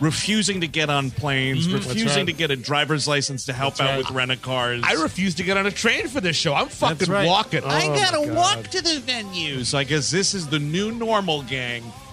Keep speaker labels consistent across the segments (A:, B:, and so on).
A: refusing to get on planes,
B: Mm-hmm.
A: refusing
C: right.
A: to get a driver's license to help out with rent a cars.
B: I refuse to get on a train for this show. I'm fucking
A: right.
B: walking.
A: I
C: Oh,
A: gotta
C: my God.
A: walk to the venue. So I guess this is the new normal, gang.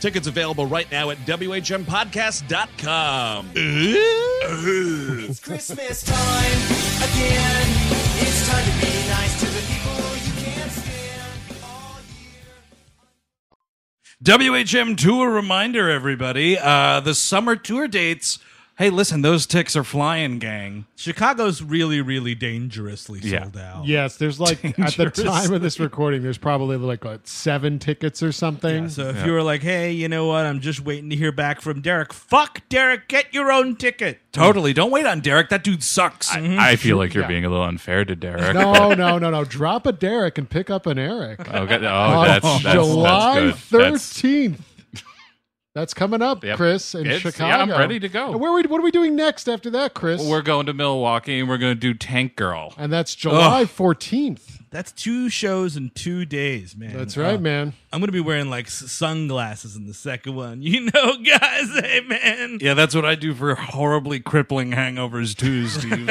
A: Tickets available right now at WHMPodcast.com.
D: It's Christmas time again. It's time to be nice to the people you can't stand all year.
E: WHM tour reminder, everybody. Uh, the summer tour dates. Hey, listen, those ticks are flying, gang.
B: Chicago's really, really dangerously
E: Yeah.
B: sold out.
C: Yes, there's like at the
E: Dangerous.
C: time of this recording, there's probably like what, seven tickets or something.
B: So if you were like, hey, you know what? I'm just waiting to hear back from Derek. Fuck Derek. Get your own ticket.
E: Totally. Don't wait on Derek. That dude sucks.
F: I feel like you're
C: Yeah.
F: being a little unfair to Derek.
C: No, no, no, no. Drop a Derek and pick up an Eric.
F: Okay. Oh, that's, that's, that's
C: July
F: good. That's-
C: thirteenth. That's coming up,
F: Yep.
C: Chris, in
F: It's-
C: Chicago.
F: yeah, I'm ready to go.
C: And where are we, what are we doing next after that, Chris?
F: we're going to Milwaukee and we're going to do Tank Girl.
C: and that's July fourteenth.
B: That's two shows in two days, man.
C: That's right,
B: Uh,
C: man.
B: I'm going to be wearing like s- sunglasses in the second one. You know, guys. Hey, man.
E: Yeah, that's what I do for horribly crippling hangovers too, Steve.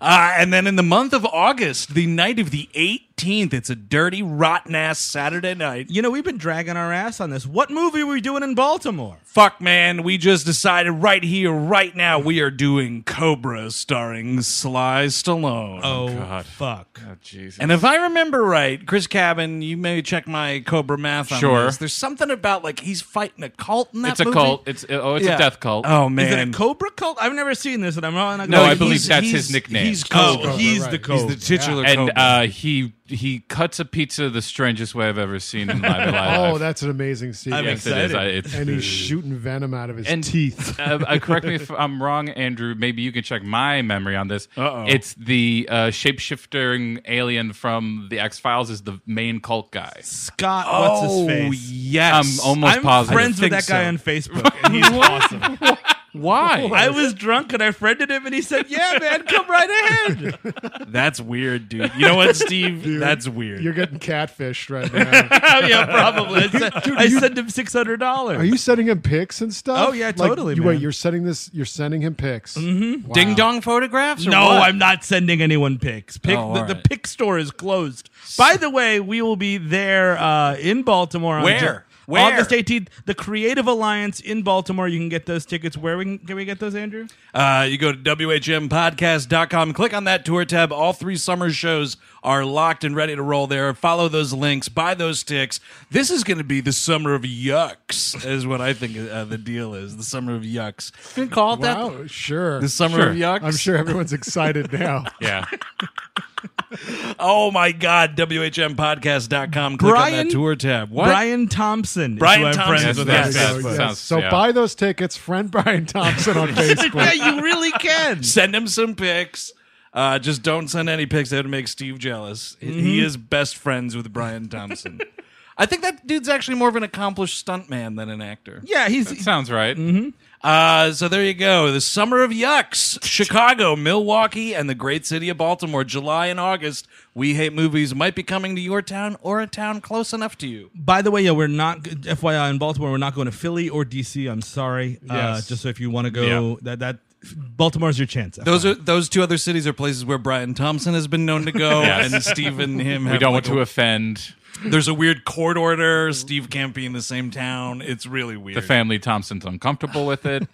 E: uh, and then in the month of August, the night of the 18th, it's a dirty, rotten ass Saturday night.
B: You know, we've been dragging our ass on this. What movie were we doing in Baltimore?
E: Fuck, man, we just decided right here, right now, we are doing Cobra starring Sly Stallone.
B: Oh,
F: God.
B: fuck.
F: Oh, Jesus.
E: And if I remember right, Chris Cabin, you may check my Cobra math on
F: Sure.
E: this. There's something about like he's fighting a cult in that
F: it's a
E: movie.
F: cult. It's oh, it's
E: Yeah.
F: a death cult.
E: Oh
B: Is it
E: man,
B: a Cobra cult? I've never seen this, and I'm not going
F: No, I
E: he's-
F: believe that's
E: he's-
F: his nickname.
E: He's
B: Oh,
E: Cobra.
B: he's
C: right.
B: the
C: He's
B: code.
E: He's the titular
F: and
E: Cobra.
F: uh, he he cuts a pizza the strangest way I've ever seen in my life.
C: Oh, that's an amazing scene.
B: I'm
F: yes, it is.
B: excited.
F: I, it's,
C: and he's shooting venom out of his
F: And-
C: teeth.
F: uh, uh, correct me if I'm wrong, Andrew. Maybe you can check my memory on this.
E: Uh-oh.
F: It's the uh, shapeshifting alien from the X Files is the main cult guy.
B: Scott, what's
E: oh
B: his face?
E: yes,
F: I'm almost
B: I'm
F: positive.
B: friends with
E: think
B: that guy
E: so.
B: on Facebook, and he's awesome.
F: Why?
B: Oh, I was drunk and I friended him, and he said, "Yeah, man, come right ahead."
E: that's weird, dude. You know what, Steve? that's weird.
C: You're getting catfished right now.
B: oh yeah, probably. I, sent- I sent him six hundred
C: Are
B: dollars.
C: you sending him pics and stuff?
B: Oh, yeah,
C: Like,
B: totally,
C: You, wait,
B: man.
C: you're sending this. You're sending him pics. Mm-hmm.
E: Ding dong photographs? Or
B: No,
E: what?
B: I'm not sending anyone pics. Pic,
E: Oh,
B: the,
E: all
B: the
E: right.
B: pic store is closed. By the way, we will be there uh, in Baltimore. On
E: Where?
B: Ju-
E: Where?
B: August 18th, the Creative Alliance in Baltimore. You can get those tickets. Where we can, can we get those, Andrew?
E: Uh, you go to whmpodcast.com, click on that tour tab. All three summer shows are locked and ready to roll there. Follow those links, buy those ticks. This is going to be the summer of yucks, is what I think uh, the deal is. The summer of yucks. You can call it that
C: Wow, sure.
E: the summer of
F: Sure.
E: yucks.
C: I'm sure everyone's excited now.
F: yeah.
E: Oh my God, whmpodcast.com, click on
B: Brian-
E: that tour tab. What?
B: Brian Thompson. is
E: Brian
B: who I'm
E: Thompson.
B: friends
F: Yes,
B: with
F: yes,
B: on
F: yes.
B: Facebook.
C: So,
F: Sounds-
C: yes. So
F: yeah.
C: buy those tickets, friend Brian Thompson on Facebook.
B: yeah, you really can.
E: Send him some pics. Uh, just don't send any pics that would make Steve jealous. He- He is best friends with Brian Thompson. I think that dude's actually more of an accomplished stuntman than an actor.
B: Yeah,
F: That
B: he's
F: sounds right.
E: Uh, so there you go. The summer of yucks. Chicago, Milwaukee, and the great city of Baltimore. July and August. We Hate Movies might be coming to your town or a town close enough to you.
B: By the way, yeah, we're not FYI in Baltimore. We're not going to Philly or DC. I'm sorry. Uh,
D: Yes.
B: just so if you want to go, that that Baltimore's your chance.
E: Those
B: FYI.
E: are those two other cities are places where Brian Thompson has been known to go,
F: Yes.
E: and Steve and him.
F: We
E: have
F: don't want
E: like
F: to offend
E: a- There's a weird court order. Steve can't be in the same town. It's really weird.
F: the family. Thompson's uncomfortable with it.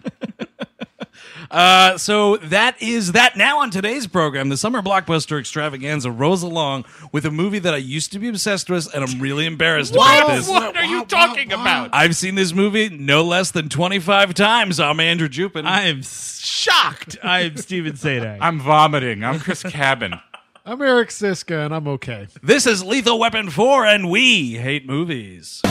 E: Uh, so that is that. Now on today's program, the summer blockbuster extravaganza rolls along with a movie that I used to be obsessed with, and I'm really embarrassed about this.
F: What are you talking about?
E: I've seen this movie no less than 25 times. I'm Andrew Jupin.
B: I'm shocked. I'm Steven Sadak.
F: I'm vomiting. I'm Chris Cabin.
C: I'm Eric Siska, and I'm okay.
E: this is Lethal Weapon 4, and we hate movies.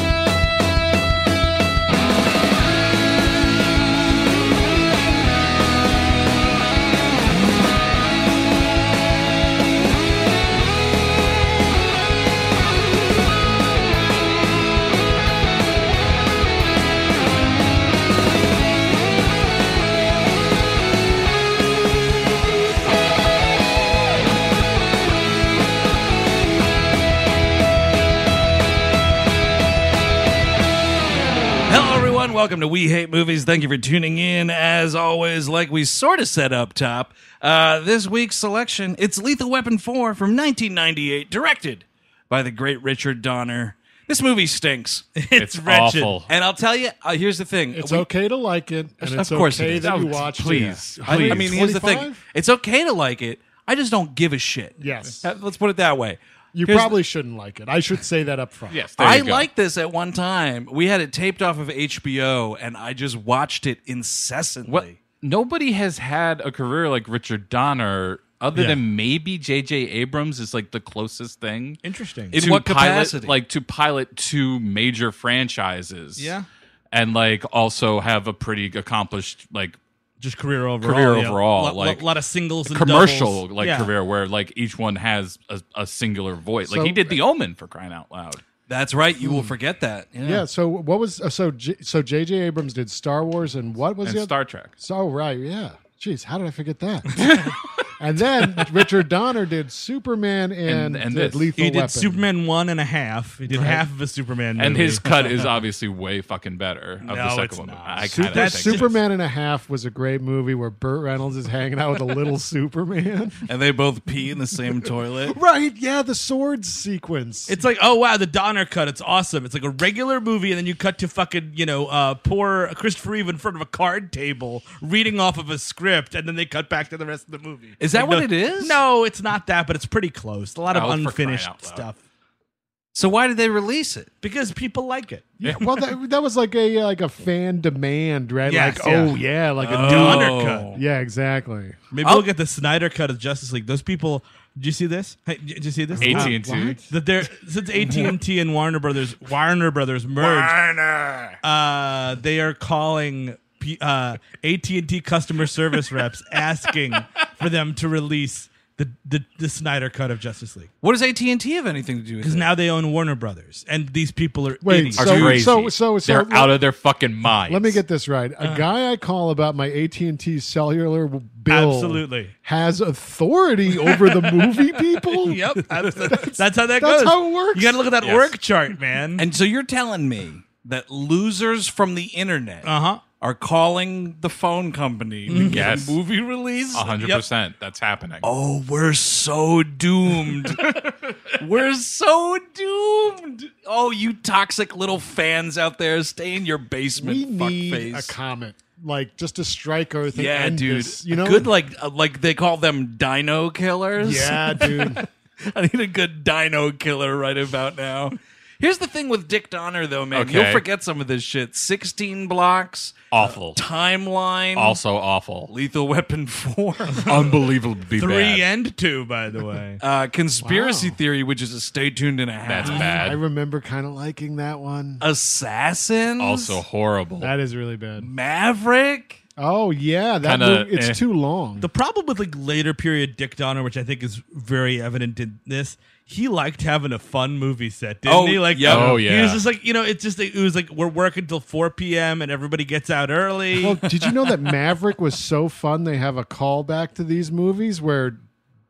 E: Hello, everyone. Welcome to We Hate Movies. Thank you for tuning in. As always, like we sort of said up top, uh, this week's selection it's Lethal Weapon 4 from 1998, directed by the great Richard Donner. This movie stinks.
F: It's,
B: wretched.
F: awful.
E: and I'll tell you, uh, here's the thing.
C: It's
E: We-
C: okay to like it, and it's
E: course it
C: okay
E: is.
C: that you
F: Oh,
C: watched
F: please,
C: it.
E: I, I mean, here's the
C: 25?
E: thing. It's okay to like it. I just don't give a shit.
C: Yes.
E: Uh, Let's put it that way.
C: You
E: Here's
C: probably shouldn't like it. I should say that up front.
F: Yes, there
E: I
F: you go.
E: liked this at one time. We had it taped off of HBO, and I just watched it incessantly.
F: What? Nobody has had a career like Richard Donner, other
B: Yeah.
F: than maybe J.J. Abrams is like the closest thing.
B: Interesting.
F: In
E: To
F: what
E: capacity.
F: Pilot, like to pilot two major franchises.
B: Yeah.
F: And like also have a pretty accomplished like
B: Just career overall.
F: Career
B: yeah.
F: overall,
B: Lot- lot-
F: like,
B: lot of singles, and
F: commercial
B: doubles.
F: like
B: Yeah.
F: career where like each one has a, a singular voice. Like
C: So-
F: he did The Omen for crying out loud.
E: That's right. You
C: Hmm.
E: will forget that.
C: Yeah. So what was uh, so J, so J.J. Abrams did Star Wars and what was
F: And
C: the other?
F: Star Trek.
C: So oh, right, yeah. Jeez, how did I forget that? and then Richard Donner did Superman and,
F: And- and
C: did
F: this.
C: Lethal
B: He did
C: Weapon.
B: Superman one and a half. He did half of a Superman.
F: And
B: movie.
F: his cut is obviously way fucking better of the
B: No,
F: second
B: it's
F: one.
B: not.
F: I
C: Super-
F: kind of think it is.
C: Superman and a Half was a great movie where Burt Reynolds is hanging out with a little Superman.
E: And they both pee in the same toilet.
C: Right? Yeah, the swords sequence.
B: It's like, oh wow, the Donner cut. It's awesome. It's like a regular movie, and then you cut to fucking, you know, uh, poor Christopher Reeve in front of a card table reading off of a script, and then they cut back to the rest of the movie.
E: Is that
B: Like,
E: what
B: no-
E: it is?
B: No, it's not that, but it's pretty close. A lot of
F: Oh, for crying
B: unfinished
F: out loud.
B: stuff
E: So why did they release it?
B: because people like it.
C: Yeah, well, that, that was like a like a fan demand, right?
B: Yes,
C: like,
B: yeah.
C: oh yeah, like a
B: The
C: new.
B: undercut.
C: Yeah, exactly.
B: Maybe we'll get the Snyder cut of Justice League. Those people, did you see this? Hey, did did you see this?
F: AT and T.
B: that they're since AT and T and Warner Brothers Warner Brothers merged. Uh, they are calling P- uh, AT and T customer service reps asking for them to release the, the the Snyder cut of Justice League
E: What does AT and T have anything to do with
B: because
E: it?
B: now they own Warner Brothers and these people are
C: Wait,
B: idiots.
F: are
C: So-
F: crazy.
C: so- so- so-
F: they're
C: let-
F: out of their fucking minds.
C: Let me get this right. A guy I call about my AT and T cellular w- bill
B: Absolutely.
C: has authority over the movie people.
B: Yep, that's, that's how that
C: that's
B: goes.
C: how it works.
B: You got to look at that
F: Yes.
B: org chart, man.
E: And so you're telling me that losers from the internet
B: Uh-huh.
E: are calling the phone company to get
F: Mm-hmm. Yes.
E: a movie release?
F: hundred percent. That's happening.
E: Oh, we're so doomed. we're so doomed. Oh, you toxic little fans out there, stay in your basement,
C: We need
E: fuckface.
C: a comet, like just to strike Earth. And
E: yeah,
C: end
E: dude.
C: this, you know,
E: good like uh, like they call them dino killers.
C: Yeah, dude.
E: I need a good dino killer right about now. Here's the thing with Dick Donner, though, man.
F: Okay.
E: You'll forget some of this shit. 16 blocks,
F: awful.
E: timeline,
F: Also awful.
E: Lethal Weapon 4,
F: Unbelievable. Be
B: Three
F: bad.
B: and two, by the way.
E: uh, Conspiracy Theory, which is a stay tuned and a half.
F: That's
C: I
F: bad.
C: remember kind of liking that one.
E: Assassins.
F: Also horrible.
C: That is really bad.
E: Maverick.
C: Oh yeah, that
F: Kinda,
C: move- it's
F: eh.
C: too long.
B: The problem with like later period Dick Donner, which I think is very evident in this, he liked having a fun movie set, didn't
E: Oh,
B: he? Like,
E: yeah.
F: Oh,
B: he
F: yeah.
B: was just like you know, it's just it was like we're working till four p.m. and everybody gets out early.
C: well, did you know that Maverick was so fun? They have a callback to these movies where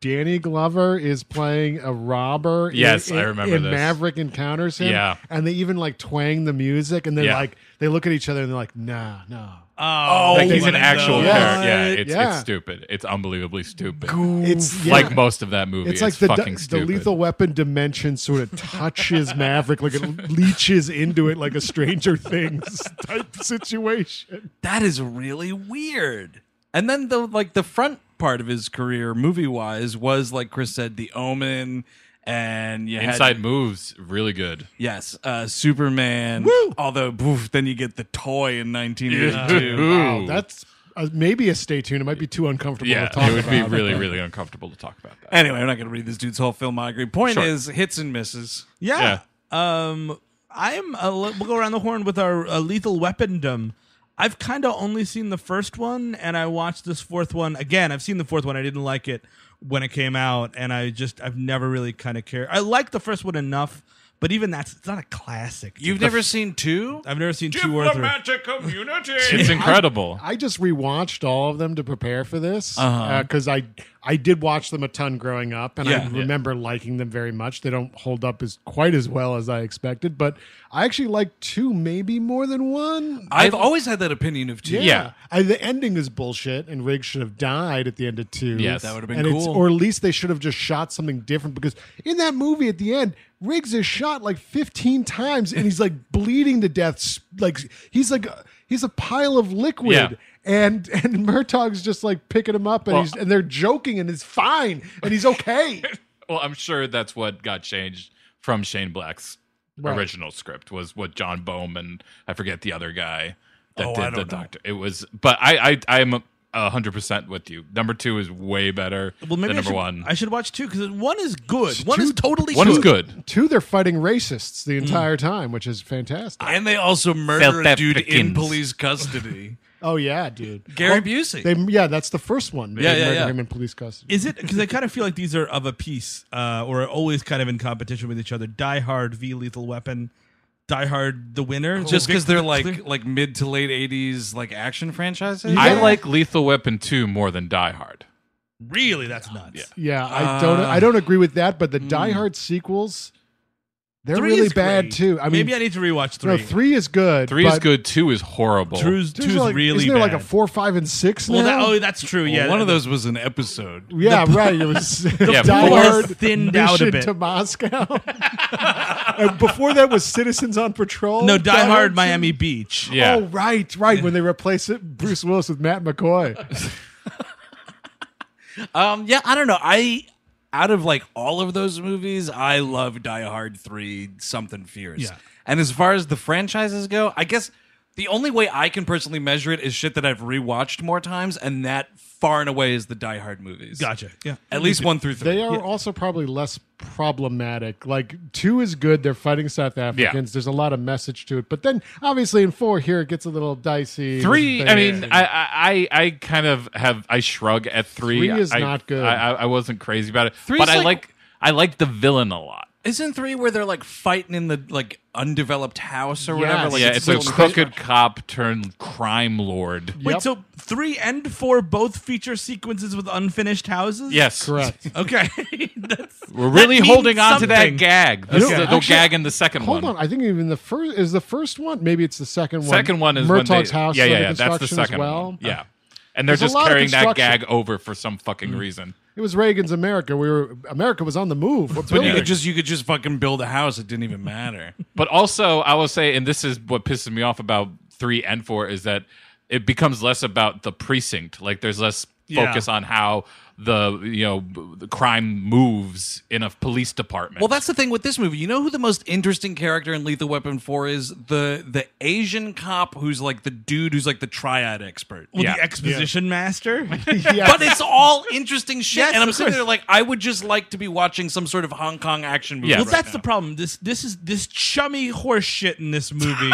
C: Danny Glover is playing a robber. in-
F: Yes, I
C: in-
F: remember
C: in
F: this.
C: Maverick encounters him.
F: Yeah.
C: and they even like twang the music, and they
F: Yeah.
C: like they look at each other and they're like, Nah, nah.
B: oh,
F: like he's
B: one
F: an
B: of
F: actual
B: those.
C: Yes.
F: character. Yeah, it's,
C: Yeah.
F: it's stupid. It's unbelievably stupid.
C: It's yeah.
F: Like most of that movie,
C: It's
F: it's,
C: like the,
F: fucking
C: the
F: stupid.
C: lethal weapon dimension sort of touches Maverick, like it leeches into it like a Stranger Things type situation.
E: that is really weird. And then the like the front part of his career, movie wise, was like Chris said, The Omen, and you had-
F: Inside moves really good.
E: yes, uh, Superman. Although, poof, then you get the toy in 1982.
F: Ooh.
C: That's uh, maybe a stay tuned. It might be too uncomfortable
F: yeah,
C: to talk
F: it would be
C: about.
F: really, really uncomfortable to talk about that.
E: Anyway, I'm not going to read this dude's whole filmography. Point
F: Sure.
E: is, hits and misses.
B: Yeah. Um, I'm. A, we'll go around the horn with our uh, lethal weapondom. I've kind of only seen the first one, and I watched this fourth one again. I've seen the fourth one. I didn't like it when it came out, and I just I've never really kind of cared. I like the first one enough, but even that's it's not a classic. dude.
E: You've never seen two?
B: I've never seen two or three.
F: It's incredible.
C: I just rewatched all of them to prepare for this
F: Uh-huh.
C: because I I did watch them a ton growing up, and
E: Yeah.
C: I remember liking them very much. They don't hold up as quite as well as I expected, but I actually like two, maybe more than one.
E: I've always had that opinion of two.
F: Yeah.
C: I, the ending is bullshit, and Riggs should have died at the end of two.
F: Yes.
E: That would have been
C: and
E: cool.
C: it's, or at least they should have just shot something different because in that movie at the end, Riggs is shot like 15 times and he's like bleeding to death. s- Like he's like a- he's a pile of liquid.
F: Yeah.
C: And and Murtaugh's just like picking him up and he's and they're joking and it's fine and he's okay.
F: well, I'm sure that's what got changed from Shane Black's
C: Right.
F: original script was what John Bowman, I forget the other guy that
E: Oh,
F: did
E: I
F: the
E: don't know.
F: doctor. It was, but I, I, I'm hundred percent with you. Number two is way better
B: Well, maybe
F: than
B: I
F: number
B: should,
F: one.
B: I should watch two because one is good. One is totally
F: one
B: good.
F: is good.
C: Two, they're fighting racists the entire
E: Mm.
C: time, which is fantastic.
E: And they also murder a
F: South
E: dude in
F: Africans.
E: police custody.
C: Oh yeah, dude.
E: Gary
C: Well,
E: Busey.
C: They, yeah, that's the first one.
E: Yeah,
C: They
E: yeah,
C: murder
E: yeah.
C: Him in police custody.
B: Is it because I kind of feel like these are of a piece, uh, or are always kind of in competition with each other? Die Hard v Lethal Weapon, Die Hard the
C: Oh,
B: winner,
E: just because they're
B: Victor-
E: like like mid to late 80s like action franchises.
C: Yeah.
F: I like Lethal Weapon two more than Die Hard.
B: really that's nuts.
C: Yeah, I don't.
B: Uh,
C: I don't agree with that. But the Die Hard sequels, they're really
B: hmm. is
C: bad
B: great.
C: too. I mean,
B: maybe I need to rewatch three.
C: no, three is good.
F: Three is
C: but
F: good. Two is horrible.
B: Two's,
C: two's
B: two's
C: like,
B: really
C: isn't there
B: bad.
C: like a four, five, and six
B: well, that,
C: now?
B: oh, that's true.
E: Well,
B: yeah,
E: one of those was an episode.
C: yeah, right. It was
F: Yeah,
C: Die
F: four
C: Hard
B: thinned out a
C: Mission
B: bit.
C: to Moscow. and before that was Citizens on Patrol.
B: No, Die Hard
C: two-
B: Miami Beach.
F: Yeah.
C: Oh, right, right. When they replace it, Bruce Willis with Matt McCoy.
E: Um, yeah, I don't know. I out of like all of those movies, I love Die Hard three something fierce.
B: Yeah.
E: And as far as the franchises go, I guess the only way I can personally measure it is shit that I've rewatched more times, and that far and away is the Die Hard movies.
B: Gotcha. Yeah.
E: At least one through three.
C: They are also probably less problematic. Like two is good; they're fighting South Africans. There's a lot of message to it, but then obviously in four here it gets a little dicey.
F: Three.
C: There's
F: I
C: things
F: mean,
C: and-
F: I, I, I I kind of have. I shrug at three.
C: Three is
F: I-
C: not good.
F: I, I, I wasn't crazy about it,
E: Three's
F: but I
E: like-
F: like I like the villain a lot.
E: Isn't three where they're like fighting in the like undeveloped house or whatever?
C: Yes.
E: Like,
F: yeah, it's,
E: like
F: a crooked cop turned crime lord.
B: Wait,
C: Yep.
B: so three and four both feature sequences with unfinished houses.
F: Yes,
C: correct.
B: Okay. that's,
F: We're really
B: that means
F: holding on to that
B: something.
F: gag. That's
C: know,
F: the, the
C: actually-
F: gag in the second
C: Hold
F: one.
C: on, I think even the first is the first one. Maybe it's the second one.
F: Second one is
C: Murtaugh's
F: when they,
C: house.
F: Yeah,
C: under
F: yeah, yeah. That's the
C: construction as
F: second
C: well. Uh,
F: one. Yeah, and they're
C: There's a
F: just
C: lot of
F: carrying that
C: construction. Mm.
F: gag over for some fucking reason.
C: It was Reagan's America. We were America was on the move. We're
E: you
C: building-
E: could just you could just fucking build a house. It didn't even matter.
F: But also, I will say, and this is what pisses me off about three and four is that it becomes less about the precinct. Like there's less focus on how the you know b- the crime moves in a police department.
E: Well, that's the thing with this movie. You know who the most interesting character in Lethal Weapon Four is? The the Asian cop who's like the dude who's like the triad expert.
B: Well,
F: Yeah.
B: the exposition master.
E: But it's all interesting shit,
B: Yes,
E: and I'm
B: of
E: sitting
B: course.
E: there like, I would just like to be watching some sort of Hong Kong action movie.
F: Yeah.
E: right
F: Well,
E: now.
B: Well, that's the problem. This this is this chummy horse shit in this movie.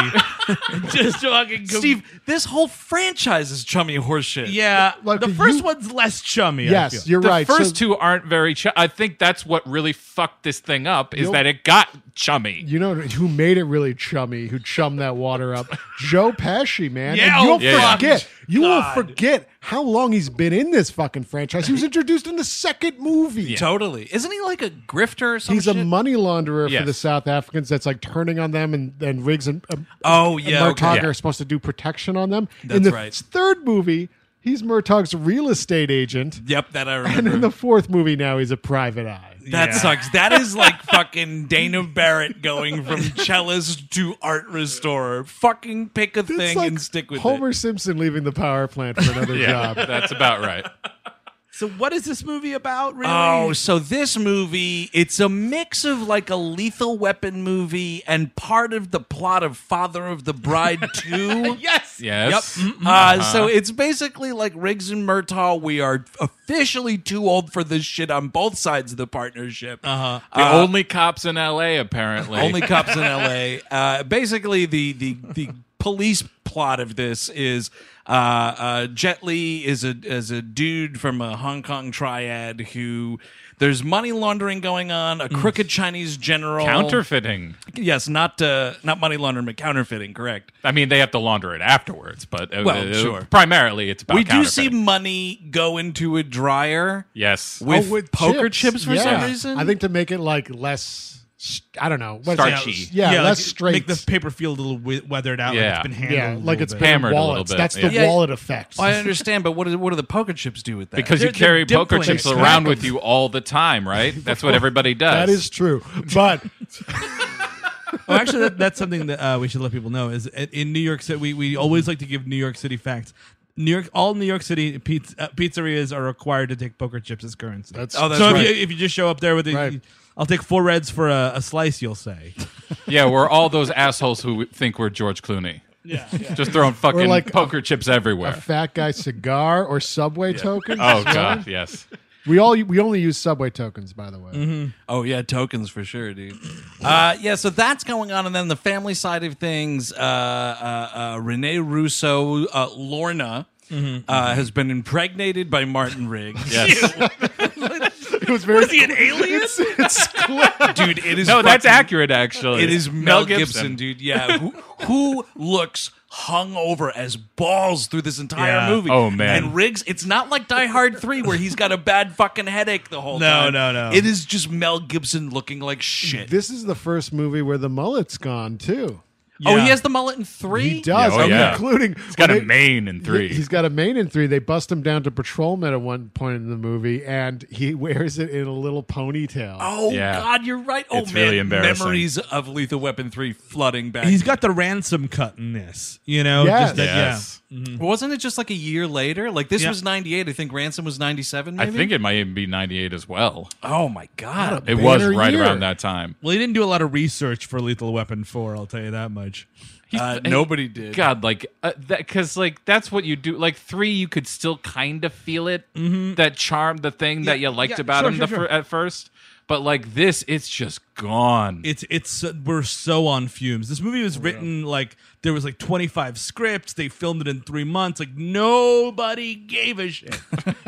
B: Just fucking go-
E: Steve. This whole franchise is chummy horseshit.
B: Yeah,
C: Like,
B: the
C: you-
B: first one's less chummy. I
C: yes,
B: feel.
C: you're
F: the
C: right. So-
F: first two aren't very. Ch- I think that's what really fucked this thing up is
C: You'll-
F: that it got chummy.
C: You know who made it really chummy? Who chummed that water up? Joe Pesci, man.
B: Yeah,
C: and
B: oh
C: you'll
F: yeah.
C: forget. You
B: God.
C: will forget how long he's been in this fucking franchise. He was introduced in the second movie.
E: totally. Isn't he like a grifter or something?
C: He's a money launderer
F: Yes.
C: for the South Africans. That's like turning on them, and and Riggs and um,
E: Oh yeah,
C: Murtaugh
E: okay.
F: Yeah.
C: are supposed to do protection on them. in
E: That's
C: the
E: right.
C: third movie, he's Murtaugh's real estate agent,
E: Yep, that I
C: and in
E: remember.
C: the fourth movie, now he's a private eye.
E: That sucks. That is like fucking Dana Barrett going from cellist to art restorer. Fucking pick a thing and stick with
C: Homer
E: it.
C: Simpson leaving the power plant for another
F: Yeah,
C: job.
F: that's about right.
B: So what is this movie about? Really?
E: Oh, so this movie, it's a mix of like a lethal weapon movie and part of the plot of Father of the Bride 2.
B: yes.
F: Yes.
E: Uh, so it's basically like Riggs and Murtaugh. We are officially too old for this shit on both sides of the partnership. Uh-huh.
F: The only cops in L.A. apparently.
E: Only cops in L.A. Uh, basically, the the the police plot of this is uh, uh, Jet Li is a is a dude from a Hong Kong triad who there's money laundering going on, a crooked Chinese general
F: counterfeiting.
E: Yes, not uh, not money laundering, but counterfeiting. Correct.
F: I mean, they have to launder it afterwards, but uh,
E: Well,
F: uh,
E: sure.
F: primarily it's about
E: we do see
F: counterfeiting.
E: money go into a dryer.
F: yes.
E: With,
C: Oh,
E: poker chips, for
C: Yeah.
E: some reason.
C: I think to make it like less, s- I don't know, what is
F: Starchy.
C: it? Yeah,
B: like,
C: less straight.
B: Make the paper feel a little we- weathered out.
F: Yeah.
B: like it's been handled.
C: yeah,
B: a
C: like
B: little
C: it's
B: bit.
C: been in
F: Hammered a little
C: wallets.
F: bit,
C: That's the
F: yeah.
E: Yeah.
C: wallet effect.
E: I understand, but what, is, what do the poker chips do with that?
F: because you
B: They're-
F: carry
B: they're
F: poker
B: dimpling.
F: chips
B: They smack
F: around
C: them.
F: with you all the time, right? That's what everybody does.
C: that is true, but
B: oh, actually, that, that's something that uh, we should let people know is i- in New York City. We, we always like to give New York City facts. New York, all New York City pizza, uh, pizzerias are required to take poker chips as currency.
C: That's-
E: Oh, that's
B: so.
E: right.
B: If, you, if you just show up there with, a,
C: Right.
B: I'll take four reds for a, a slice. You'll say,
F: Yeah, we're all those assholes who think we're George Clooney. Yeah, just throwing fucking
C: like
F: poker chips
C: a
F: everywhere.
C: fat guy cigar or subway tokens.
F: Oh
C: yeah?
F: god, yes.
C: we all we only use subway tokens, by the way.
E: Oh yeah, tokens for sure, dude. Uh, yeah, so that's going on, and then the family side of things. Uh, uh, uh, Rene Russo, uh, Lorna.
B: Mm-hmm.
E: Uh, has been impregnated by Martin Riggs.
F: Yes.
C: It was very. Was he an alien? It's, it's clever.
E: dude, it is
F: No, that's
E: fucking-
F: accurate actually.
E: It is Mel, Gibson. dude. Yeah, who, who looks hungover as balls through this entire
B: Yeah.
E: movie?
F: Oh, man.
E: And Riggs, it's not like Die Hard Three where he's got a bad fucking headache the whole
B: No,
E: time.
B: no, no.
E: It is just Mel Gibson looking like shit.
C: This is the first movie where the mullet's gone too.
E: Oh,
B: Yeah.
E: he has the mullet in three.
C: He does,
F: Yeah, oh,
C: I'm
F: yeah.
C: including.
F: He's got a main in three.
C: He's got a main in three. They bust him down to patrolman at one point in the movie, and he wears it in a little ponytail.
E: Oh
F: Yeah.
E: God, you're right. Oh
F: It's
E: man,
F: really embarrassing.
E: memories of Lethal Weapon three flooding back.
B: he's got the ransom cut in this. You know,
C: Yes.
B: just that,
F: Oh, yes.
E: Wasn't it just like a year later? Like this
B: Yeah.
E: was ninety eight. I think Ransom was ninety seven.
F: I think it might even be ninety eight as well.
E: Oh my God.
F: It was
C: Banner
F: right
C: year.
F: around that time.
B: Well, he didn't do a lot of research for Lethal Weapon Four. I'll tell you that much.
E: Uh, nobody did.
F: God, like uh, that, because like that's what you do. Like three, you could still kind of feel it, that charm, the thing that you liked
B: Mm-hmm. yeah,
F: about
B: sure,
F: him
B: sure,
F: the,
B: sure.
F: fir- at first. But like this, it's just gone.
B: it's it's uh, we're so on fumes. This movie
E: Oh,
B: was written like there was like 25 scripts. They filmed it in 3 months. Like nobody gave a shit.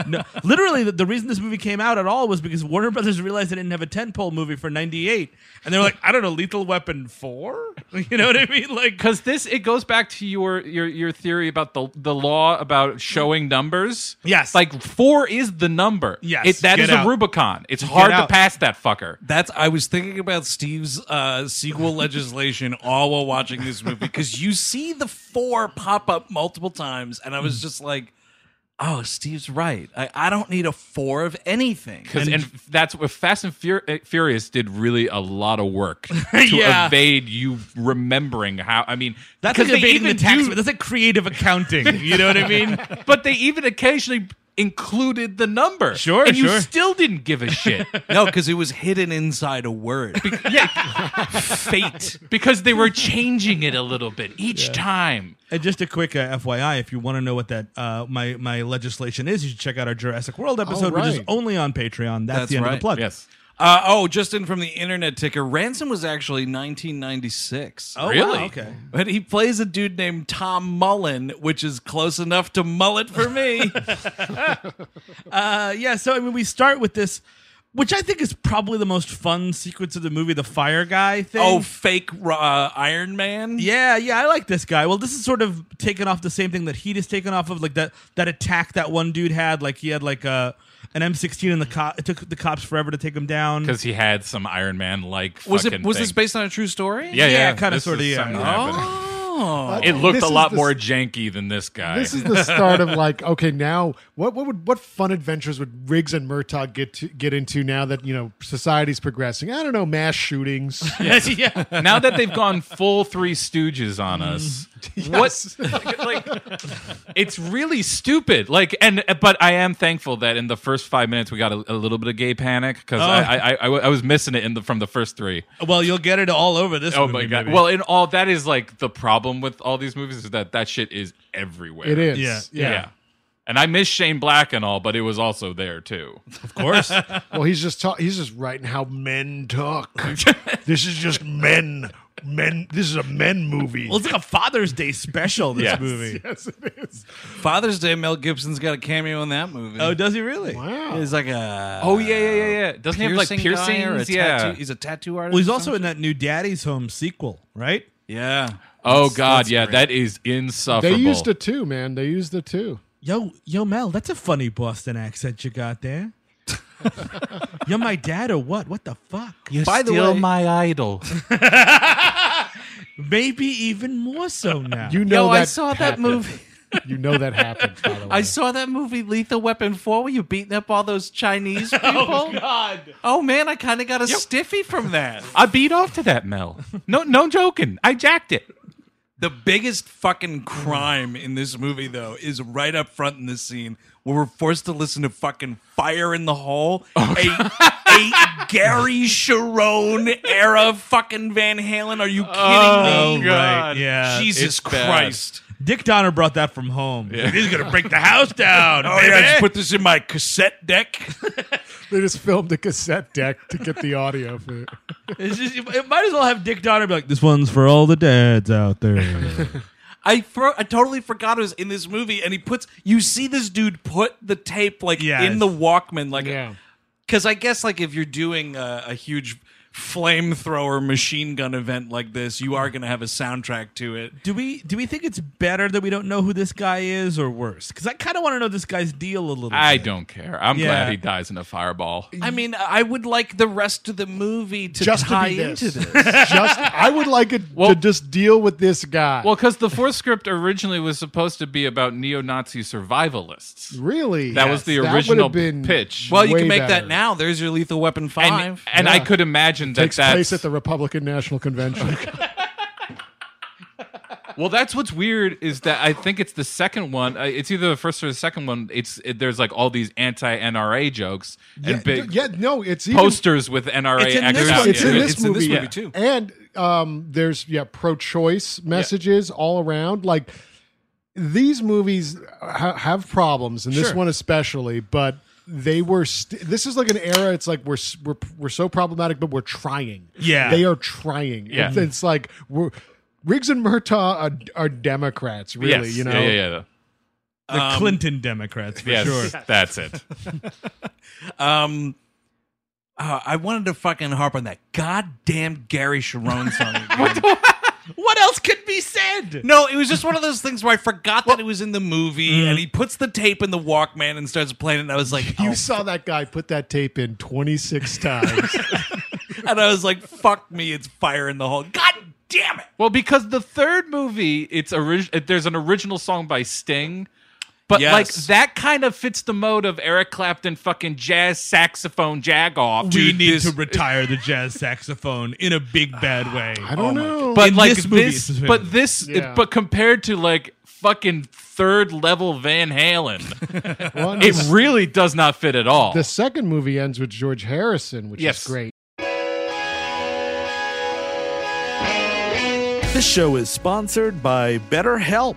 B: no, literally the, the reason this movie came out at all was because Warner Brothers realized they didn't have a 10-pole movie for 98 and they were like, I don't know, Lethal Weapon 4? You know what I mean? Like
F: because this it goes back to your your your theory about the the law about showing numbers.
B: Yes.
F: like four is the number.
B: Yes,
F: it, that
B: get
F: is a
B: out.
F: Rubicon. It's hard to
B: out.
F: pass that fucker.
E: That's I was thinking about Steve's uh, sequel legislation all while watching this movie because you see the four pop up multiple times, and I
B: Mm.
E: was just like, "Oh, Steve's right. I, I don't need a four of anything."
F: Because and that's what Fast and Fur- uh, Furious did really a lot of work to
B: Yeah.
F: evade you remembering how. I mean,
B: that's like
F: because they
B: evading the
F: even
B: tax.
F: do-
B: that's like creative accounting. You know what I mean?
F: but they even occasionally included the number.
B: Sure,
F: and you
B: sure.
F: still didn't give a shit.
E: No, because it was hidden inside a word.
F: Fate, because they were changing it a little bit each time.
B: And just a quick uh, FYI, if you want to know what that uh, my my legislation is, you should check out our Jurassic World episode, which is
C: right.
B: only on Patreon. That's,
E: That's
B: the end of
E: right.
B: the plug.
F: Yes.
E: Uh, oh, just in from the internet ticker, Ransom was actually 1996.
B: Oh, wow,
F: Really?
B: okay.
E: But he plays a dude named Tom Mullen, which is close enough to mullet for me.
B: Uh, yeah. So I mean, we start with this, which I think is probably the most fun sequence of the movie, the fire guy thing.
E: oh, fake uh, Iron Man.
B: Yeah, yeah, I like this guy. Well, this is sort of taken off the same thing that heat is taken off of, like that that attack that one dude had. Like he had like a an M sixteen, and the cop it took the cops forever to take him down.
F: Because he had some Iron Man like
E: Was it? Was this based on a true story?
F: Yeah, yeah,
B: Yeah, kinda
F: This
B: sorta,
F: is
B: yeah.
F: something happening.
E: Oh,
F: It looked
C: Uh, This
F: a
C: is
F: lot
C: the
F: more
C: s-
F: janky than this guy.
C: This is the start of like okay now what what would what fun adventures would Riggs and Murtaugh get to, get into now that you know society's progressing? I don't know mass shootings.
B: yeah.
F: now that they've gone full Three Stooges on
C: Mm.
F: us, what like, it's really stupid. Like, and but I am thankful that in the first five minutes we got a, a little bit of gay panic
C: Oh.
F: because I, I, I I was missing it in the from the first three.
B: Well, you'll get it all over this.
F: Oh
B: movie,
F: my god!
B: maybe.
F: Well, in all that is like the problem with all these movies is that that shit is everywhere.
C: It is
B: Yeah.
F: yeah. And I miss Shane Black and all, but it was also there too.
B: of course.
C: Well, he's just ta- he's just writing how men talk. this is just men men. This is a men movie.
B: Well, it's like a Father's Day special. This
F: Yes.
B: movie.
C: yes, it is.
E: Father's Day. Mel Gibson's got a cameo in that movie.
B: Oh, does he really? Well,
C: Wow.
E: he's like a
F: Oh yeah, yeah, yeah, yeah. Doesn't he have like
E: piercing guy or a
F: piercings? Yeah.
E: tattoo- he's a tattoo artist.
B: he's
E: or
B: also in
E: something?
B: that new Daddy's Home sequel, right?
E: yeah.
F: Oh god, yeah.
E: great.
F: That is insufferable.
C: they used it too, man. They used it too.
B: Yo, yo, Mel, that's a funny Boston accent you got there. You're my dad or what? What the fuck?
E: By the way,
F: my idol.
B: Maybe even more so now.
C: You know
E: yo,
C: that
E: I saw that
C: happened.
E: movie.
C: You know that happened. By the way.
E: I saw that movie Lethal Weapon 4 where you beating up all those Chinese people. Oh, God. Oh, man, I kind of got a stiffy from that.
F: I beat off to that Mel. No, no joking. I jacked it.
E: The biggest fucking crime in this movie, though, is right up front in this scene where we're forced to listen to fucking Fire in the Hole, a, a Gary Sharon era fucking Van Halen. Are you kidding me?
B: God. Oh, Yeah,
E: Jesus
F: it's bad.
E: Christ.
B: Dick Donner brought that from home.
E: He's going to break the house down. oh, yeah, I just put this in my cassette deck.
C: They just filmed a cassette deck to get the audio for it.
B: It's just, it might as well have Dick Donner be like, "This one's for all the dads out there."
E: I for, I totally forgot it was in this movie, and he puts you see this dude put the tape like
B: Yes.
E: in the Walkman, like
C: Yeah.
E: because I guess like if you're doing a, a huge flamethrower machine gun event like this, you are gonna have a soundtrack to it.
B: do we do we think it's better that we don't know who this guy is, or worse? Because I kind of want to know this guy's deal a little.
F: I
B: bit.
F: don't care. I'm
B: Yeah.
F: glad he dies in a fireball.
E: I mean, I would like the rest of the movie to
C: Just to be
E: tie
C: this.
E: into this.
C: Just I would like it to
F: Well-
C: just deal with this guy.
F: Well, because the fourth script originally was supposed to be about neo-Nazi survivalists.
C: really,
F: That was the
C: That would've
F: original
C: been
F: pitch.
E: well, you
C: way
E: can make
C: better.
E: that now. There's your Lethal Weapon
F: And,
E: five.
F: and I could imagine that
C: Takes
F: that's
C: place at the Republican National Convention.
F: Well, that's what's weird is that I think it's the second one. Uh, it's either the first or the second one. It's it, there's like all these anti NRA jokes and big
C: yeah, no, it's even,
F: posters with NRA.
B: It's in
F: X
B: this
F: out.
B: one,
C: It's,
F: Yeah.
C: in this,
E: It's in
C: movie.
E: this movie, too.
C: And um, there's yeah, pro-choice messages all around. Like these movies ha- have problems, and this one especially. But they were. St- this is like an era. It's like we're s- we're we're so problematic, but we're trying.
B: Yeah.
C: they are trying.
F: Yeah.
C: it's, it's like we're. Riggs and Murtaugh are, are Democrats, really.
F: Yes.
C: You know,
F: Yeah, yeah, yeah.
B: The Clinton Democrats for
F: Yes,
B: sure.
F: that's it.
E: Um, uh, I wanted to fucking harp on that goddamn Gary Sharon song. again.
B: What else could be said?
E: No, it was just one of those things where I forgot that it was in the movie, and he puts the tape in the Walkman and starts playing it. And I was like,
C: You
E: oh,
C: saw that guy put that tape in 26 times.
E: and I was like, fuck me, it's fire in the hole. God damn it!
F: Well, because the third movie, it's original. There's an original song by Sting, but
E: Yes.
F: like that kind of fits the mode of Eric Clapton fucking jazz saxophone jag off.
B: we
F: dude.
B: need
F: This-
B: to retire the jazz saxophone in a big bad way.
C: I don't know.
F: but
B: In
F: like
B: this movie, it's
F: this,
B: specifically.
F: but this,
C: Yeah.
F: but compared to like fucking third level Van Halen.
C: Well, and
F: it
C: the-
F: really does not fit at all.
C: the second movie ends with George Harrison, which
F: Yes.
C: is great.
B: This show is sponsored by BetterHelp.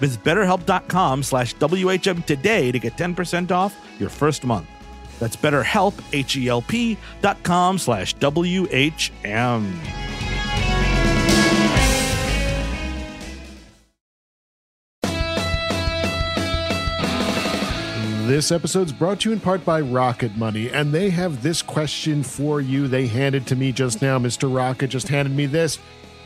B: Visit betterhelp.com slash WHM today to get 10% off your first month. That's betterhelp, H-E-L-P dot com slash W-H-M.
C: This episode's brought to you in part by Rocket Money, and they have this question for you. They handed to me just now. Mr. Rocket just handed me this.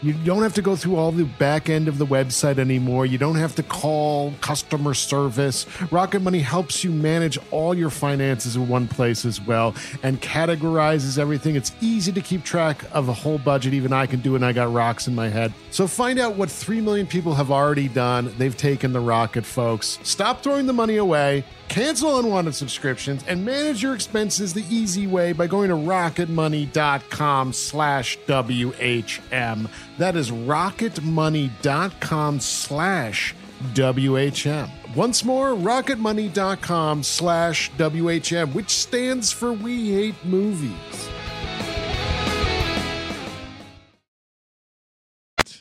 C: You don't have to go through all the back end of the website anymore. You don't have to call customer service. Rocket Money helps you manage all your finances in one place as well and categorizes everything. It's easy to keep track of a whole budget. Even I can do it, and I got rocks in my head. So find out what 3 million people have already done. They've taken the rocket, folks. Stop throwing the money away, cancel unwanted subscriptions, and manage your expenses the easy way by going to rocketmoney.com slash WHM. That is rocketmoney.com slash WHM. Once more, rocketmoney.com slash WHM, which stands for We Hate Movies.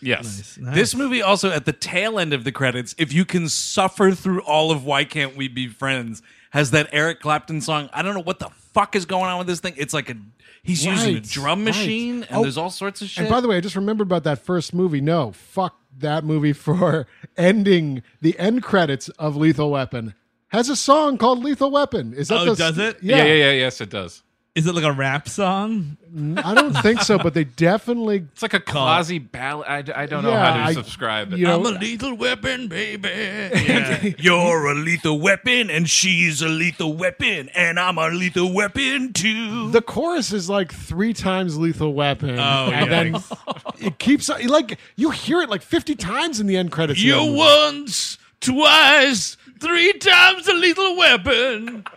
F: yes.
A: This movie also at the tail end of the credits, if you can suffer through all of Why Can't We Be Friends, has that Eric Clapton song. I don't know what the fuck is going on with this thing. It's like a he's using a
C: Right,
A: drum
C: right.
A: machine and
C: Oh,
A: there's all sorts of shit.
C: And by the way, I just remembered about that first movie. No, fuck that movie for ending the end credits of Lethal Weapon. Has a song called Lethal Weapon. Is that
E: Oh,
C: the,
E: does it?
F: Yeah. yeah, yeah, yes, it does.
E: Is it like a rap song?
C: I don't think so, but they definitely.
F: It's like a quasi ballad. I, I don't know
C: Yeah,
F: how to
C: I-
F: subscribe it.
C: You know,
A: I'm a lethal weapon, baby. You're a lethal weapon, and she's a lethal weapon, and I'm a lethal weapon too.
C: the chorus is like three times Lethal Weapon,
A: Oh,
C: and then it keeps like you hear it like fifty times in the end credits.
A: You're
C: Yeah.
A: once, twice, three times a lethal weapon.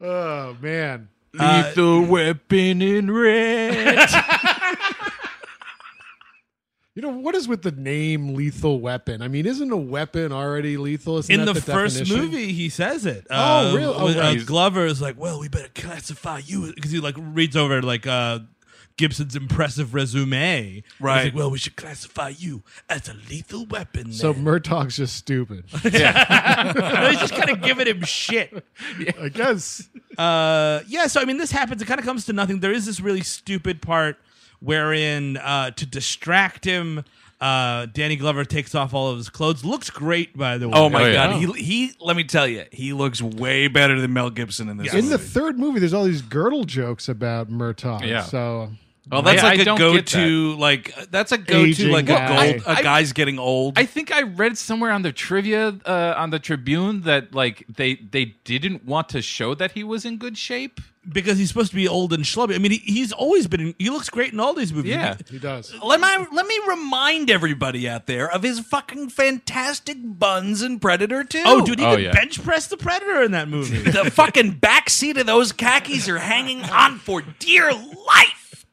C: Oh man,
F: Uh,
A: lethal weapon in red.
C: you know what is with the name Lethal Weapon? I mean, isn't a weapon already lethal? Isn't
E: In
C: that
E: the, first
C: definition?
E: movie, he says it.
C: Oh, really? Oh,
E: with, uh,
C: right.
E: Glover is like, "Well, we better classify you," because he like reads over like uh, Gibson's impressive resume.
A: Right.
E: He's like, "Well, we should classify you as a lethal weapon."
C: So
E: then."
C: Murtaugh's just stupid.
E: he's just kind of giving him shit.
C: I guess.
E: uh, yeah, so I mean, this happens. It kind of comes to nothing. There is this really stupid part wherein uh, to distract him, uh, Danny Glover takes off all of his clothes. Looks great, by the way.
A: Oh my
F: Oh, yeah.
A: god, he he. Let me tell you, he looks way better than Mel Gibson in this.
C: In the
A: movie.
C: third movie, there's all these girdle jokes about Murtaugh.
F: Yeah.
C: So
E: Well, that's
F: I- I
E: like a
F: don't
E: go
F: get
E: to like that's a go to
C: Aging
E: like
C: guy.
E: a gold
F: I-
E: a guy's getting old.
F: I think I read somewhere on the trivia uh, on the Tribune that like they they didn't want to show that he was in good shape.
B: because he's supposed to be old and schlubby. I mean, he, he's always been. In, he looks great in all these movies.
F: Yeah.
C: He does.
E: let my let me remind everybody out there of his fucking fantastic buns in Predator 2.
B: Oh, dude, he
F: Oh,
B: could
F: yeah.
B: bench press the Predator in that movie.
E: the fucking backseat of those khakis are hanging on for dear life.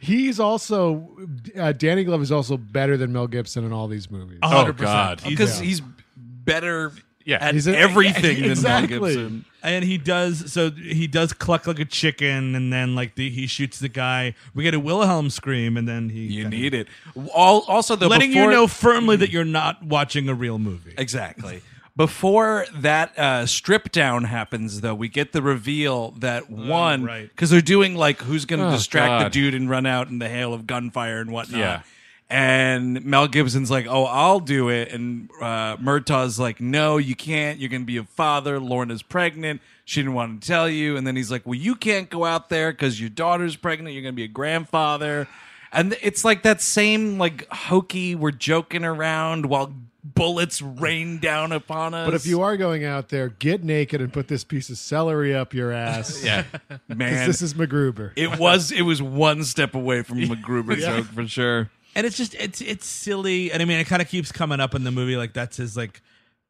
C: He's also uh, Danny Glove is also better than Mel Gibson in all these movies.
F: Oh God!
E: Because he's better
F: Yeah.
E: at
C: He's a-
E: everything
C: Exactly.
E: than Mel Gibson.
B: and he does so he does cluck like a chicken, and then like the, he shoots the guy. We get a Wilhelm scream, and then he
E: You need it. All, also, though,
B: letting
E: before-
B: you know firmly that you're not watching a real movie.
E: Exactly. Before that uh, strip down happens, though, we get the reveal that one
B: Oh, right.
E: because they're doing like who's going to distract the
F: Oh, God.
E: dude and run out in the hail of gunfire and whatnot.
F: Yeah.
E: And Mel Gibson's like, "Oh, I'll do it," and uh, Murtaugh's like, "No, you can't. You're going to be a father. Lorna's pregnant. She didn't want to tell you." And then he's like, "Well, you can't go out there because your daughter's pregnant. You're going to be a grandfather." And it's like that same like hokey. We're joking around while bullets rain down upon us.
C: But if you are going out there, get naked and put this piece of celery up your ass.
F: Yeah,
E: man,
C: This is MacGruber.
E: it was it was one step away from MacGruber joke for sure.
B: and it's just it's it's silly and i mean it kind of keeps coming up in the movie like that's his like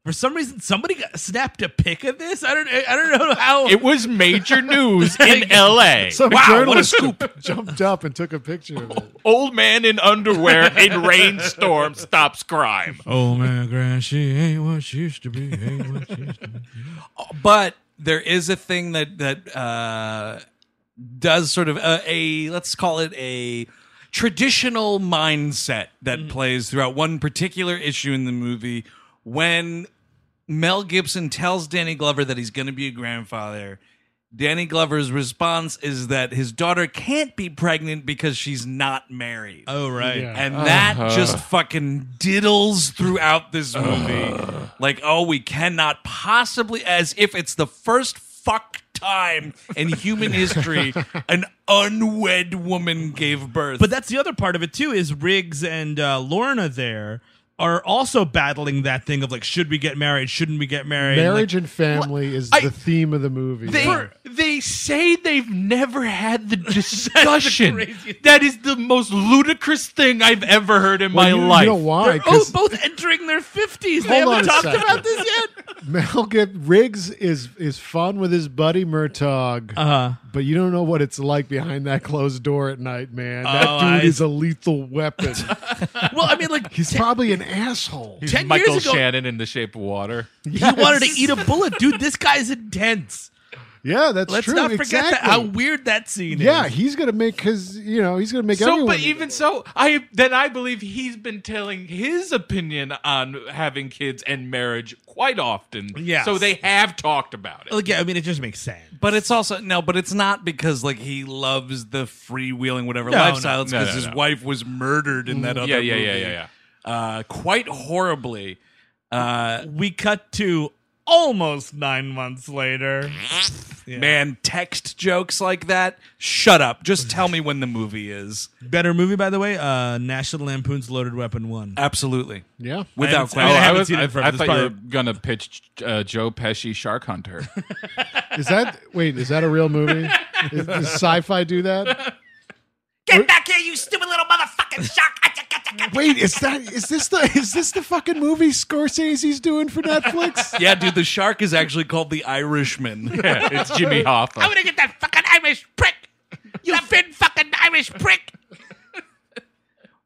B: for some reason somebody got, snapped a pic of this i don't i don't know how
F: it was major news in L.A.
C: Some
E: Wow, what a
C: journalist
E: scoop.
C: jumped up and took a picture of it.
F: Old man in underwear in rainstorm stops crime.
B: oh my god she ain't what she used to be ain't what she used to be
E: But there is a thing that that uh, does sort of a, a let's call it a traditional mindset that plays throughout one particular issue in the movie when Mel Gibson tells Danny Glover that he's going to be a grandfather. Danny Glover's response is that his daughter can't be pregnant because she's not married.
B: oh right
C: Yeah.
E: And that just fucking diddles throughout this movie. like, oh, we cannot possibly, as if it's the first fuck time in human history an unwed woman gave birth.
B: but that's the other part of it too is riggs and uh, lorna there are also battling that thing of like should we get married shouldn't we get married
C: Marriage
B: Like,
C: and family is
F: I-
C: the theme of the movie.
F: They
C: Yeah.
F: they say they've never had the discussion. that is the most ludicrous thing I've ever heard in my
C: Well, you,
F: life.
C: You know why?
B: they're oh,
C: 'Cause
B: both entering their 50s they
C: Hold on
B: haven't
C: a
B: talked
C: second.
B: about this yet
C: Mel Gib Riggs is is fun with his buddy Murtaugh,
B: uh-huh
C: but you don't know what it's like behind that closed door at night, man. That
B: Oh,
C: dude
B: I-
C: is a lethal weapon.
B: well i mean like
C: He's probably an asshole.
F: He's
B: 10 years
F: Michael
B: ago-
F: Shannon in The Shape of Water.
B: he wanted to eat a bullet dude this guy's intense
C: Yeah, that's
B: Let's
C: true.
B: not forget
C: exactly.
B: that, how weird that scene
C: yeah,
B: is.
C: he's gonna make his. You know, he's gonna make
F: So,
C: everyone.
F: but even so, I then I believe he's been telling his opinion on having kids and marriage quite often.
B: Yes.
F: So they have talked about it.
B: Like, yeah, I mean, it just makes sense.
E: But it's also no, but it's not because like he loves the freewheeling whatever
B: no.
E: lifestyle. It's
F: No,
E: because
F: no,
E: his
F: no. Mm.
E: wife was murdered in that other
F: yeah, yeah,
E: movie.
F: yeah, yeah,
E: Uh, quite horribly. Uh,
B: We cut to almost nine months later.
E: Man, text jokes like that. Shut up. Just tell me when the movie is.
B: Better movie, by the way. Uh, National Lampoon's Loaded Weapon One.
E: Oh, Absolutely,
C: yeah,
E: without
B: I
F: Oh,
B: haven't
E: question.
B: seen it
F: I,
B: in forever.
F: I
B: It's
F: thought you were
B: probably-
F: gonna pitch uh, Joe Pesci Shark Hunter.
C: is that wait? Is that a real movie? Is, does sci-fi do that?
G: Get back here, you stupid little motherfucking shark!
C: Wait, is that is this the is this the fucking movie Scorsese's doing for Netflix?
E: Yeah, dude, the shark is actually called the Irishman.
F: yeah, it's Jimmy Hoffa.
G: gonna get that fucking Irish prick! You fin fucking Irish prick!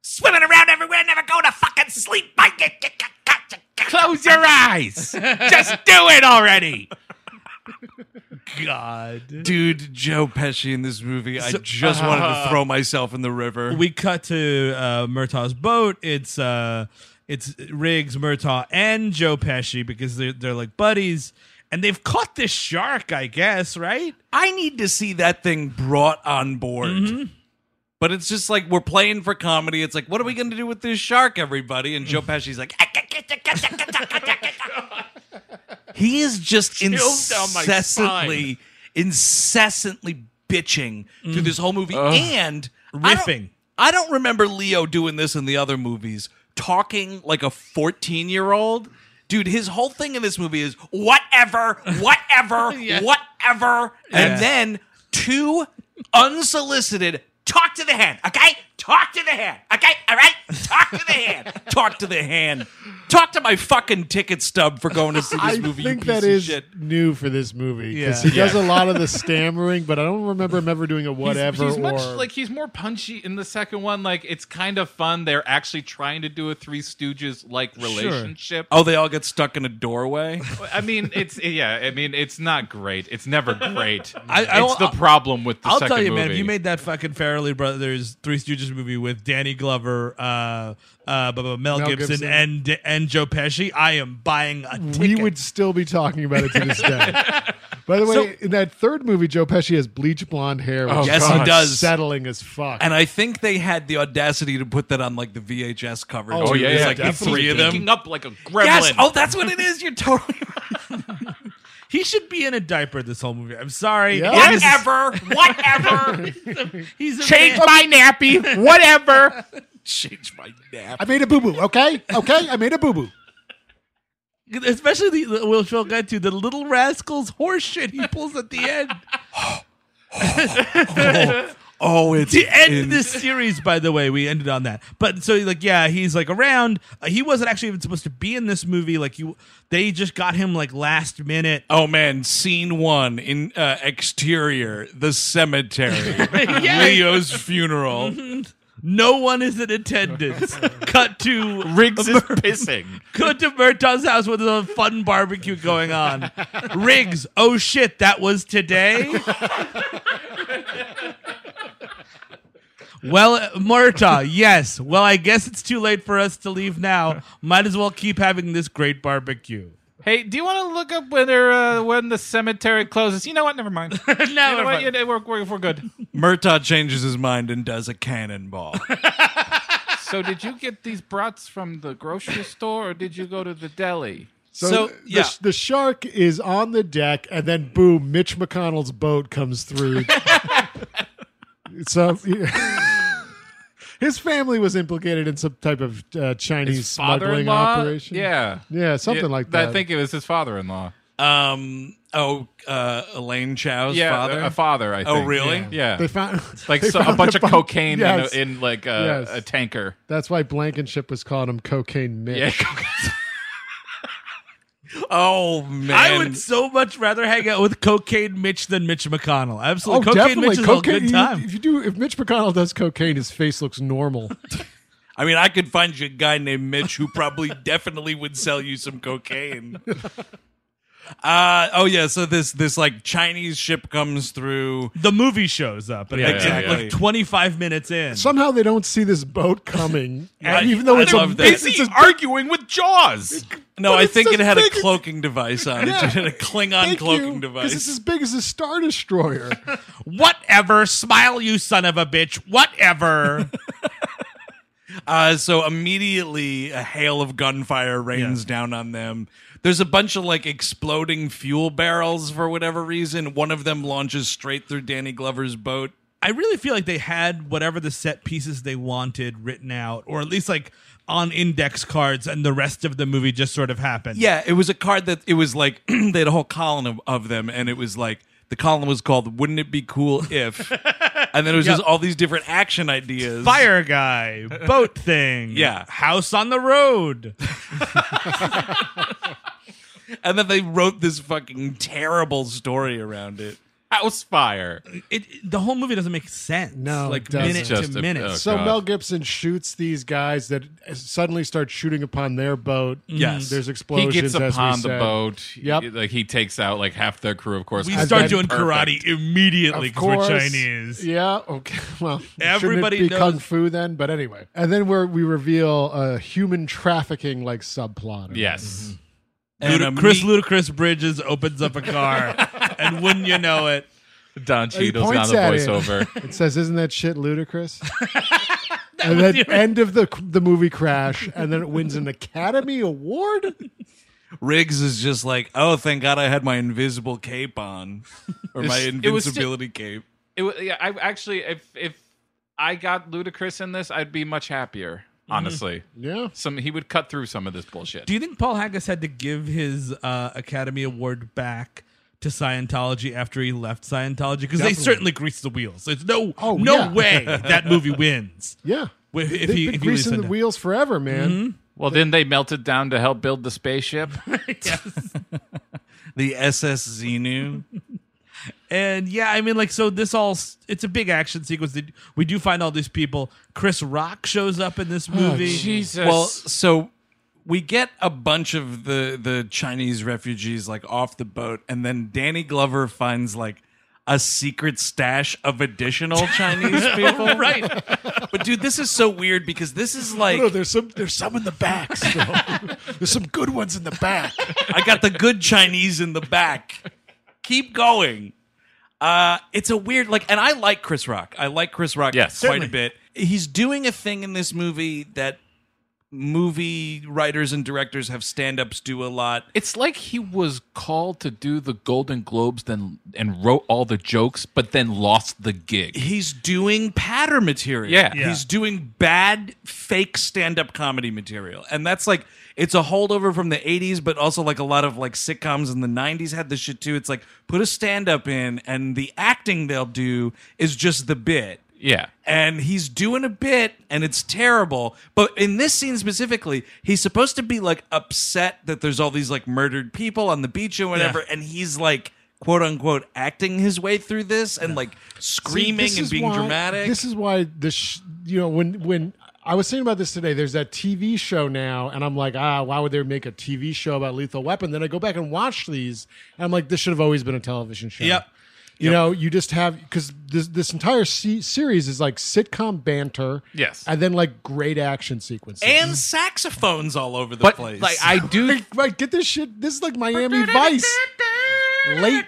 G: Swimming around everywhere, never go to fucking sleep! I get, get, get, get, get. Close your eyes! Just do it already!
B: God. uh,
E: Dude, Joe Pesci in this movie, I just wanted to throw myself in the river.
B: We cut to uh, Murtaugh's boat. It's uh, it's Riggs, Murtaugh, and Joe Pesci because they're they're like buddies, and they've caught this shark. I guess right.
E: I need to see that thing brought on board. But it's just like we're playing for comedy. It's like, what are we going to do with this shark, everybody? And Joe Pesci's like, "Ah." he is just
F: Chills down my
E: incessantly, incessantly bitching through this whole movie. And
B: riffing.
E: I don't remember Leo doing this in the other movies, talking like a 14 year old. Dude, his whole thing in this movie is whatever, whatever, whatever. And then two unsolicited talk to the hand, okay? Talk to the hand, okay? All right? Talk to the hand. Talk to the hand. Talk to my fucking ticket stub for going to see this
C: I
E: movie.
C: think
E: you piece
C: that
E: of
C: is
E: shit.
C: new for this movie because
B: Yeah.
C: he does a lot of the stammering, but I don't remember him ever doing a whatever
F: He's, he's
C: or
F: much like he's more punchy in the second one. Like it's kind of fun. They're actually trying to do a Three Stooges like relationship.
E: Oh, they all get stuck in a doorway?
F: I mean, it's yeah. I mean, it's not great. It's never great.
B: I- I
F: it's
B: will-
F: the problem with the
B: I'll
F: second
B: tell you,
F: movie.
B: man, if you made that fucking Farrelly Brothers Three Stooges movie with Danny Glover, uh, uh, blah, blah, Mel,
C: Mel
B: Gibson,
C: Gibson.
B: and and Joe Pesci, I am buying a ticket.
C: we would still be talking about it to this day. By the way, in that third movie, Joe Pesci has bleach blonde hair. Which
E: Oh, yes,
C: is
E: he does.
C: Settling as fuck.
E: And I think they had the audacity to put that on like the VHS cover.
C: Oh,
E: too.
F: yeah,
E: There's,
F: yeah,
E: like the
F: definitely.
E: three of them.
F: Picking up like a gremlin.
E: Yes. Oh, that's what it is. You're totally right.
B: He should be in a diaper this whole movie. I'm sorry.
C: Yeah.
E: Whatever. Whatever.
B: He's a
F: Change my nappy, whatever.
E: Change my nap.
C: I made a boo boo. Okay, okay, I made a boo boo.
B: man- especially the, the we'll we'll get to the little rascals horse shit he pulls at the end.
E: Oh, it's
B: to end this series, by the way, we ended on that. But so like, yeah, he's like around. Uh, he wasn't actually even supposed to be in this movie. Like you, they just got him like last minute.
E: Oh man, scene one in uh, exterior, the cemetery, Leo's funeral.
B: Mm-hmm. No one is in attendance. Cut to
F: Riggs is pissing.
B: Cut to Murtaugh's house with a fun barbecue going on. Riggs, oh shit, that was today. Well, Murtaugh, yes. Well, I guess it's too late for us to leave now. Might as well keep having this great barbecue.
F: Hey, do you want to look up whether uh, when the cemetery closes? You know what? Never mind. no, you know
B: never
F: what?
B: mind.
F: Yeah, we're, we're, we're good.
E: Murtaugh changes his mind and does a cannonball.
F: So, did you get these brats from the grocery store, or did you go to the deli?
C: So,
E: So,
C: the,
E: yeah.
C: the shark is on the deck, and then boom, Mitch McConnell's boat comes through. so his family was implicated in some type of uh, Chinese smuggling
F: Father-in-law?
C: operation.
F: Yeah.
C: yeah, something
F: Yeah,
C: like that.
F: I think it was his father-in-law.
E: Um, oh, uh, Elaine Chow's
F: yeah,
E: father.
B: uh,
F: a father. I
E: Oh,
F: think.
E: really?
F: Yeah.
C: they found
F: Like
C: they
F: so, a
C: found
F: bunch of
C: bu-
F: cocaine
C: Yes.
F: in, a, in like a,
C: Yes.
F: a tanker.
C: That's why Blankenship was calling him Cocaine Mitch.
F: Yeah.
E: Oh man,
B: I would so much rather hang out with Cocaine Mitch than Mitch McConnell.
C: Oh,
B: Absolutely. cocaine
C: definitely.
B: Mitch is
C: cocaine.
B: a good
C: you-
B: time.
C: If you do, if Mitch McConnell does cocaine, his face looks normal.
E: I mean, I could find you a guy named Mitch who probably definitely would sell you some cocaine. Uh, oh yeah, so this this like Chinese ship comes through.
B: the movie shows up. But
F: Yeah,
B: like,
F: yeah,
B: like
E: yeah.
B: 25 minutes in.
C: Somehow they don't see this boat coming,
E: I-
C: and even though
E: I
C: it's a
E: love that.
C: it's, it's a
F: arguing with Jaws.
E: No,
C: But
E: I
C: it's
E: think
C: as
E: it had a
C: big as-
E: cloaking device on
C: Yeah.
E: it. It had a Klingon
C: Thank
E: cloaking
C: you, 'cause It's
E: device.
C: as big as a star destroyer.
F: Oh,
B: Whatever. Smile, you son of a bitch. Whatever.
E: Uh, so immediately a hail of gunfire rains down on them. There's a bunch of like exploding fuel barrels for whatever reason. One of them launches straight through Danny Glover's boat.
B: I really feel like they had whatever the set pieces they wanted written out, or at least like on index cards, and the rest of the movie just sort of happened.
E: Yeah, it was a card that it was like they had a whole column of, of them, and it was like the column was called "Wouldn't It Be Cool If," and then it was just all these different action ideas.
B: Fire guy, boat thing,
E: Yeah.
B: house on the road.
E: and then they wrote this fucking terrible story around it.
F: House fire.
B: It, the whole movie doesn't make sense.
C: No,
B: like
C: it doesn't.
B: minute
C: It's
F: just
B: to
F: a-
B: minute.
F: uh,
C: so
F: God.
C: Mel Gibson shoots these guys that suddenly start shooting upon their boat.
E: Yes.
C: there's
F: Mm. He
C: explosions.
F: gets
C: as we
F: upon the
C: said.
F: boat.
C: Yep.
F: He- Like he takes out like half their crew, of course.
B: we
C: I
B: start
C: bet-
B: doing karate immediately
C: Of
B: because we're
C: course.
B: Chinese.
C: Yeah. Okay. Well, shouldn't it
B: Everybody
C: be
B: knows-
C: kung fu then, but anyway. And then where we reveal a human trafficking like subplot. or
F: Yes.
E: And
B: Luda-
E: a
B: Chris
E: meat-
B: Ludacris Bridges opens up a car, and wouldn't you know it?
F: Don Cheadle's
C: points
F: not the
C: at it.
F: voiceover.
C: It says, "Isn't that shit ludicrous?" and then end of the the movie Crash, and then it wins an Academy Award.
E: Riggs is just like, oh, thank God I had my invisible cape on, or my
F: It's- it was still-
E: invincibility cape.
F: it, wa- yeah, I actually if if I got Ludacris in this, I'd be much happier. Honestly,
C: Yeah.
F: some he would cut through some of this bullshit.
B: Do you think Paul Haggis had to give his uh, Academy Award back to Scientology after he left Scientology? Because they certainly greased the wheels. There's no
C: Oh,
B: no
C: yeah.
B: way that movie wins.
C: Yeah.
B: If- if
C: They've
B: he-
C: been
B: if he was
C: greasing
B: in
C: the
B: it.
C: wheels forever, man.
B: Mm-hmm.
F: well, then they melted down to help build the spaceship.
E: The SS Xenu.
B: And yeah, I mean, like, so this all, s- it's a big action sequence. They- We do find all these people. Chris Rock shows up in this movie.
F: Jesus.
E: Well, so we get a bunch of the the Chinese refugees like off the boat, and then Danny Glover finds like a secret stash of additional Chinese people. right. But dude, this is so weird because this is like
H: No, there's some there's some in the back. still. there's some good ones in the back.
E: I got the good Chinese in the back. Keep going. Uh, it's a weird like, and I like Chris Rock. I like Chris Rock
F: Yes.
E: quite a bit. He's doing a thing in this movie that movie writers and directors have stand-ups do a lot.
F: it's like he was called to do the Golden Globes, then and wrote all the jokes, but then lost the gig.
E: He's doing patter material.
F: Yeah. Yeah.
E: he's doing bad fake stand-up comedy material, and that's like it's a holdover from the '80s, but also like a lot of like sitcoms in the '90s had this shit too. It's like put a stand-up in, and the acting they'll do is just the bit.
F: Yeah.
E: and he's doing a bit and it's terrible but in this scene specifically he's supposed to be like upset that there's all these like murdered people on the beach or whatever and he's like quote unquote acting his way through this and like
C: See,
E: screaming
C: this
E: and
C: is
E: being
C: why-
E: dramatic
C: This is why this, sh- you know, when when I was thinking about this today, there's that TV show now, and I'm like, ah, why would they make a TV show about Lethal Weapon? Then I go back and watch these, and I'm like, this should have always been a television show.
B: Yep.
C: You know, you just have because this this entire se- series is like sitcom banter,
F: Yes.
C: and then like great action sequences.
E: and saxophones all over the
F: But
E: place
F: like I do
C: right, get this shit. This is like Miami Vice, late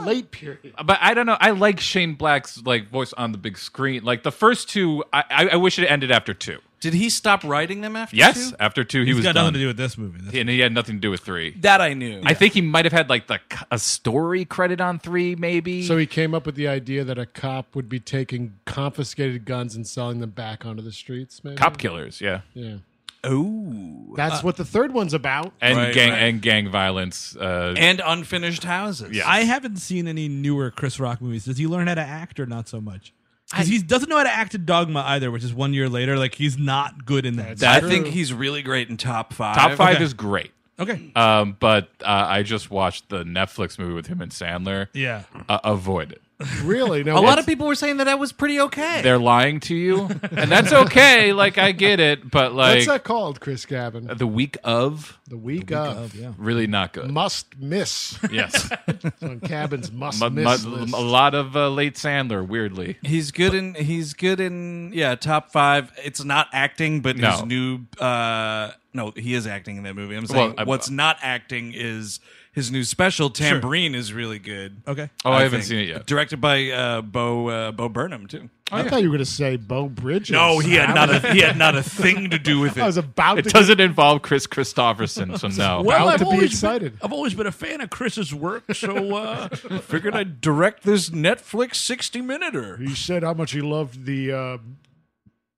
C: late period.
F: but I don't know. I like Shane Black's like voice on the big screen. Like the first two, I, I, I wish it ended after two.
E: did he stop writing them after
F: Yes,
E: two?
F: after two, he was
B: It's got
F: done,
B: nothing to do with this movie. That's-
F: and he had nothing to do with three.
E: that i knew
F: I think he might have had like the c- a story credit on three, maybe.
C: So he came up with the idea that a cop would be taking confiscated guns and selling them back onto the streets. Maybe
F: cop killers, yeah,
C: Yeah.
E: oh
C: That's what the third one's about.
F: and
E: Right,
F: gang
E: right.
F: and gang violence. Uh,
E: and unfinished houses yeah
B: I haven't seen any newer Chris Rock movies. Does he learn how to act or not so much? Because he doesn't know how to act in Dogma either, which is one year later. Like, he's not good in that.
E: I
F: that
E: think he's really great in top five.
F: top five is great.
B: okay.
F: Um, but uh, I just watched the Netflix movie with him and Sandler.
B: Yeah.
F: Uh, avoid it.
C: Really? No,
E: A lot of people were saying that that was pretty okay.
F: They're lying to you, and that's okay. Like I get it, but
C: What's
F: like
C: that called, Chris Gavin?
F: the week of,
C: The week, of.
F: really not good.
C: Must miss.
F: yes.
C: It's on Cabin's must
F: Mu- mu-
C: miss. list.
F: a lot of uh, late Sandler, weirdly.
E: He's good in he's good in yeah top five. It's not acting, but
F: No.
E: his new uh no he is acting in that movie. I'm saying
F: I-
E: what's not acting is his new special Tambourine is really good.
B: Okay.
F: Oh, I, haven't
E: think.
F: seen it yet.
E: Directed by uh, Bo uh, Bo Burnham too.
C: I thought you were going to say Bo Bridges.
E: No, he had not a he had not a thing to do with
C: I
E: it.
C: was about
F: It
C: to.
F: doesn't involve Chris Christopherson, so no.
C: About
B: I've
C: to be
B: always
C: excited.
B: Been, I've always been a fan of Chris's work, so uh,
E: Figured I'd direct this Netflix sixty minuter.
C: he said how much he loved the. Uh,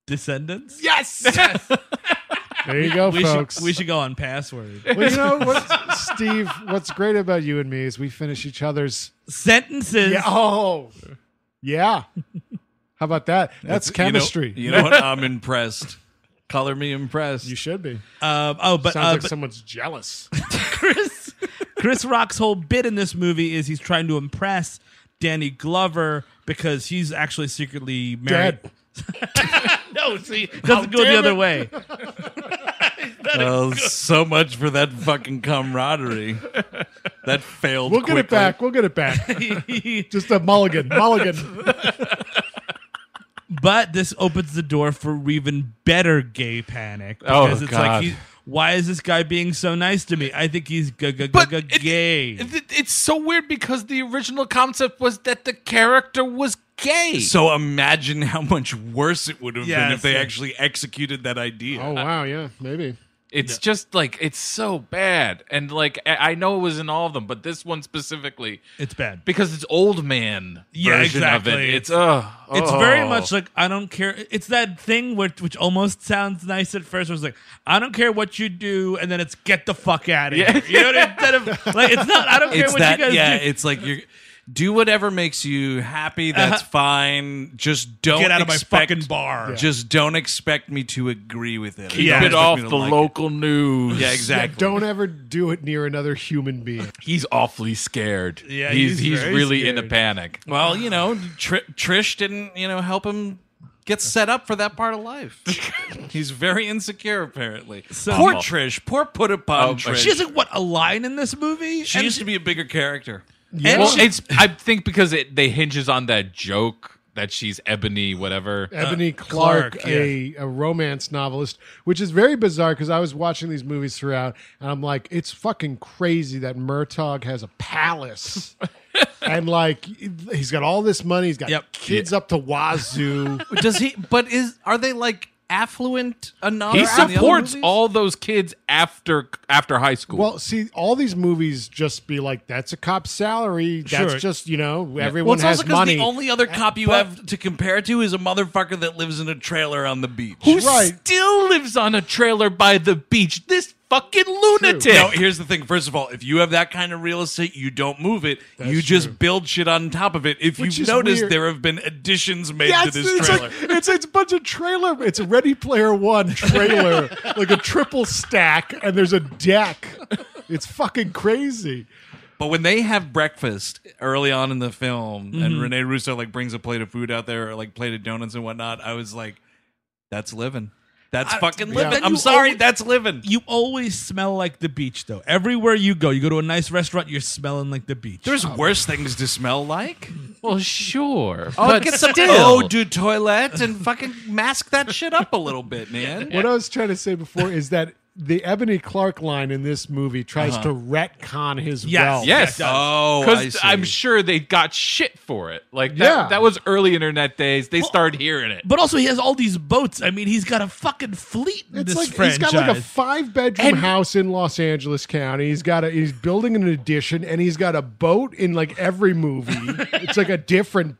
B: Descendants.
C: there you go,
B: we
C: folks.
B: should we should go on password.
C: Well, you know what, Steve? What's great about you and me is we finish each other's.
B: Sentences.
C: Yeah. Oh, yeah. How about that? That's
E: You know-
C: chemistry. You,
E: You know, what? I'm impressed. Color me impressed.
C: should be.
B: Um, oh, but,
C: Sounds
B: uh,
C: like
B: but
C: someone's jealous.
B: Chris Chris Rock's whole bit in this movie is he's trying to impress Danny Glover because he's actually secretly married.
C: Dead.
B: No, see, doesn't go the other way.
E: Well, Oh, so much for that fucking camaraderie. That failed.
C: We'll get it
E: quickly.
C: back. We'll get it back. Just a mulligan. Mulligan.
B: But this opens the door for even better gay panic because it's
F: Oh, God.
B: like he, why is this guy being so nice to me? I think he's g- g-
F: But
B: g-
F: it's-
B: gay.
F: It- It's so weird because the original concept was that the character was gay.
E: So imagine how much worse it would have been
B: Yes.
E: if they actually executed that idea.
C: Oh wow, yeah, maybe.
F: It's just like it's so bad, and like I I know it was in all of them, but this one specifically
B: It's bad.
F: because it's old man
B: Yeah,
F: version of
B: exactly.
F: it. It's uh,
B: It's
E: Oh.
B: very much like I don't care. It's that thing which which almost sounds nice at first. Where it's like I don't care what you do, and then it's get the fuck out of here. You know what I mean? Instead of like it's not. I don't care
E: it's
B: what
E: that
B: you guys
E: yeah
B: do.
E: it's like you do whatever makes you happy that's fine just don't
B: Uh-huh. Get out of my
E: expect-
B: fucking bar.
E: just don't expect me to agree with it
B: Yeah.
E: Don't
F: bit
E: expect
F: off
E: me to
F: the
E: like it.
F: local news.
E: yeah
C: Yeah,
E: exactly
C: don't ever do it near another human being.
F: he's awfully scared.
B: Yeah,
F: he's
B: he's
F: he's,
B: very
F: really in a
B: scared.
F: panic.
E: well you know Tr- trish didn't you know help him get set up for that part of life he's very insecure apparently poor trish poor put upon
F: Oh,
E: trish
B: She has like what a line in this movie.
E: she
B: And
E: used to be a bigger character yeah.
F: Well, it's I think because it they hinges on that joke that she's Ebony, whatever.
E: Uh,
C: Ebony Clark,
B: Clark,
C: a, a romance novelist, which is very bizarre because I was watching these movies throughout and I'm like, it's fucking crazy that Murtaugh has a palace. and like, he's got all this money, he's got
B: Yep.
C: kids up to wazoo.
E: does he but is are they like affluent enough
F: he
E: in the other
F: supports
E: movies?
F: all those kids after after high school.
C: well, see, all these movies just be like, that's a cop's salary. That's
B: Sure.
C: just, you know,
E: Well,
C: everyone
E: it's
C: has
E: also because
C: money.
E: the only other cop you
C: But-
E: have to compare to is a motherfucker that lives in a trailer on the beach.
F: who
C: right.
F: still lives on a trailer by the beach? This fucking lunatic.
E: No, here's the thing. First of all, if you have that kind of real estate, you don't move it. you just build shit on top of it. If
C: Which is
E: you've noticed,
C: weird.
E: there have been additions made
C: yeah,
E: to
C: it's,
E: this
C: it's
E: trailer.
C: like it's it's a bunch of trailer. It's a Ready Player One trailer, like a triple stack, and there's a deck. It's fucking crazy.
E: But when they have breakfast early on in the film, and Rene Russo like brings a plate of food out there, or like plate of donuts and whatnot, I was like, "That's living. That's fucking living."
B: then
E: I'm
B: you
E: sorry,
B: always-
E: that's living.
B: you always smell like the beach, though. Everywhere you go, you go to a nice restaurant, you're smelling like the beach.
E: There's worse things to smell like.
F: Well, sure.
E: Oh,
F: but
E: get some
F: still.
E: eau de toilette and fucking mask that shit up a little bit, man.
C: What I was trying to say before is that the Ebony Clark line in this movie tries to retcon his
B: Uh-huh. Yes,
C: wealth.
F: Yes.
B: Yeah, it does.
E: Oh, I
F: Because
E: see.
F: I'm sure they got shit for it. Like that,
C: Yeah.
F: that was early internet days. They started hearing it.
B: but also he has all these boats. I mean, he's got a fucking fleet in this
C: It's like
B: franchise.
C: he's got like a five bedroom house in Los Angeles County. He's got a he's building an addition and he's got a boat in like every movie. it's like a different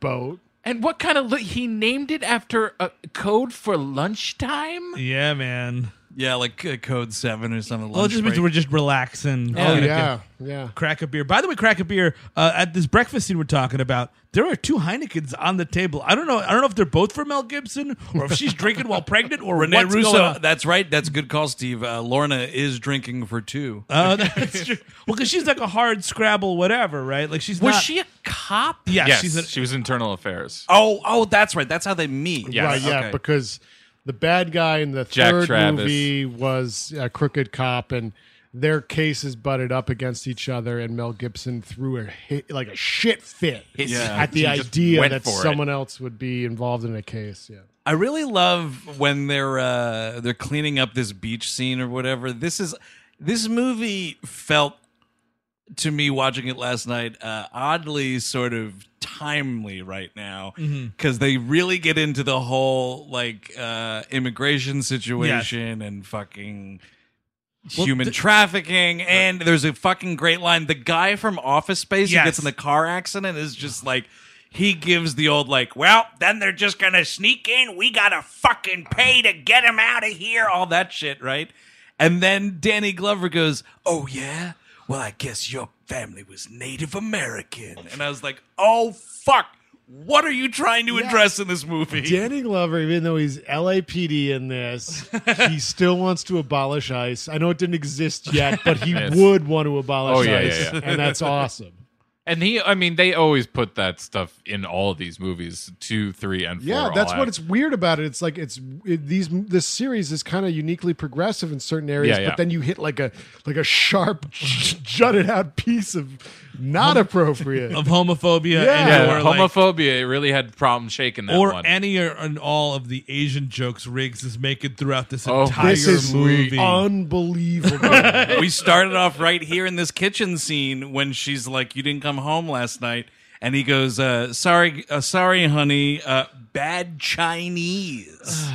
C: boat.
F: And what kind of li- he named it after a code for lunchtime?
B: yeah, man.
E: yeah, like uh, code seven or something.
B: Well, it
E: lunch
B: just means
E: break.
B: we're just relaxing.
C: Oh
B: We're gonna
C: yeah. Yeah.
B: crack a beer. By the way, crack a beer. Uh, at this breakfast scene we're talking about, there are two Heinekens on the table. I don't know. I don't know if they're both for Mel Gibson or if she's drinking while pregnant or
E: Renee
B: what's going
E: Russo.
B: on.
E: That's right. That's a good call, Steve. Uh, Lorna is drinking for two.
B: Uh, that's true. Well, because she's like a hard Scrabble, whatever, right? Like she's
E: Was
B: not-
E: she a cop?
B: Yeah,
F: Yes,
B: she's a,
F: she was internal affairs.
E: Oh, oh, that's right. That's how they meet.
F: Yes.
C: Right, yeah,
E: Okay.
C: because the bad guy in the
F: Jack
C: third
F: Travis.
C: movie was a crooked cop, and their cases butted up against each other, and Mel Gibson threw a hit, like a shit fit
F: Yeah.
C: at the
F: He just
C: idea
F: went
C: that
F: for it.
C: someone else would be involved in a case. Yeah,
E: I really love when they're uh, they're cleaning up this beach scene or whatever. This is this movie felt to me watching it last night uh, oddly sort of timely right now because they really get into the whole like uh, immigration situation and fucking human trafficking and there's a fucking great line the guy from office space who
B: Yes.
E: gets in the car accident is just like he gives the old like well then they're just gonna sneak in we gotta fucking pay to get him out of here all that shit right and then danny glover goes oh yeah well i guess your family was native american and i was like oh fuck what are you trying to address in this movie
C: Danny Glover, even though he's LAPD in this, he still wants to abolish ICE. I know it didn't exist yet, but he
F: Yes.
C: would want to abolish
F: Oh, yeah,
C: ICE,
F: yeah, yeah.
C: and that's awesome.
F: And he, I mean, they always put that stuff in all of these movies two, three, and four.
C: Yeah,
F: all
C: that's
F: out.
C: what it's weird about it. It's like it's it, these this series is kind of uniquely progressive in certain areas,
F: Yeah, yeah.
C: but then you hit like a like a sharp jutted out piece of not appropriate.
B: of homophobia
C: Yeah.
B: and
F: Yeah,
B: or like-
F: homophobia it really had problem shaking that
B: or
F: one.
B: any or and all of the Asian jokes Riggs is making throughout this
F: Oh,
B: entire
C: this is
B: movie.
C: Oh. unbelievable.
E: we started off right here in this kitchen scene when she's like, "You didn't come home last night," and he goes, uh, "Sorry, uh, sorry, honey, uh, bad Chinese."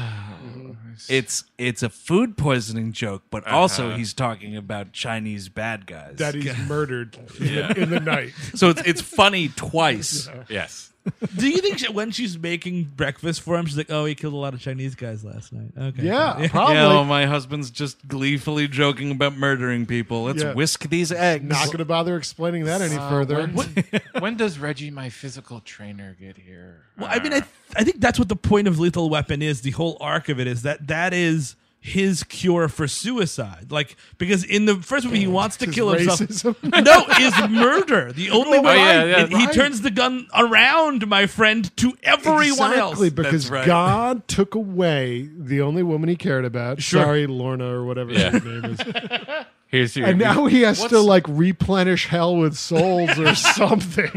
E: it's it's a food poisoning joke, but also he's talking about Chinese bad guys.
C: that he's murdered in, the, in the night.
E: so it's it's funny twice.
F: Yes.
D: Do you think she, when she's making breakfast for him, she's like, "Oh, he killed a lot of Chinese guys last night." Okay,
C: Yeah, probably.
E: Yeah, oh, my husband's just gleefully joking about murdering people. Let's
C: Yeah.
E: whisk these eggs.
C: Not going to bother explaining that any Uh, further.
I: when does Reggie, my physical trainer, get here?
D: Well, I mean,
C: Ah.
D: I, th- I think that's what the point of Lethal Weapon is. The whole arc of it is that that is his cure for suicide. Like because in the first movie, he wants to
C: His
D: kill
C: racism. Oh,
D: himself. no, is murder the only way?
F: yeah, yeah,
D: and He turns the gun around, my friend, to everyone else.
C: exactly, because
E: That's right.
C: God took away the only woman he cared about. Sorry, Lorna or whatever
F: Yeah.
C: her name is.
F: Here's your.
C: And now he has to like replenish hell with souls or something.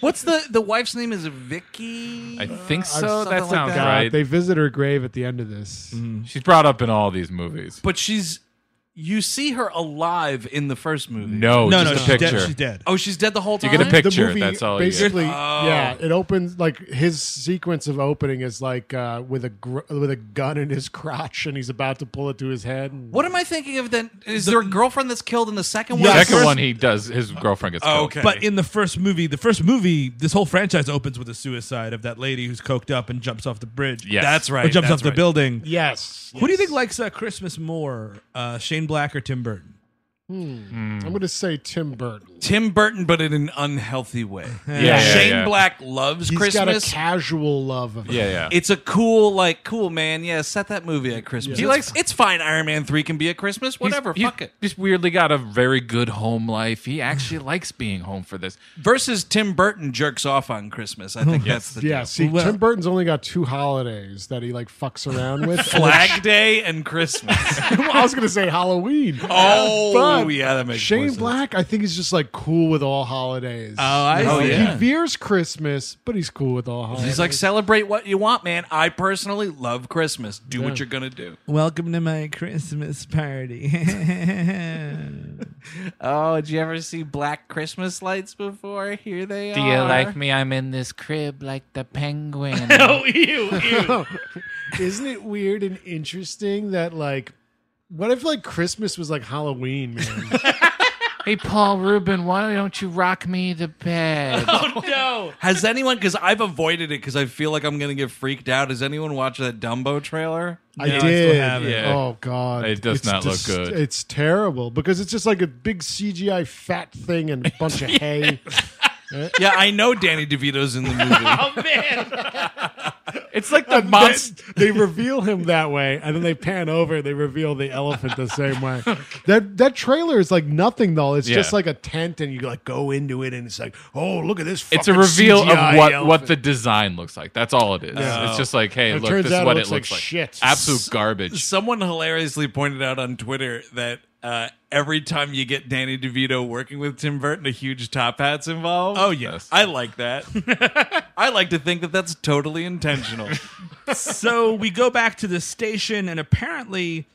E: What's the the wife's name is Vicky?
F: I think
C: Or
F: so.
C: Uh, something
F: That
C: like
F: sounds
C: that.
F: right.
C: They visit her grave at the end of this.
F: She's brought up in all these movies.
E: but she's you see her alive in the first movie.
F: No,
D: no,
F: just
D: no,
F: a
D: she's
F: picture.
D: dead. She's dead.
E: Oh, she's dead the whole
F: You
E: time.
F: get a
C: The
F: picture.
C: movie
F: That's all. you get.
C: basically, yeah, it opens like his sequence of opening is like uh, with a gr- with a gun in his crotch, and he's about to pull it to his head. and-
E: What am I thinking of then? Is there a girlfriend that's killed in the second
F: The
E: one?
F: second one, he does. His girlfriend gets killed.
E: okay.
D: But in the first movie, the first movie, this whole franchise opens with the suicide of that lady who's coked up and jumps off the bridge.
F: Yes.
E: that's right.
D: Or jumps
E: that's
D: off the
E: right.
D: building.
C: Yes,
D: Who do you think likes uh, Christmas more, uh, Shane Black or Tim Burton?
C: I'm going to say Tim Burton.
E: Tim Burton, but in an unhealthy way.
F: Yeah, yeah,
E: Shane
F: yeah.
E: Black loves
C: He's got a
E: Christmas.
C: casual love of it.
F: Yeah, yeah.
E: it's a cool, like, cool man. Yeah, set that movie at Christmas.
F: He
E: It's-
F: likes-
E: It's fine. Iron Man three can be at Christmas.
F: He's-
E: Whatever.
F: he's
E: fuck it.
F: Just weirdly got a very good home life. He actually likes being home for this.
E: Versus Tim Burton jerks off on Christmas. I think that's the
C: Yeah,
E: deal.
C: see, Tim Burton's only got two holidays that he like fucks around with.
E: Flag Day and Christmas.
C: Well, I was going to say Halloween.
E: Oh,
C: But
E: yeah, that makes more
C: Shane
E: sense.
C: Black, I think he's just like cool with all holidays. Oh,
E: I see.
C: He veers Christmas, but he's cool with all holidays.
E: He's like, celebrate what you want, man. I personally love Christmas. Do what you're gonna do.
D: Welcome to my Christmas party.
E: Oh, did you ever see black Christmas lights before? Here they
I: Do you like me? I'm in this crib like the penguin.
C: Isn't it weird and interesting that like, what if like Christmas was like Halloween, man?
I: hey, Paul Rubin, why don't you rock me to bed?
E: Has anyone? Because I've avoided it because I feel like I'm gonna get freaked out. Has anyone watched that Dumbo trailer?
C: I
D: No, I still
C: did.
D: haven't.
F: Yeah.
C: Oh god,
F: It does not look good.
C: It's terrible because it's just like a big CGI fat thing and a bunch of hay.
E: Yeah, I know Danny DeVito's in the movie.
F: It's like the monster.
C: They, they reveal him that way, and then they pan over. They reveal the elephant the same way. That that trailer is like nothing though. It's just
F: Yeah.
C: like a tent, and you like go into it, and it's like, oh, look at this.
F: It's a
C: fucking
F: reveal
C: CGI
F: of what what
C: elephant.
F: the design looks like. That's all it is. It's just like, hey,
C: It
F: look,
C: turns
F: this is
C: out it
F: what
C: looks
F: it looks
C: like
F: like.
C: shit.
F: Absolute garbage.
E: Someone hilariously pointed out on Twitter that uh, every time you get Danny DeVito working with Tim Burton, a huge top hat's involved.
F: Oh, yes.
E: I like that. I like to think that that's totally intentional.
D: so we go back to the station, and apparently,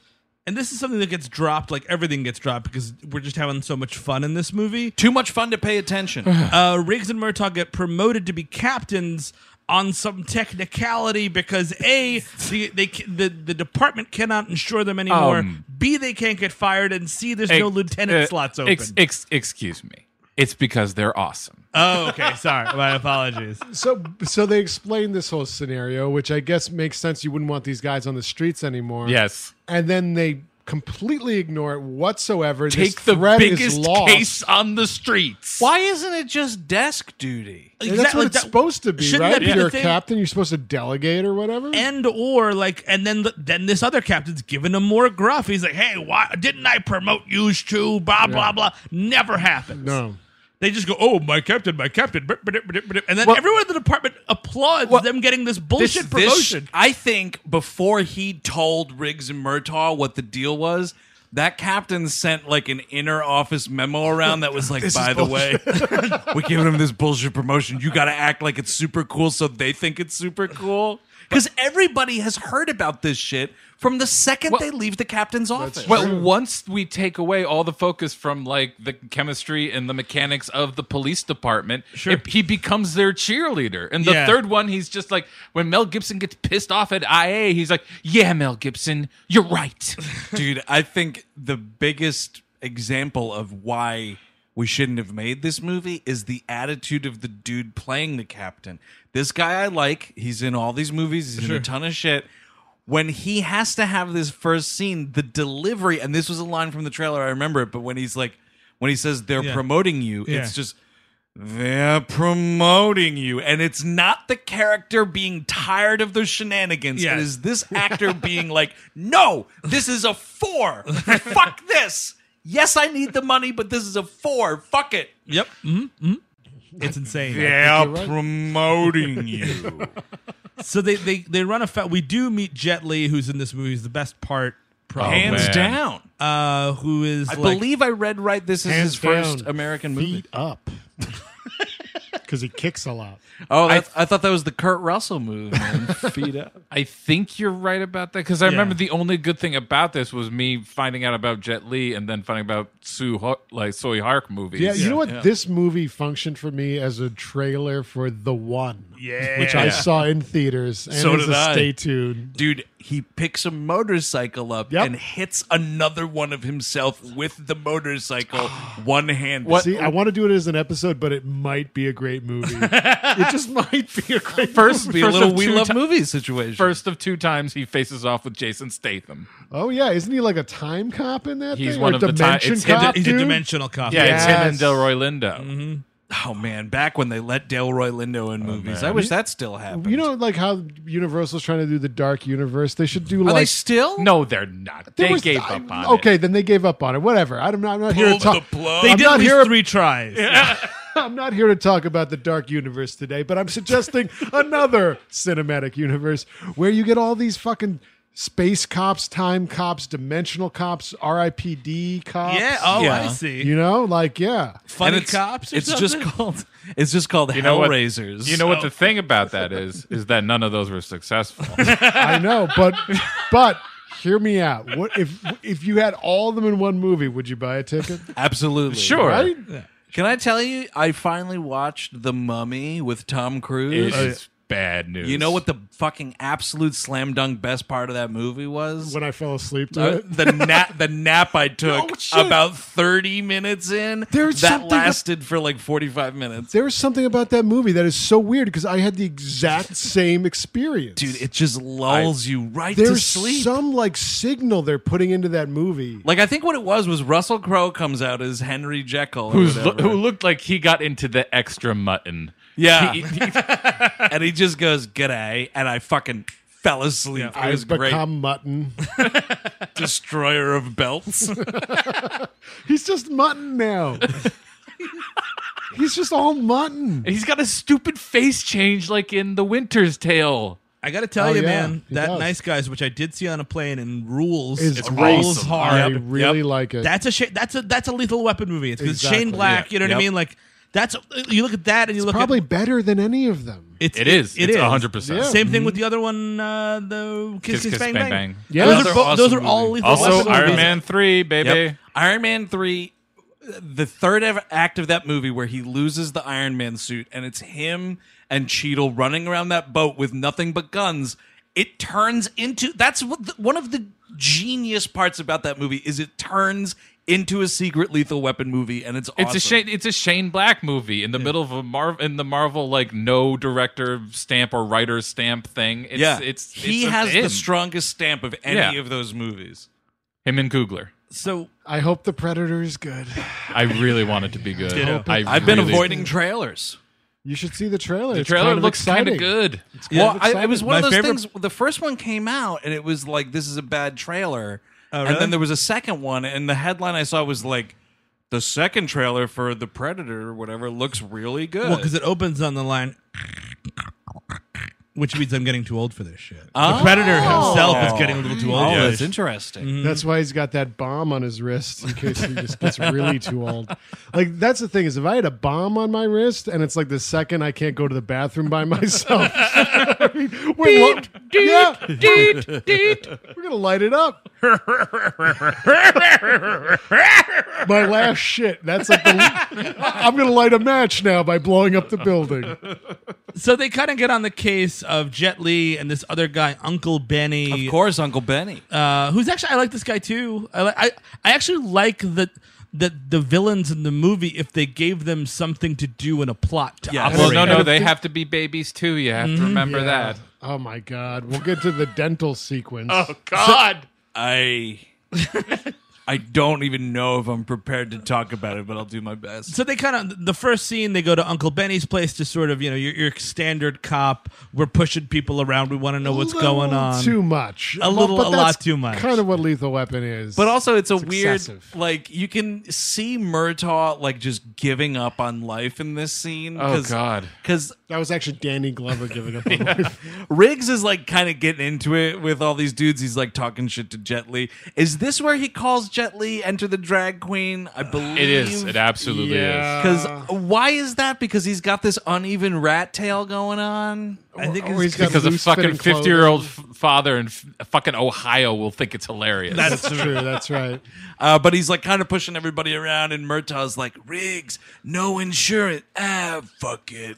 D: and this is something that gets dropped, like everything gets dropped because we're just having so much fun in this movie.
E: Too much fun to pay attention.
D: Uh, Riggs and Murtaugh get promoted to be captains on some technicality because a the, they ca- the the department cannot insure them anymore.
F: Um,
D: B they can't get fired, and C there's no
F: Ex-
D: lieutenant
F: uh,
D: slots open.
F: ex- ex- excuse me. It's because they're awesome.
D: oh, okay, sorry, my apologies.
C: So so they explain this whole scenario, which I guess makes sense. You wouldn't want these guys on the streets anymore.
F: yes.
C: and then they completely ignore it whatsoever. This
F: Take the
C: threat is
F: biggest
C: lost.
F: case on the streets.
E: Why isn't it just desk duty?
C: And that's what it's
D: that-
C: supposed to be,
D: shouldn't
C: right?
D: that be
C: if
D: the
C: you're a
D: thing?
C: captain, you're supposed to delegate or whatever.
D: and or like and then then this other captain's giving him more gruff he's like hey why didn't i promote you to blah blah blah never happens
C: no.
D: they just go oh my captain my captain brr, brr, brr, brr, and then everyone in the department applauds them getting this bullshit promotion
E: I think before he told Riggs and Murtaugh what the deal was, that captain sent like an inner office memo around that was like, by the way, we're giving him this bullshit promotion. You got to act like it's super cool so they think it's super cool. because everybody has heard about this shit from the second they leave the captain's office.
F: Well, once we take away all the focus from like the chemistry and the mechanics of the police department,
B: Sure.
F: it- he becomes their cheerleader. And the
B: Yeah.
F: third one, he's just like when Mel Gibson gets pissed off at IA, he's like, "Yeah, Mel Gibson, you're right."
E: Dude, I think the biggest example of why we shouldn't have made this movie is the attitude of the dude playing the captain. This guy I like, he's in all these movies, he's in a ton of shit. When he has to have this first scene, the delivery, and this was a line from the trailer, I remember it, but when he's like, when he says they're
B: Yeah.
E: promoting you,
B: Yeah.
E: it's just, they're promoting you. And it's not the character being tired of those shenanigans.
B: Yeah.
E: It is this actor being like, no, this is a four. Fuck this. Yes, I need the money, but this is a four. Fuck it.
B: Yep. Mm-hmm. It's insane.
E: They're promoting you.
B: So they, they, they run a. Fa- we do meet Jet Li, who's in this movie, is the best part,
D: Oh,
B: probably.
E: Hands
F: man.
E: down.
B: uh, who is
E: I
B: like,
E: believe I read right. This is his first American movie.
C: Feet up. Because he kicks a lot.
E: Oh, that, I, thought that was the Kurt Russell movie. Man. Feet up.
F: I think you're right about that because I remember the only good thing about this was me finding out about Jet Li and then finding about Sue Ho- like Soy Hark movies.
C: Yeah, you know what? This movie functioned for me as a trailer for The One,
D: Yeah.
C: which I saw in theaters. And
E: So
C: as
E: did
C: a
E: I.
C: Stay tuned.
E: Dude, he picks a motorcycle up
C: Yep.
E: and hits another one of himself with the motorcycle, one hand.
C: See, I want to do it as an episode, but it might be a great movie. it just might be a great
F: First,
E: Be a
F: first
E: little
F: of
E: we
F: two
E: love
F: ti-
E: movies situation.
F: First of two times he faces off with Jason Statham.
C: Oh yeah, isn't he like a time cop in that?
F: He's
C: thing?
F: one
C: or
F: of the ti-
C: dimension
F: it's him-
C: cop.
B: he's a
C: dude?
B: dimensional cop.
F: Yeah, it's him and
C: Yes. Mm-hmm.
F: Delroy Lindo.
E: Oh man, back when they let Delroy Lindo in movies, I wish that still happened.
C: You know, like how Universal's trying to do the dark universe. They should
D: Oh,
C: do
E: are they
C: like
E: still?
F: No, they're not.
C: there
F: They
C: was-
F: gave
C: I-
F: up on
C: Okay,
F: it.
C: then they gave up on it. Whatever. I don't- I'm not, I'm not here
E: Pull
C: to talk.
E: the plug.
B: They
C: I'm
B: did at
C: not
B: least
C: here.
B: three tries.
C: I'm not here to talk about the dark universe today, but I'm suggesting another cinematic universe where you get all these fucking space cops, time cops, dimensional cops, RIPD cops.
B: Yeah. Oh, I
E: Yeah.
B: see.
C: You know, like yeah.
B: Funny
E: it's,
B: cops. Or
E: it's
B: something?
E: just called. It's just called
F: know what-
E: Hellraisers.
F: You know what the thing about that is? Is that none of those were successful.
C: I know, but but hear me out. What if if you had all of them in one movie? Would you buy a ticket?
E: absolutely
F: Sure.
C: Right?
E: Can I tell you? I finally watched The Mummy with Tom Cruise.
F: It's bad news.
E: you know what the fucking absolute slam dunk best part of that movie was?
C: When I fell asleep to
E: Uh,
C: it.
E: the nap, the nap I took
C: shit.
E: about thirty minutes in.
C: There's
E: that
C: something that-
E: lasted for like forty five minutes.
C: There is something about that movie that is so weird because I had the exact same experience.
E: Dude, it just lulls you right to
C: there's
E: sleep.
C: some like signal they're putting into that movie.
E: Like I think what it was was Russell Crowe comes out as Henry Jekyll, or
F: Who's
E: whatever,
F: who looked like he got into the extra mutton.
C: Ah.
E: Yeah.
F: He- he-
E: and he just goes "G'day," and I fucking fell asleep. it was
C: I've
E: great.
C: become mutton.
E: Destroyer of belts.
C: He's just mutton now. He's just all mutton.
F: he's got a stupid face change like in The Winter's Tale.
B: I got to tell
C: Oh,
B: you,
C: yeah,
B: man,
C: he
B: that
C: does.
B: nice guys, which I did see on a plane, and rules.
C: Is
B: it
C: great.
B: rules
C: I
B: hard.
C: really like it.
B: That's a sh- that's a that's a lethal weapon movie. It's 'cause
C: Exactly.
B: Shane Black. You know what I
E: Yep.
B: mean? Like that's you look at that and you look
C: Probably
B: at
C: better than any of them.
B: it's
F: It is.
B: It
F: it's
B: is.
F: 100%.
C: Yeah.
B: Same thing with the other one, uh, the Kiss Kiss, bang, bang
C: Yeah.
B: those,
C: Another
B: are, bo-
E: awesome
B: those are
E: movie.
B: all lethal
F: Also,
B: weapon
F: Iron
B: movies.
F: Man 3, baby.
E: Yep. Iron Man three, the third ev- act of that movie where he loses the Iron Man suit, and it's him and Cheadle running around that boat with nothing but guns. It turns into that's what the, one of the genius parts about that movie is it turns into a secret Lethal Weapon movie, and it's
F: It's
E: awesome.
F: a Shane. It's a Shane Black movie in the middle of a Marvel in the Marvel like no director stamp or writer stamp thing. It's,
E: yeah,
F: it's,
E: he
F: it's
E: has
F: him.
E: the strongest stamp of any
F: Yeah.
E: of those movies.
F: him and Googler.
B: So
C: I hope the Predator is good.
F: I really want it to be good.
B: Ditto.
F: I
E: I've been
F: really-
E: avoiding trailers.
C: You should see the trailer.
F: The trailer looks
C: kind of
F: good.
E: Well,
C: I'm
E: I, it was
C: excited.
E: one
B: My
E: of those
B: favorite-
E: things. The first one came out, and it was like, "This is a bad trailer."
B: really?
E: And then there was a second one, and the headline I saw was like, "The second trailer for the Predator or whatever looks really good."
B: well, because it opens on the line.
D: which means I'm getting too old for this shit. The predator himself is getting a little too old.
E: Oh,
D: for this
E: that's interesting.
C: That's why he's got that bomb on his wrist in case he just gets really too old. Like that's the thing is, if I had a bomb on my wrist and it's like the second I can't go to the bathroom by myself, I mean, we're lo- yeah, we're gonna light it up. my last shit. That's like the, I'm gonna light a match now by blowing up the building.
D: So they kind of get on the case of Jet Li and this other guy, Uncle Benny.
E: Of course, Uncle Benny.
D: uh, who's actually I like this guy too. I li- I I actually like that that the villains in the movie if they gave them something to do and a plot to
E: Yes.
D: operate.
F: Well, no, no,
C: Right.
F: they have to be babies too. You have to remember that.
C: Oh my god, we'll get to the dental sequence.
F: Oh.
J: God.
E: I I don't even know if I'm prepared to talk about it, but I'll do my best.
D: So they kind of the first scene they go to Uncle Benny's place to sort of you know your, your standard cop. We're pushing people around. We want to know what's
C: little
D: going on.
C: Too much.
D: A little- a lot too much.
C: Kind of what Lethal Weapon is.
E: But also, it's a
C: It's
E: weird
C: excessive.
E: like you can see Murtaugh like just giving up on life in this scene.
F: Oh, God.
E: Because
C: that was actually Danny Glover giving up. on life.
E: Riggs is like kind of getting into it with all these dudes. He's like talking shit to Jet Li. Is this where he calls Jet Li Enter the Drag Queen? I believe
F: It is. It absolutely
C: Yeah.
F: is.
E: Because why is that? Because he's got this uneven rat tail going on.
C: I think
E: it's-
C: Oh, he's got
F: Because a
C: loose
F: fucking
C: fitting clothing.
F: fifty-year-old f- father in f- fucking Ohio will think it's hilarious.
C: That's true. That's right.
E: Uh, but he's like kind of pushing everybody around, and Murtaugh's like, Riggs, no insurance. Ah, fuck it.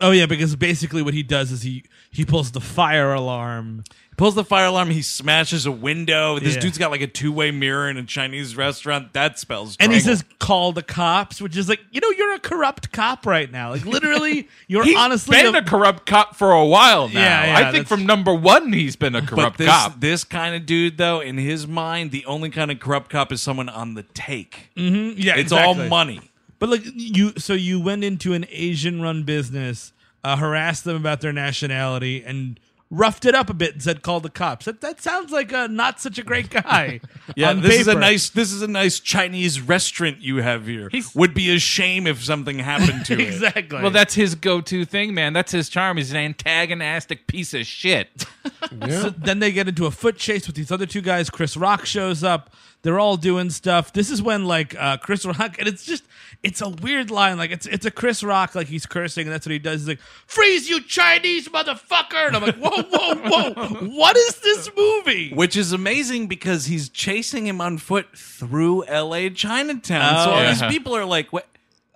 D: Oh yeah, because basically what he does is he he pulls the fire alarm.
E: He pulls the fire alarm. He smashes a window. This
D: Yeah.
E: dude's got like a two way mirror in a Chinese restaurant. That spells.
D: And he
E: trouble.
D: says, "Call the cops," which is like, you know, you're a corrupt cop right now. Like literally, you're
F: He's
D: honestly
F: been a, corrupt cop for a while now.
D: Yeah, yeah,
F: I think
D: that's-
F: from number one, he's been a
E: But
F: corrupt
E: this,
F: cop.
E: this kind of dude, though, in his mind, the only kind of corrupt cop is someone on the take.
D: yeah,
E: It's all
D: exactly.
E: money.
D: But like you, so you went into an Asian-run business, uh, harassed them about their nationality, and roughed it up a bit and said, "Call the cops." That, that sounds like a not such a great guy.
E: Yeah,
D: on
E: this is a
D: paper.
E: nice. This is a nice Chinese restaurant you have here. Would be a shame if something happened to it.
D: exactly.
F: Well, that's his go-to thing, man. That's his charm. He's an antagonistic piece of shit.
C: Yeah.
D: then they get into a foot chase with these other two guys. Chris Rock shows up. They're all doing stuff. This is when like uh, Chris Rock, and it's just it's a weird line. Like it's it's a Chris Rock like he's cursing, and that's what he does. He's like, "Freeze, you Chinese motherfucker!" And I'm like, "Whoa, whoa, whoa! What is this movie?"
E: Which is amazing because he's chasing him on foot through L.A. Chinatown. so all
D: Oh,
F: Yeah.
E: these people are like, "What?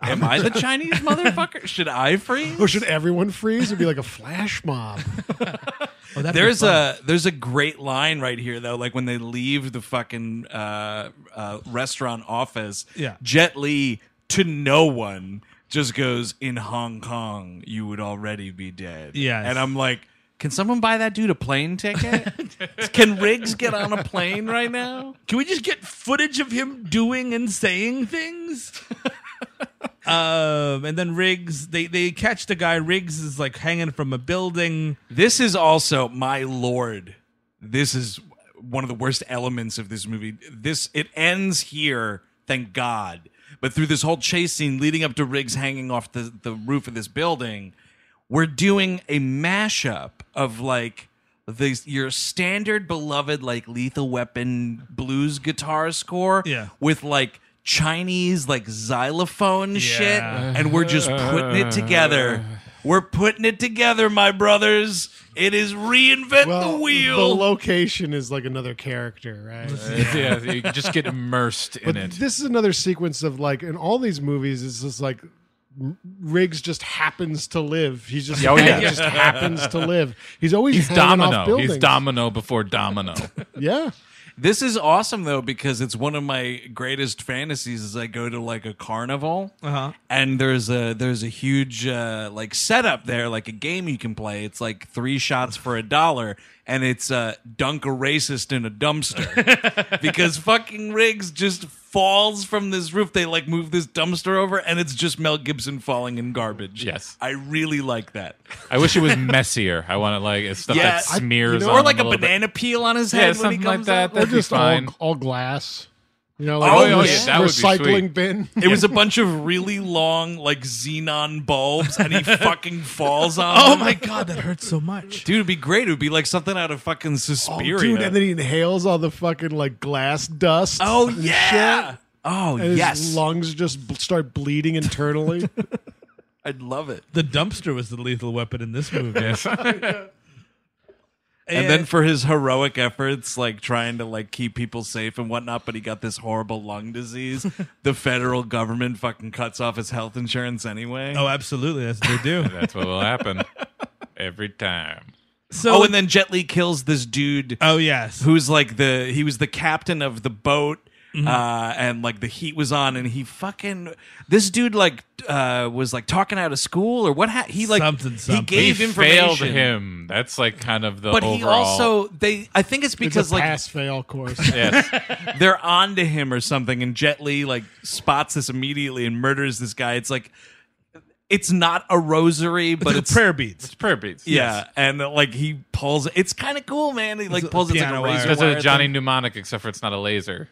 E: Am I the Chinese motherfucker? Should I free?"
C: Or should everyone freeze? It'd be like a flash mob.
D: Oh, that'd be
E: There's
D: fun.
E: a there's a great line right here though. Like when they leave the fucking uh, uh, restaurant office,
D: Yeah.
E: Jet Li to no one just goes in Hong Kong. You would already be dead.
D: Yes.
E: and I'm like, can someone buy that dude a plane ticket? can Riggs get on a plane right now?
D: Can we just get footage of him doing and saying things? um, and then Riggs, they they catch the guy. Riggs is like hanging from a building.
E: This is also my lord. This is one of the worst elements of this movie. This it ends here, thank God. But through this whole chase scene leading up to Riggs hanging off the, the roof of this building, we're doing a mashup of like the your standard beloved like lethal weapon blues guitar score
D: Yeah.
E: with like Chinese like xylophone shit
D: Yeah.
E: and we're just putting it together. We're putting it together, my brothers. It is reinvent the wheel.
C: Oh, the location is like another character, right?
F: yeah, you just get immersed in
C: But
F: it.
C: this is another sequence of like in all these movies. It's just like R- Riggs just happens to live. He's just
F: Oh, yeah.
C: he just happens to live. He's always
F: He's
C: hanging Off
F: domino.
C: buildings.
F: He's domino before domino.
C: Yeah.
E: this is awesome though because it's one of my greatest fantasies. Is I go to like a carnival,
D: Uh-huh.
E: and there's a there's a huge uh, like setup there, like a game you can play. It's like three shots for a dollar, and it's uh, dunk a racist in a dumpster because fucking Riggs just falls from this roof. They like move this dumpster over, and it's just Mel Gibson falling in garbage.
F: Yes.
E: I really like that.
F: I wish it was messier. I want to like it's stuff
E: Yeah,
F: that
E: I- you
F: smears
C: know,
F: on
E: or like
F: him
E: a
F: little bit.
E: banana peel on his
F: Yeah,
E: head when he
F: something like
E: comes
F: that.
E: out.
C: Or
F: That'd be
C: just all,
F: fine.
C: all glass. You know, like
E: Oh,
C: a
E: yeah,
C: re-
F: that would be
C: recycling
F: sweet.
C: bin.
E: It was a bunch of really long, like xenon bulbs, and he fucking falls on.
D: Oh
E: them.
D: my god, that hurts so much.
E: dude! It'd be great. It would be like something out of fucking
C: Oh,
E: Suspiria.
C: dude, and then he inhales all the fucking like glass dust.
E: oh
C: and
E: yeah.
C: shit,
E: Oh
C: and his
E: yes.
C: lungs just b- start bleeding internally.
E: I'd love it.
D: The dumpster was the lethal weapon in this movie.
E: And then for his heroic efforts, like trying to like keep people safe and whatnot, but he got this horrible lung disease. the federal government fucking cuts off his health insurance anyway.
D: Oh, absolutely, that's what they do.
F: That's what will happen every time.
D: So,
E: oh, and then Jet Li kills this dude
D: oh yes,
E: who's like the he was the captain of the boat uh and like the heat was on and he fucking this dude like uh was like talking out of school or what ha- he like
D: Something,
E: he
D: something.
E: gave
F: he
E: information
F: failed him. That's like kind of the
E: but
F: overall.
E: he also they i think it's
C: it's
E: because
C: a
E: like
C: pass fail course.
F: Yes.
E: they're on to him or something and jet Li, like spots this immediately and murders this guy it's like it's not a rosary but
D: the
E: it's
D: prayer beats.
F: It's prayer beats.
E: yeah and like he pulls it's kind of cool man he like
D: a
E: pulls it like a
D: piano
E: razor
D: wire.
F: That's a
E: wire
F: Johnny
E: thing.
F: mnemonic, except for it's not a laser.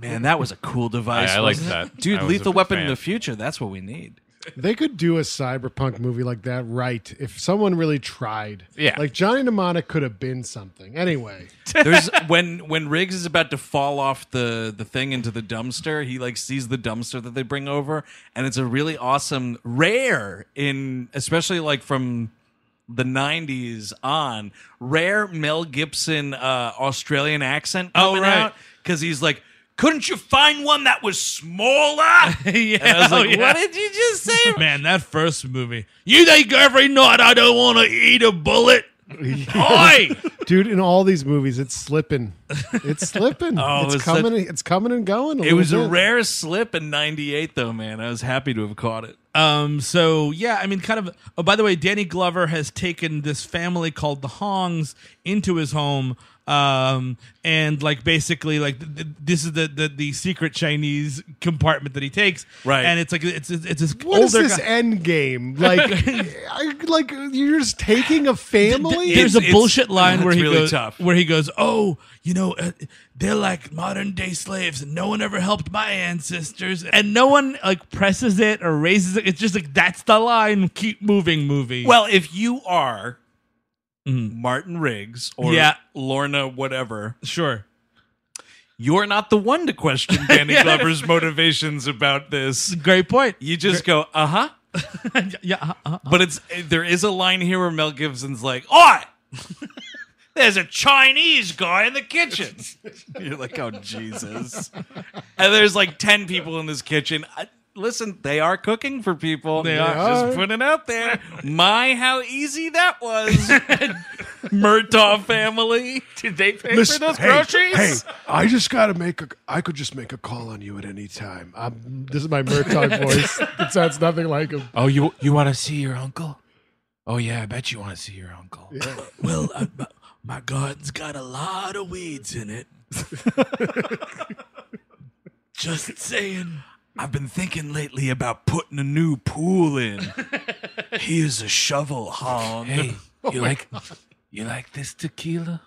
E: Man, that was a cool device.
F: I- I liked
E: wasn't it?
F: that.
E: Dude,
F: I was
E: Lethal
F: a
E: Weapon
F: fan.
E: in the future. That's what we need.
C: They could do a cyberpunk movie like that, right? If someone really tried,
F: Yeah.
C: Like Johnny Mnemonic could have been something. Anyway,
E: There's when when Riggs is about to fall off the the thing into the dumpster, he like sees the dumpster that they bring over, and it's a really awesome, rare in especially like from the 90s on rare Mel Gibson uh, Australian accent coming
D: Oh, right.
E: out because he's like. Couldn't you find one that was smaller? yeah, and I was
D: oh,
E: like,
D: yeah.
E: "What did you just say?"
D: Man, that first movie. You think every night I don't want to eat a bullet? Oi!
C: dude, in all these movies, it's slipping. It's slipping.
E: Oh, it
C: it's
E: was
C: coming. it's coming and going. a
E: It
C: little
E: was a
C: bit.
E: rare slip in '98, though, man. I was happy to have caught it.
D: Um, so yeah, I mean, kind of. Oh, by the way, Danny Glover has taken this family called the Hongs into his home, um, and like basically, like th- th- this is the, the the secret Chinese compartment that he takes,
E: Right.
D: And it's like it's it's, it's this
C: What is
D: older
C: this
D: guy-
C: end game? Like, I, like you're just taking a family.
D: There's
E: It's-
D: a bullshit line
E: it's
D: where he
E: really
D: goes,
E: tough.
D: where he goes, "Oh, you know, uh, they're like modern day slaves, and no one ever helped my ancestors, and no one like presses it or raises it. It's just like that's the line. Keep moving, movie.
E: Well, if you are Martin Riggs or
D: Mm-hmm. Yeah.
E: Lorna, whatever,
D: sure.
E: you're not the one to question Danny Glover's motivations about this.
D: Great point.
E: You just go, uh huh.
D: Uh-huh. Yeah, uh, uh,
E: But it's there is a line here where Mel Gibson's like, "Oh, "Oi, there's a Chinese guy in the kitchen." You're like, "Oh Jesus!" And there's like ten people in this kitchen. I, listen, they are cooking for people. They
C: are.
E: Just putting it out there. My, how easy that was, Murtaugh family.
F: Did they pay
C: Listen-
F: for those
C: hey,
F: groceries?
C: Hey, I just got to make a. I could just make a call on you at any time. i this is my Murtaugh voice. It sounds nothing like him.
K: Oh, you you want to see your uncle? Oh yeah, I bet you want to see your uncle.
D: well, uh, my- my garden's got a lot of weeds in it. Just saying.
E: I've been thinking lately about putting a new pool in. Here's a shovel, Hong.
K: Hey,
E: oh
K: you like you like this tequila?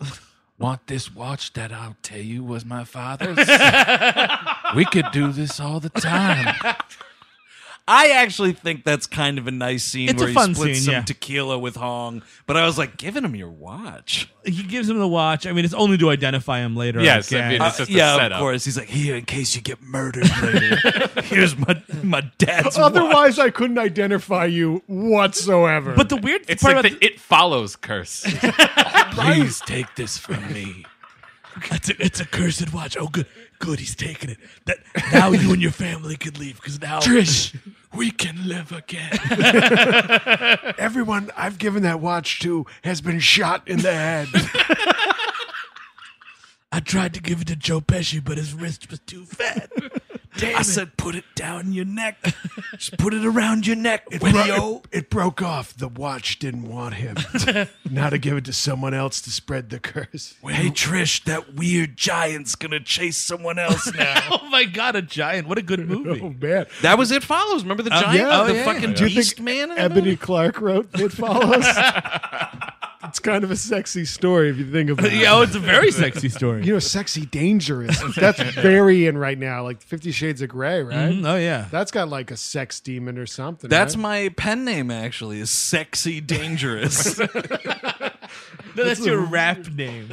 K: Want this watch that I'll tell you was my father's? we could do this all the time.
E: I actually think that's kind of a nice scene
D: It's
E: where
D: a
E: he
D: fun
E: splits
D: scene,
E: some
D: yeah.
E: tequila with Hong. But I was like, giving him your watch.
D: He gives him the watch. I mean, it's only to identify him later. I
F: Yes, I mean,
D: guess.
F: It's just a
E: Uh, yeah, of
F: setup.
E: course. He's like, here in case you get murdered later. Here's my my dad's watch.
C: Otherwise, I couldn't identify you whatsoever.
D: but the weird
F: It's
D: part
F: like
D: about
F: the It Follows curse.
K: Please take this from me.
D: it's, a, it's a cursed watch. Oh, good, good. He's taking it. That now you and your family can leave because now
K: Trish, we can live again.
C: everyone I've given that watch to has been shot in the head.
D: I tried to give it to Joe Pesci, but his wrist was too fat. Damn
E: I
D: it.
E: said, put it down your neck. Just put it around your neck.
C: Bro, it, it broke off. The watch didn't want him. now to give it to someone else to spread the curse.
E: Hey, Trish, that weird giant's going to chase someone else now.
D: oh my god, a giant! What a good movie. Um,
C: Oh man!
E: that was It Follows. Remember the giant?
C: yeah.
E: the
C: Oh, yeah.
E: fucking
C: Do you
E: beast
C: think
E: man? in that
C: Ebony Clark wrote "It Follows." it's kind of a sexy story if you think about it.
D: yeah, oh, it's a very sexy story.
C: You know, sexy dangerous. That's very in right now, like Fifty Shades of Grey, right?
D: Mm, oh yeah.
C: That's got like a sex demon or something.
E: That's
C: right?
E: my pen name, actually, is Sexy Dangerous.
D: No, that's your rap name.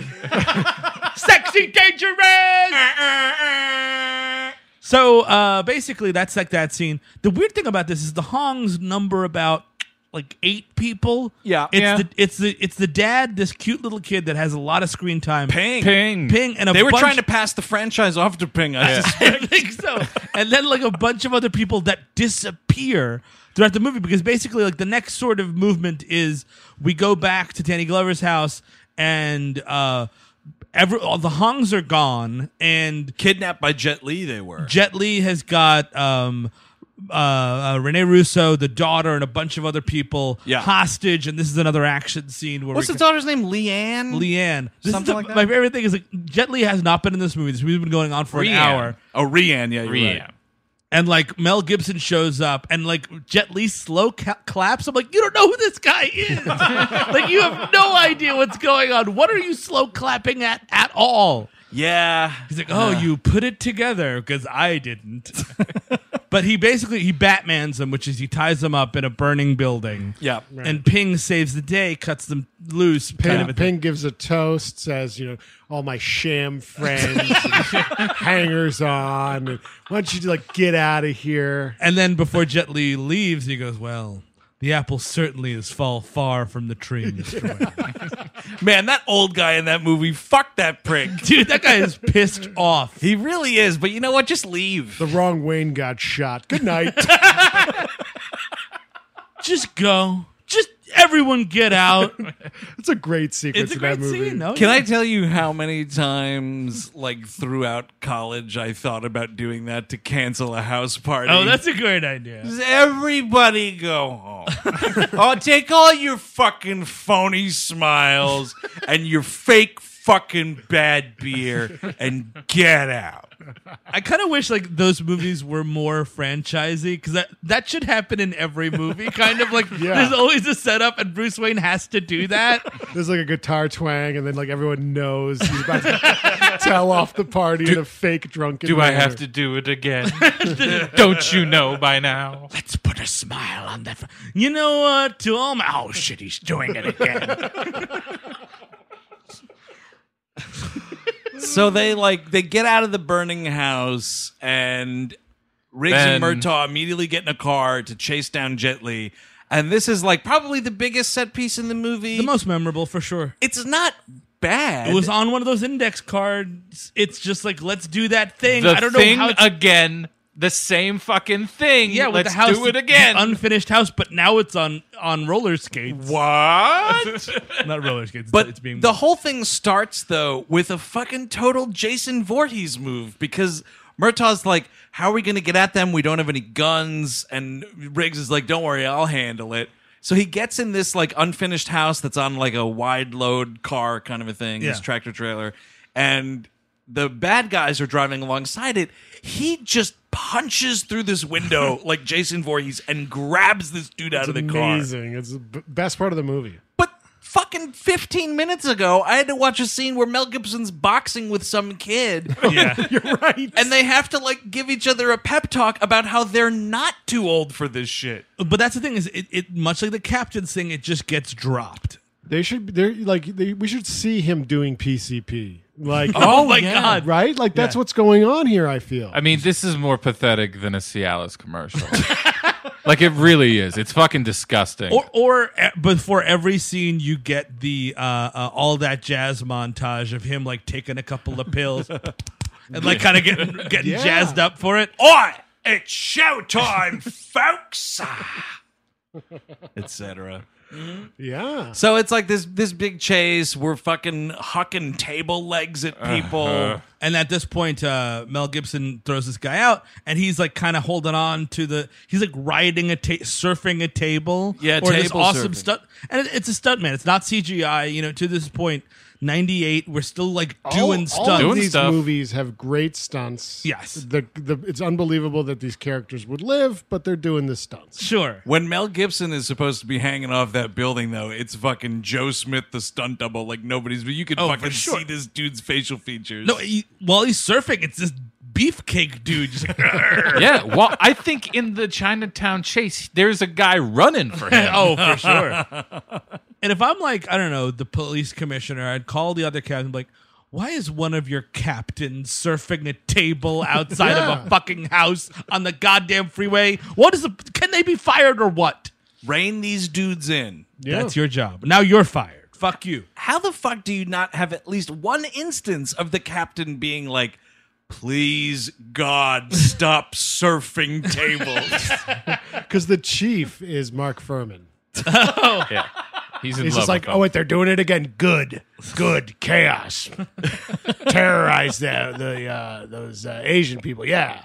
D: Sexy Dangerous! so uh, basically, that's like that scene. The weird thing about this is the Hong's number about like eight people.
E: Yeah.
D: It's
F: Yeah.
D: the it's the it's the dad, this cute little kid that has a lot of screen time.
E: Ping.
F: Ping.
D: Ping and a
E: They were
D: bunch-
E: trying to pass the franchise off to Ping. I suspect.
D: I think so. And then like a bunch of other people that disappear throughout the movie because basically like the next sort of movement is we go back to Danny Glover's house and uh every all the Hongs are gone and
E: Kidnapped by Jet Li, they were.
D: Jet Li has got um uh, uh Rene Russo, the daughter, and a bunch of other people
E: Yeah.
D: hostage, and this is another action scene where
E: What's
D: we
E: the daughter's name? Leanne?
D: Leanne. This is
E: Something
D: the-
E: like that?
D: My favorite thing is like Jet Li has not been in this movie. This movie's been going on for
F: Rian.
D: an hour.
E: Oh, Rianne. Yeah, you're
F: Rian.
E: right.
D: and like Mel Gibson shows up and like Jet Li slow ca- claps. I'm like, you don't know who this guy is. like you have no idea what's going on. What are you slow clapping at at all?
E: Yeah.
D: He's like, oh, you put it together because I didn't. but he basically he Batman's them, which is he ties them up in a burning building.
E: Yeah.
D: And Ping saves the day, cuts them loose.
C: Ping,
D: kind of a thing.
C: Ping gives a toast, says, you know, all my sham friends, and hangers on. and Why don't you like get out of here?
D: And then before Jet Li leaves, he goes, well. The apple certainly is fall far from the tree, Mr. Wayne."
E: Man, that old guy in that movie, fuck that prick.
D: Dude, that guy is pissed off.
E: He really is, but you know what? Just leave.
C: The wrong Wayne got shot. Good night.
D: just go. Just everyone get out.
C: It's a great sequence
D: it's a
C: in
D: great
C: that movie.
D: scene. No,
E: Can I tell you how many times, like throughout college, I thought about doing that to cancel a house party?
D: Oh, that's a great idea.
E: Does everybody go home. oh, take all your fucking phony smiles and your fake fucking bad beer and get out.
D: I kind of wish like those movies were more franchisey because that that should happen in every movie. Kind of like
C: Yeah.
D: there's always a setup, and Bruce Wayne has to do that.
C: There's like a guitar twang, and then like everyone knows he's about to tell off the party in a fake drunken.
F: Do I have
C: manner.
F: to do it again? Don't you know by now?
D: Let's put a smile on that. fr- You know what? To all my oh shit, he's doing it again.
E: So they like they get out of the burning house and Riggs and
F: Then-
E: Murtaugh immediately get in a car to chase down Jet Li. And this is like probably the biggest set piece in the movie.
D: the most memorable for sure.
E: it's not bad.
D: It was on one of those index cards. It's just like let's do that thing.
F: The
D: I don't
F: thing
D: know how. It's,
F: again. The same fucking thing.
D: yeah, with
F: let's
D: the house,
F: do it again.
D: the unfinished house, but now it's on on roller skates.
E: what?
D: Not roller skates,
E: But
D: it's being
E: the whole thing starts though with a fucking total Jason Voorhees move because Murtaugh's like, "How are we gonna get at them? We don't have any guns." And Riggs is like, "Don't worry, I'll handle it." So he gets in this like unfinished house that's on like a wide load car kind of a thing, this
D: Yeah.
E: tractor trailer, and the bad guys are driving alongside it. He just punches through this window like Jason Voorhees and grabs this dude out
C: It's
E: of the car.
C: amazing. It's the b- best part of the movie.
E: But fucking 15 minutes ago, I had to watch a scene where Mel Gibson's boxing with some kid.
D: yeah.
C: You're right.
E: And they have to like give each other a pep talk about how they're not too old for this shit.
D: But that's the thing is, it, it much like the captain's thing, it just gets dropped.
C: They should. They're like. They, we should see him doing PCP. Like.
D: Oh, my god!
C: Right, like that's what's going on here. I feel.
F: I mean, this is more pathetic than a Cialis commercial. like it really is. It's fucking disgusting.
D: Or, or uh, before every scene, you get the uh, uh, all that jazz montage of him like taking a couple of pills and like kind of getting getting
C: Yeah.
D: jazzed up for it.
E: Oi, it's showtime, folks! Etc.
C: yeah.
E: So it's like this this big chase. We're fucking hucking table legs at people.
D: And at this point, uh, Mel Gibson throws this guy out, and he's like kind of holding on to the. He's like riding a ta- surfing a table,
E: Yeah,
D: or this
E: table
D: awesome
E: surfing.
D: stunt. And it, it's a stuntman. It's not CGI. You know, to this point, 98. We're still like
C: All-
D: doing
C: all,
D: stuff.
C: Of
F: Doing
C: these
F: stuff.
C: movies have great stunts.
D: Yes.
C: the, the it's unbelievable that these characters would live, but they're doing the stunts.
D: Sure.
E: When Mel Gibson is supposed to be hanging off that building, though, it's fucking Joe Smith, the stunt double. Like nobody's, but you can
D: Oh, for
E: fucking
D: sure.
E: see this dude's facial features.
D: No, he, while he's surfing, it's this beefcake dude. Just like,
F: yeah, well, I think in the Chinatown chase, there's a guy running for him.
D: oh, for sure. and if I'm like, I don't know, the police commissioner, I'd call the other captain, like, why is one of your captains surfing a table outside of a fucking house on the goddamn freeway? What is the, can they be fired or what?
E: rein these dudes in.
C: Yeah.
D: That's your job. Now you're fired. Fuck you.
E: How the fuck do you not have at least one instance of the captain being like, "Please God, stop surfing tables"?
C: because the chief is Mark Furman.
F: He's in
C: He's
F: love.
C: just like,
F: with
C: oh
F: him.
C: wait, they're doing it again. Good, good chaos, terrorize the the uh, those uh, Asian people. Yeah,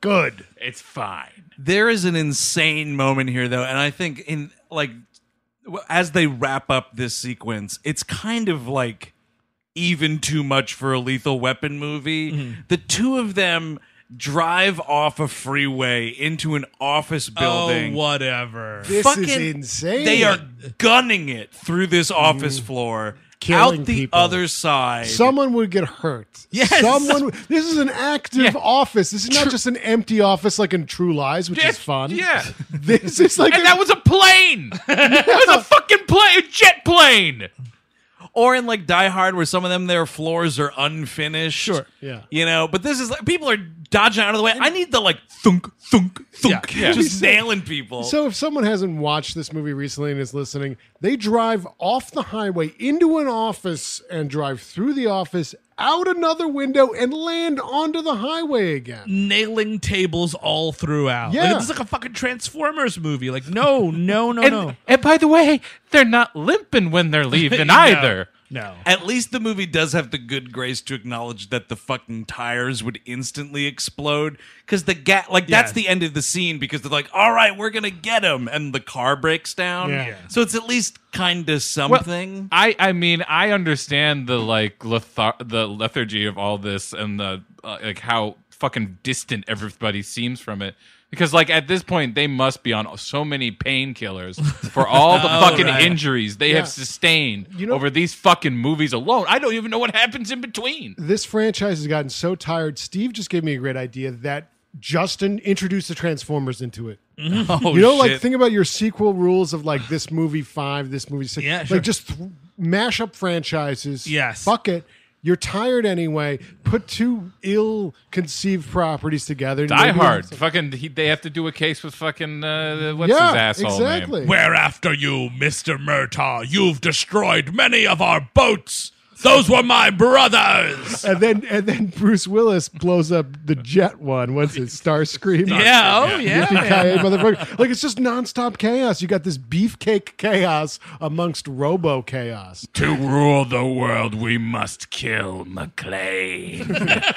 C: good.
F: it's fine.
E: there is an insane moment here though and i think in like w- as they wrap up this sequence it's kind of like even too much for a lethal weapon movie
D: Mm-hmm.
E: the two of them drive off a freeway into an office building
D: Oh, whatever.
C: This is
E: Fucking-
C: insane.
E: they are gunning it through this office floor
C: Killing
E: out the
C: people.
E: other side
C: Someone would get hurt. Yes. Someone. would- This is an active office. This is not just an empty office like in True Lies, which is fun.
F: Yeah.
C: This is like
F: And that was a plane. It was a fucking plane, a jet plane.
C: Oh,
E: or in like Die Hard, where some of them their floors are unfinished. Sure,
C: yeah.
E: you know. But this is like people are dodging out of the way. I need the like thunk thunk thunk,
F: Yeah, yeah.
E: just nailing people.
C: So if someone hasn't watched this movie recently and is listening, they drive off the highway into an office and drive through the office, out another window, and land onto the highway again.
D: Nailing tables all throughout.
C: Yeah.
D: Like, this is like a fucking Transformers movie. Like, no, no, no,
F: And,
D: no.
F: and by the way, they're not limping when they're leaving
D: No.
F: either.
D: No.
E: At least the movie does have the good grace to acknowledge that the fucking tires would instantly explode because the ga- like that's
D: Yes.
E: the end of the scene because they're like, all right, we're gonna get him, and the car breaks down.
C: Yeah. Yeah.
E: So it's at least kind of
F: Well,
E: something.
F: I I mean I understand the like lethar- the lethargy of all this and the uh, like how fucking distant everybody seems from it because like at this point they must be on so many painkillers for all the
C: Oh,
F: fucking injuries they have sustained
C: know-
F: over these fucking movies alone. I don't even know what happens in between.
C: This franchise has gotten so tired. Steve just gave me a great idea that Justin introduced the Transformers into it.
E: oh,
C: you know,
E: shit.
C: like think about your sequel rules of like this movie five, this movie six.
D: Yeah,
C: like
D: sure.
C: just th- mash up franchises.
D: Yes.
C: fuck it. You're tired anyway. Put two ill-conceived properties together. and
F: Die
C: maybe-
F: Hard, fucking he, they have to do a case with fucking uh, what's
C: Yeah,
F: his asshole
C: exactly.
F: name?
D: We're after you, Mr. Murtaugh. You've destroyed many of our boats. Those were my brothers.
C: And then and then Bruce Willis blows up the jet one. What's it? Starscream.
D: yeah, oh, yeah.
C: Yippee-ki-yay, motherfucker. Like it's just nonstop chaos. You got this beefcake chaos amongst robo chaos.
K: To rule the world, we must kill McClane.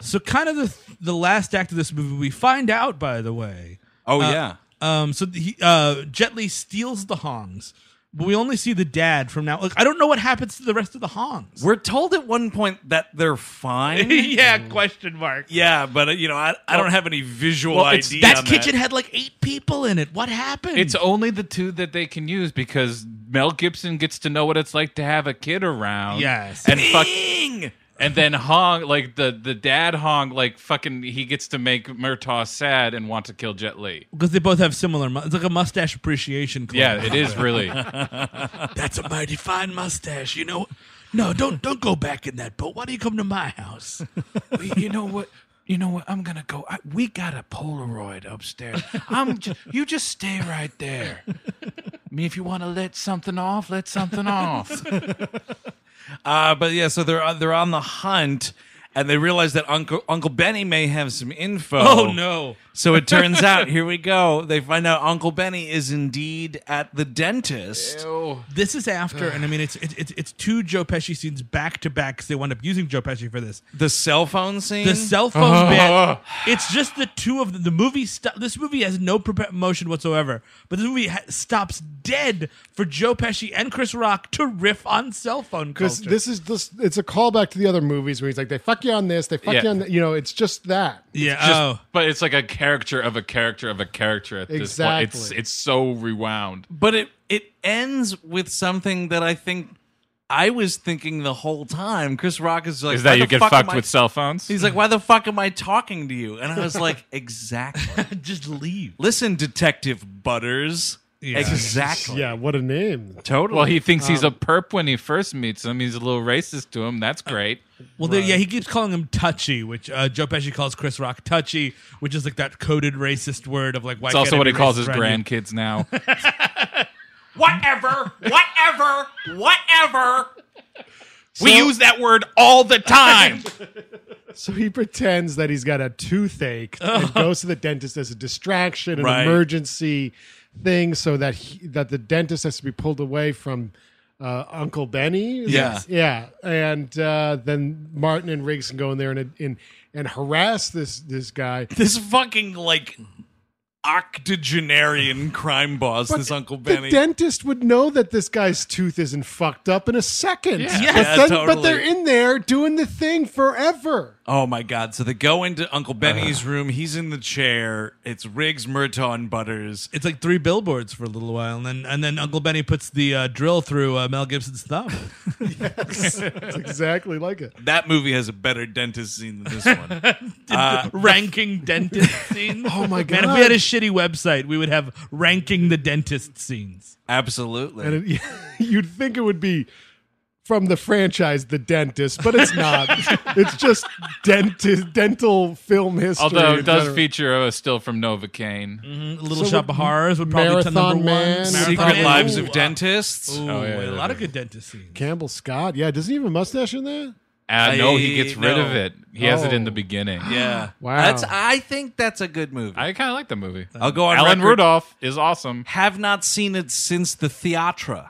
D: So, kind of the, the last act of this movie, we find out, by the way.
E: oh yeah.
D: Um, so he, uh, Jet Li steals the Hongs, but we only see the dad from now. Like, I don't know what happens to the rest of the Hongs.
E: We're told at one point that they're fine.
D: yeah, question mark.
E: Yeah, but uh, you know, I, I don't have any visual
F: it's-
E: idea.
D: That
E: on
D: kitchen had like eight people in it. What happened?
F: It's only the two that they can use because Mel Gibson gets to know what it's like to have a kid around.
D: Yes.
F: And fuck
E: Ding!
F: and then Hong like the the dad Hong like fucking he gets to make Murtaugh sad and want to kill Jet Li.
D: because they both have similar. Mu- it's like a mustache appreciation club.
F: Yeah, it is really.
D: That's a mighty fine mustache, you know. No, don't don't go back in that boat. Why do you come to my house?
K: you know what? You know what? I'm gonna go. I, we got a Polaroid upstairs. I'm. Just, you just stay right there. I mean, if you want to let something off, let something off.
E: Uh, but yeah, so they're they're on the hunt, and they realize that Uncle Uncle Benny may have some info.
D: Oh no.
E: So it turns out, here we go. They find out Uncle Benny is indeed at the dentist.
D: This is after, and I mean, it's it's it's, it's two Joe Pesci scenes back to back because they wound up using Joe Pesci for this.
E: The cell phone scene.
D: The cell phone bit. It's just the two of them. The movie. St- this movie has no promotion whatsoever, but this movie ha- stops dead for Joe Pesci and Chris Rock to riff on cell phone
C: Because
D: culture.
C: this is just, it's a callback to the other movies where he's like, they fuck you on this, they fuck
F: Yeah.
C: you on that. You know, it's just that.
D: yeah.
F: Just-
D: oh.
F: But it's like a character of a character of a character at this point. It's
C: Exactly.
F: it's so rewound.
E: but it it ends with something that I think I was thinking the whole time. Chris Rock is like,
F: Is
E: "Why
F: that you
E: the
F: get
E: fuck am
F: fucked
E: I-"
F: with cell phones?
E: He's like, why the fuck am I talking to you? And I was like, exactly.
D: Just leave.
E: Listen, Detective Butters. Exactly.
C: Yeah, what a name.
E: Totally.
F: Well, he thinks he's a
E: Um,
F: perp when he first meets him. He's a little racist to him. That's great.
D: Well, there yeah, he keeps calling him touchy, which uh, Joe Pesci calls Chris Rock touchy, which is like that coded racist word of like why.
F: It's also what he calls his
D: grand.
F: grandkids now.
E: whatever, whatever, whatever.
F: we use that word all the time.
C: So he pretends that he's got a toothache and goes to the dentist as a distraction, an
E: Right.
C: emergency thing, so that he, that the dentist has to be pulled away from uh, Uncle Benny. Is
E: Yeah.
C: it- yeah, and uh, then Martin and Riggs can go in there and and, and harass this this guy.
E: This fucking like octogenarian crime boss, this Uncle Benny.
C: The dentist would know that this guy's tooth isn't fucked up in a second.
E: Yeah,
C: but, then,
E: totally.
C: but they're in there doing the thing forever.
E: oh my god! So they go into Uncle Benny's room. He's in the chair. It's Riggs, Murtaugh, and Butters.
D: It's like three billboards for a little while, and then and then Uncle Benny puts the uh, drill through uh, Mel Gibson's thumb.
C: It's exactly like it.
E: That movie has a better dentist scene than this one.
D: ranking dentist scene. Oh
C: my
D: Man, if
C: God.
D: we had a shitty website, we would have ranking the dentist scenes.
E: Absolutely.
C: And it, you'd think it would be from the franchise The Dentist, but it's not. it's just dentist, dental film history.
F: Although it
C: in
F: does
C: general.
F: feature a still from Novocaine.
D: Little
C: So
D: Shop
C: would
D: of Horrors would probably tend
C: Marathon
D: number
C: Man,
D: one.
C: Marathon
E: Secret
C: Man.
E: Lives
D: Ooh, uh,
E: of Dentists.
D: Ooh,
F: yeah,
D: a
F: yeah,
D: lot of good dentist scenes.
C: Campbell Scott. Yeah, doesn't he have a mustache in there?
F: Uh, no, he
E: I-
F: gets rid
E: no.
F: of it. He has it in the
C: Oh.
F: beginning.
E: Yeah.
C: Wow.
E: That's I think that's a good movie. I,
F: I kind of like the movie.
E: will go on
F: Alan
E: record.
F: Rudolph is awesome.
E: Have not seen it since the Theatra.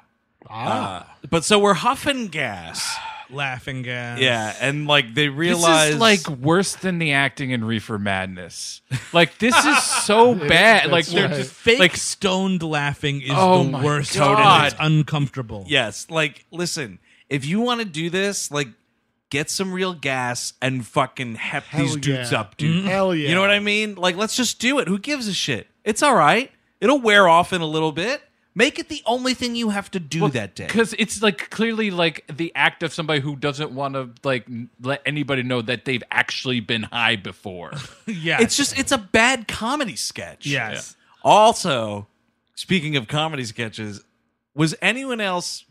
E: Uh,
C: Ah.
E: But so we're huffing gas.
D: Laughing gas.
E: Yeah, and like they
F: This
E: realize
F: is like worse than the acting in Reefer Madness. Like this is so bad. Like
C: that's
F: they're
C: right.
F: just
D: Fake
F: like
D: stoned laughing is
F: Oh
D: the
F: my
D: worst.
E: God.
D: It's uncomfortable.
E: yes, like listen, if you want to do this, like get some real gas and fucking hep these dudes
C: yeah. Mm-hmm.
E: up, dude.
C: Hell yeah.
E: You know what I mean? Like let's just do it. Who gives a shit? It's all right. It'll wear off in a little bit. Make it the only thing you have to do that day.
F: because it's like clearly like the act of somebody who doesn't want to like n- let anybody know that they've actually been high before.
D: Yes.
E: It's just it's a bad comedy sketch.
D: Yes.
E: Also, speaking of comedy sketches, was anyone else?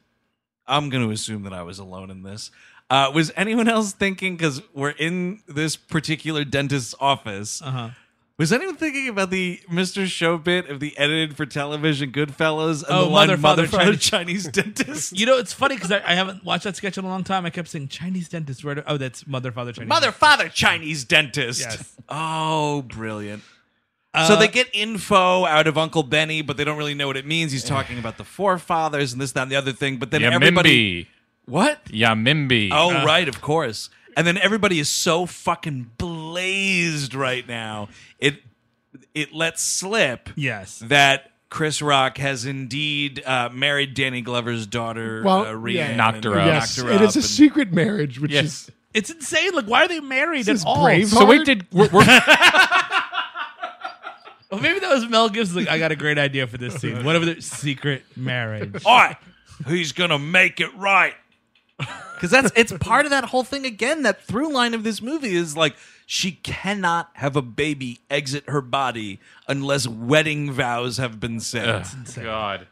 E: I'm going to assume that I was alone in this. Uh, was anyone else thinking? Because we're in this particular dentist's office.
D: Uh-huh.
E: Was anyone thinking about the Mr. Show bit of the edited for television Goodfellas and
D: Oh,
E: the line
D: mother,
E: "Mother,
D: father,
E: father, Chinese dentist"?
D: You know, it's funny because I, I haven't watched that sketch in a long time. I kept saying Chinese dentist. Where do, oh, that's mother, father, Chinese.
E: Mother, father, Chinese dentist.
D: Yes.
E: Oh, brilliant. so they get info out of Uh, Uncle Benny, but they don't really know what it means. He's talking about the forefathers and this, that, and the other thing. But then everybody.
F: Yamimbi,
E: What?
F: Yamimbi.
E: Oh, right, of course. And then everybody is so fucking blazed right now. It it lets slip
D: Yes.
E: that Chris Rock has indeed uh, married Danny Glover's daughter,
C: Well,
E: uh,
C: yeah.
E: Rhiannon, and
F: Knocked her up.
C: Yes,
E: knocked her
C: it
E: up
C: is a
E: and-
C: secret marriage, which
F: Yes.
C: is
D: It's insane. Like, why are they married
C: This
D: at
C: is
D: all?
C: brave.
F: So we did. We're, we're,
D: Well, maybe that was Mel Gibson. Like, I got a great idea for this scene. Whatever the secret marriage.
E: All right, who's gonna make it right? Because that's it's part of that whole thing again. That through line of this movie is like she cannot have a baby exit her body unless wedding vows have been said.
F: God.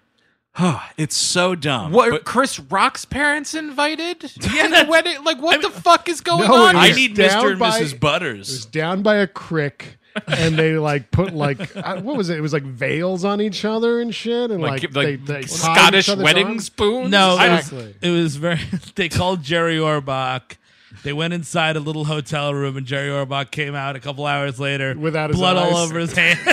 E: It's so dumb.
F: What?
E: But
F: Chris Rock's parents invited? Yeah, the wedding. Like, what the fuck is going
C: No,
F: on?
C: it
E: I
C: was
E: need
C: down
E: Mr. and
C: by-
E: Mrs. Butters.
C: down by a crick. and they like put like I- what was it? It was like veils on each other and shit, and like,
F: Like, like,
C: they, they tied each
F: Scottish
C: other's
F: wedding
C: arms.
F: spoons?
D: No,
C: Exactly.
D: it, was, it was very. They called Jerry Orbach They went inside a little hotel room, and Jerry Orbach came out a couple hours later
C: Without his
D: blood all
C: eyes.
D: over his hands.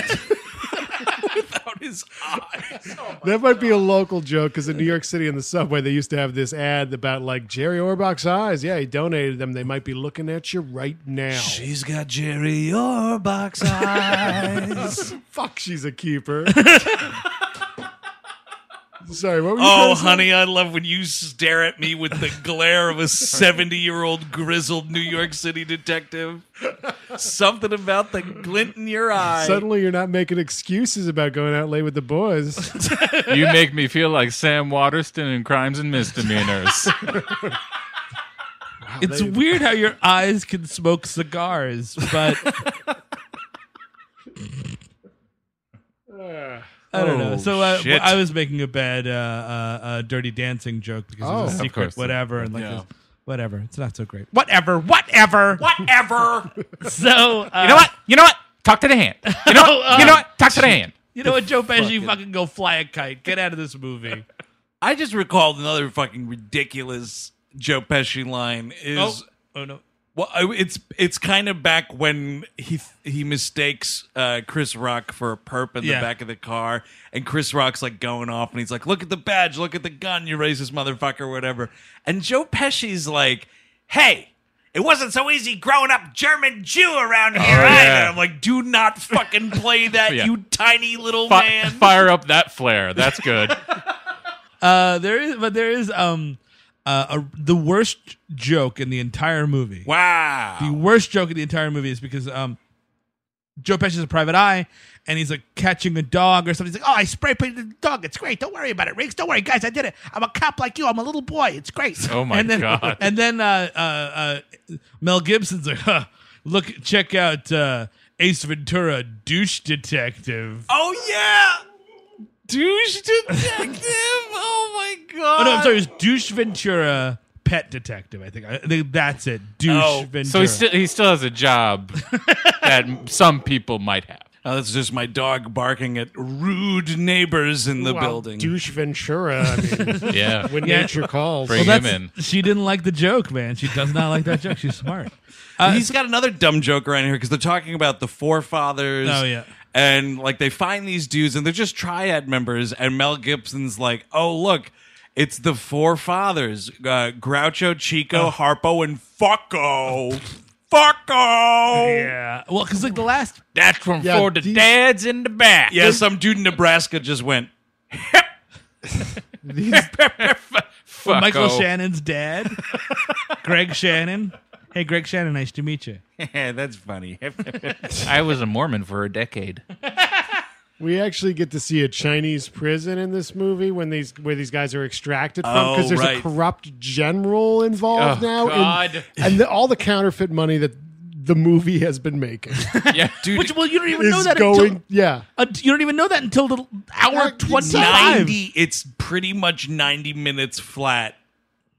C: That might be a local joke because in New York City in the subway they used to have this ad about like Jerry Orbach's eyes. Yeah, he donated them. They might be looking at you right now.
E: She's got Jerry Orbach's eyes.
C: Fuck, she's a keeper. Sorry, what were you?
E: oh,
C: gonna say?
E: honey, I love when you stare at me with the glare of a 70 year old grizzled New York City detective. Something about the glint in your eye.
C: Suddenly you're not making excuses about going out late with the boys.
F: You make me feel like Sam Waterston in Crimes and Misdemeanors.
D: it's weird how your eyes can smoke cigars, but I don't know. So uh,
F: Oh, shit.
D: I was making a bad uh, uh, uh, Dirty Dancing joke because it was a
C: Oh. Of
D: secret,
F: course.
D: whatever, and like
E: Yeah.
D: this- whatever. It's not so great. Whatever, whatever,
E: Whatever.
D: So uh,
F: You know what? You know what? Talk to the hand. You know what? You know what? Talk to the hand.
D: You know what, Joe Pesci, fucking go fly a kite. Get out of this movie.
E: I just recalled another fucking ridiculous Joe Pesci line is
D: Oh, oh no.
E: well I- it's it's kind of back when he he mistakes uh, Chris Rock for a perp in
D: Yeah.
E: the back of the car and Chris Rock's like going off and he's like look at the badge look at the gun you racist motherfucker whatever and Joe Pesci's like hey it wasn't so easy growing up German Jew around here
F: Oh, yeah.
E: either I'm like do not fucking play that
F: Yeah.
E: you tiny little
F: Fi-
E: man
F: fire up that flare. That's good.
D: Uh, there is, but there is um, uh, a, the worst joke in the entire movie. The
E: wow
D: worst joke in the entire movie is because um, Joe Pesci's a private eye, and he's like catching a dog or something. He's like, "Oh, I spray painted the dog. It's great. Don't worry about it, Riggs. Don't worry, guys. I did it. I'm a cop like you. I'm a little boy. It's great."
F: Oh, my
D: and then,
F: God.
D: And then uh, uh, uh, Mel Gibson's like, huh, "Look, check out uh, Ace Ventura, douche detective."
E: oh yeah. Douche detective! Oh my god!
D: Oh no, I'm sorry. It was Douche Ventura, Pet Detective. I think. I think that's it. Douche
E: Oh, so
D: Ventura.
F: So he still he still has a job that some people might have.
E: Oh, that's just my dog barking at rude neighbors in the
C: Well,
E: building.
C: douche Ventura. I mean,
F: Yeah.
C: when
D: Yeah.
C: nature calls.
F: Bring
D: Well,
F: him
D: that's-
F: in.
D: She didn't like the joke, man. She does not like that joke. She's smart.
E: Uh, He's got another dumb joke around here because they're talking about the forefathers.
D: Oh, yeah.
E: And like they find these dudes and they're just triad members. And Mel Gibson's like, oh, look, it's the forefathers uh, Groucho, Chico, Harpo, and Fucko. Fucko.
D: Yeah. uh, Well, because like the last.
F: That's from
C: Yeah,
F: for the
C: these-
F: dads in the back.
E: Yeah, some dude in Nebraska just went,
F: Fucko.
D: Michael Shannon's dad, Greg Shannon. Hey, Greg Shannon, nice to meet you.
E: yeah, that's funny.
F: I was a Mormon for a decade.
C: We actually get to see a Chinese prison in this movie when these where these guys are extracted from
E: Oh,
C: because there's
E: right.
C: a corrupt general involved
F: Oh,
C: now, and-
F: God.
C: and, the, all the counterfeit money that the movie has been making
F: Yeah, dude.
D: Which well, you don't even know
C: is
D: that
C: going.
D: until
C: yeah,
D: uh, you don't even know that until the hour
C: Yeah,
D: twenty five.
E: 90 it's pretty much 90 minutes flat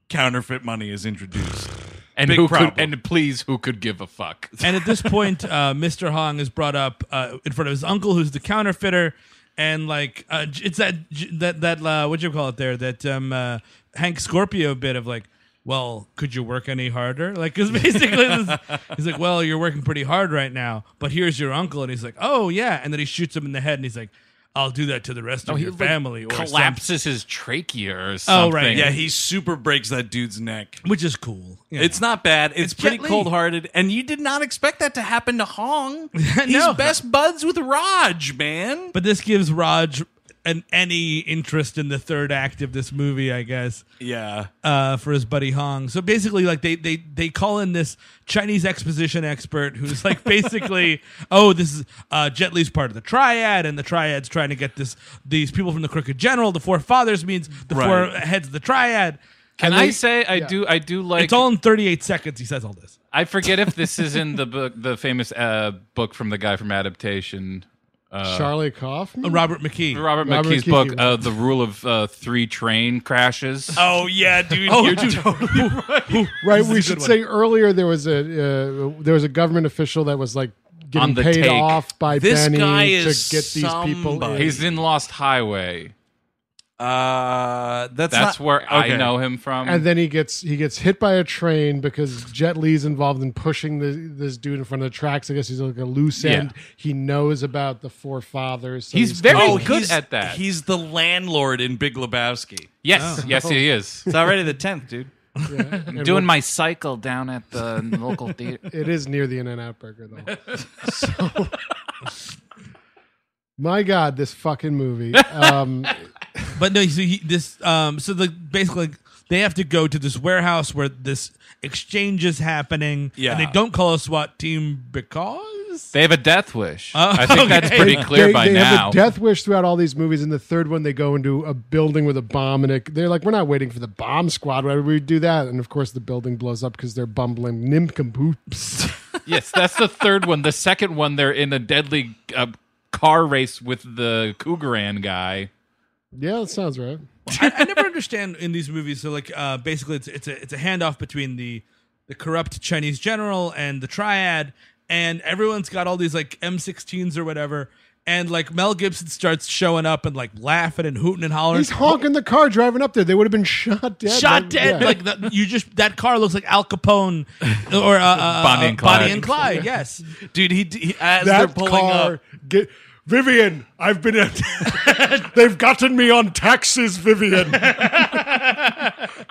E: counterfeit money is introduced
F: and
E: big
F: who
E: problem.
F: could, and please, who could give a fuck?
D: And at this point, uh, Mr. Hong is brought up uh, in front of his uncle, who's the counterfeiter, and like uh, j- it's that j- that that uh, what you call it there that um, uh, Hank Scorpio bit of like. Well, could you work any harder? Like, because basically, this, he's like, "Well, you're working pretty hard right now, but here's your uncle," and he's like, "Oh yeah," and then he shoots him in the head, and he's like, "I'll do that to the rest of your
F: like,
D: family." or something.
F: collapses his trachea or
D: Oh,
F: something.
D: right.
E: yeah he super breaks that dude's neck
D: which is cool. Yeah.
E: it's not bad it's, pretty
D: Jet Li.
E: cold-hearted and you did not expect that to happen to hong he's
D: No.
E: best buds with raj man
D: but this gives Raj an any interest in the third act of this movie, I guess.
E: yeah
D: uh, for his buddy Hong. So basically, like they they they call in this Chinese exposition expert who's like basically, oh, this is uh, Jet Li's part of the triad, and the triad's trying to get this these people from the crooked general. The four fathers means the four
E: Right.
D: heads of the triad.
F: Can
C: And
F: I
C: they-
F: say I
C: yeah.
F: do? I do like.
D: it's all in 38 seconds. He says all this.
F: I forget if this is in the book, the famous uh, book from the guy from adaptation,
E: Uh,
C: Charlie Kaufman.
D: Robert McKee.
C: Robert
F: Robert, McKee's
C: McKee.
F: book, uh, "The Rule of uh, Three Train Crashes."
E: oh yeah dude you're totally
C: Right, we should say earlier there was a uh, there was a government official that was like
F: On
C: getting
F: the
C: paid
F: take.
C: off by
E: This
C: Benny
E: guy
C: to
E: is
C: get these people.
E: somebody.
C: in.
F: He's in Lost Highway.
A: Uh, that's
E: That's
A: not-
E: where
A: okay.
E: I know him from.
C: and then he gets he gets hit by a train because Jet Li's involved in pushing the, this dude in front of the tracks. I guess he's like a loose
E: Yeah.
C: end. He knows about the forefathers. So
E: He's very-
A: Oh,
E: good
A: he's-
E: at that.
A: He's the landlord in Big Lebowski.
E: yes,
C: Oh,
E: yes, he is.
A: It's already the tenth, dude.
C: and
E: Doing
C: we'll-
E: my cycle down at the local theater.
C: It is near the In and Out Burger though. so, my God, this fucking movie. Um,
D: But no, so he, this um, so the basically they have to go to this warehouse where this exchange is happening.
A: Yeah.
D: and they don't call a SWAT team because
E: They have a death wish. I think that's
D: okay.
E: pretty clear
C: Oh, they,
E: by
C: they
E: now.
C: have a death wish throughout all these movies. In the third one, they go into a building with a bomb, and it, they're like, "We're not waiting for the bomb squad. Why would we do that?" And of course, the building blows up because they're bumbling nincompoops.
E: yes,
F: That's the third one. The second one, they're in a deadly uh, car race with the Cougaran guy.
C: yeah, that sounds right.
D: I, I never understand in these movies. So like, uh, basically, it's it's a it's a handoff between the the corrupt Chinese general and the triad, and everyone's got all these like M16s or whatever. And like Mel Gibson starts showing up and like laughing and hooting and hollering.
C: He's honking the car driving up there. They would have been shot dead.
D: shot
C: Like,
D: dead.
C: yeah.
D: Like that, you just that car looks like Al Capone or uh, uh,
E: Bonnie and
D: uh, Bonnie
E: Clyde.
D: and Clyde. Yes,
A: Dude, he, he as they're
C: that
A: pulling
C: car.
A: up,
C: Get, Vivian, I've been. they've gotten me on taxes, Vivian.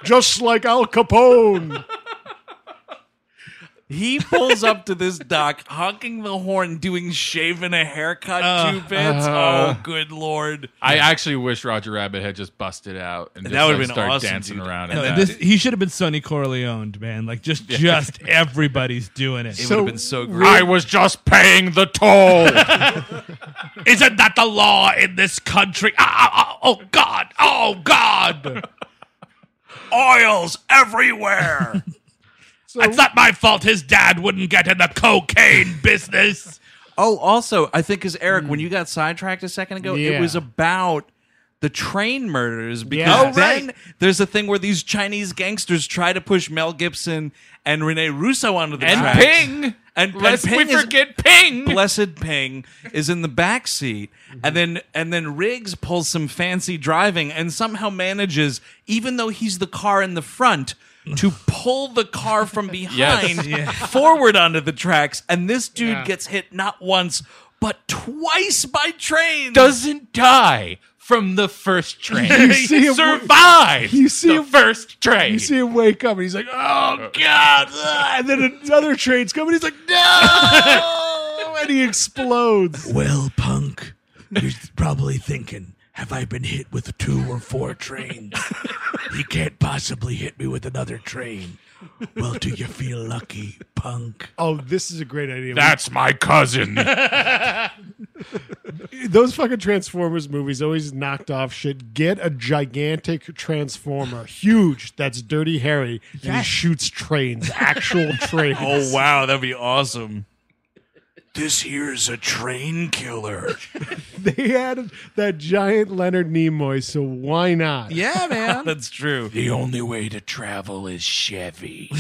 C: Just like Al Capone.
A: he pulls up to this dock, honking the horn, doing shave and a haircut two bits. oh, good lord!
F: I actually wish Roger Rabbit had just busted out and just,
A: That would've
F: like,
A: been
F: started
A: awesome,
F: dancing
A: dude.
F: around.
D: No,
F: at
D: this
F: that.
D: he should have been Sonny Corleone, man. Like just just everybody's doing it.
A: It
C: So-
A: would have been so great.
F: I was just paying the toll.
D: Isn't that the law in this country? Ah, ah, ah, oh God! Oh God!
A: Oils everywhere.
D: it's not my fault. His dad wouldn't get in the cocaine business.
A: Oh, also, I think because Eric,
F: Hmm.
A: when you got sidetracked a second ago,
C: Yeah.
A: it was about the train murders because
C: Yes. Oh,
A: then there's a thing where these Chinese gangsters try to push Mel Gibson and Rene Russo onto the
F: and
A: tracks.
F: Ping.
A: and, and
F: Lest we
A: Ping is-
F: forget Ping.
A: blessed Ping is in the back seat, and then and then Riggs pulls some fancy driving and somehow manages, even though he's the car in the front, to pull the car from behind forward onto the tracks, and this dude
C: Yeah.
A: gets hit not once but twice by trains.
F: doesn't die from the first train.
C: You see him-
F: survives
C: you see
F: the
C: him-
F: first train.
C: You see him wake up and he's like, oh,
A: Uh.
C: God. ah," And then another train's coming. He's like, no. and he explodes.
D: Well, punk, you're probably thinking, have I been hit with two or four trains? he can't possibly hit me with another train. Well, do you feel lucky, punk?
C: Oh, this is a great idea.
F: That's my cousin.
C: Those fucking Transformers movies always knocked off shit. Get a gigantic Transformer, huge, that's Dirty Harry, and he shoots trains, actual trains.
A: Oh wow, that'd be awesome. This here's a train killer.
C: They had that giant Leonard Nimoy, so why not?
D: Yeah, man.
A: That's true.
F: the only way to travel is Chevy.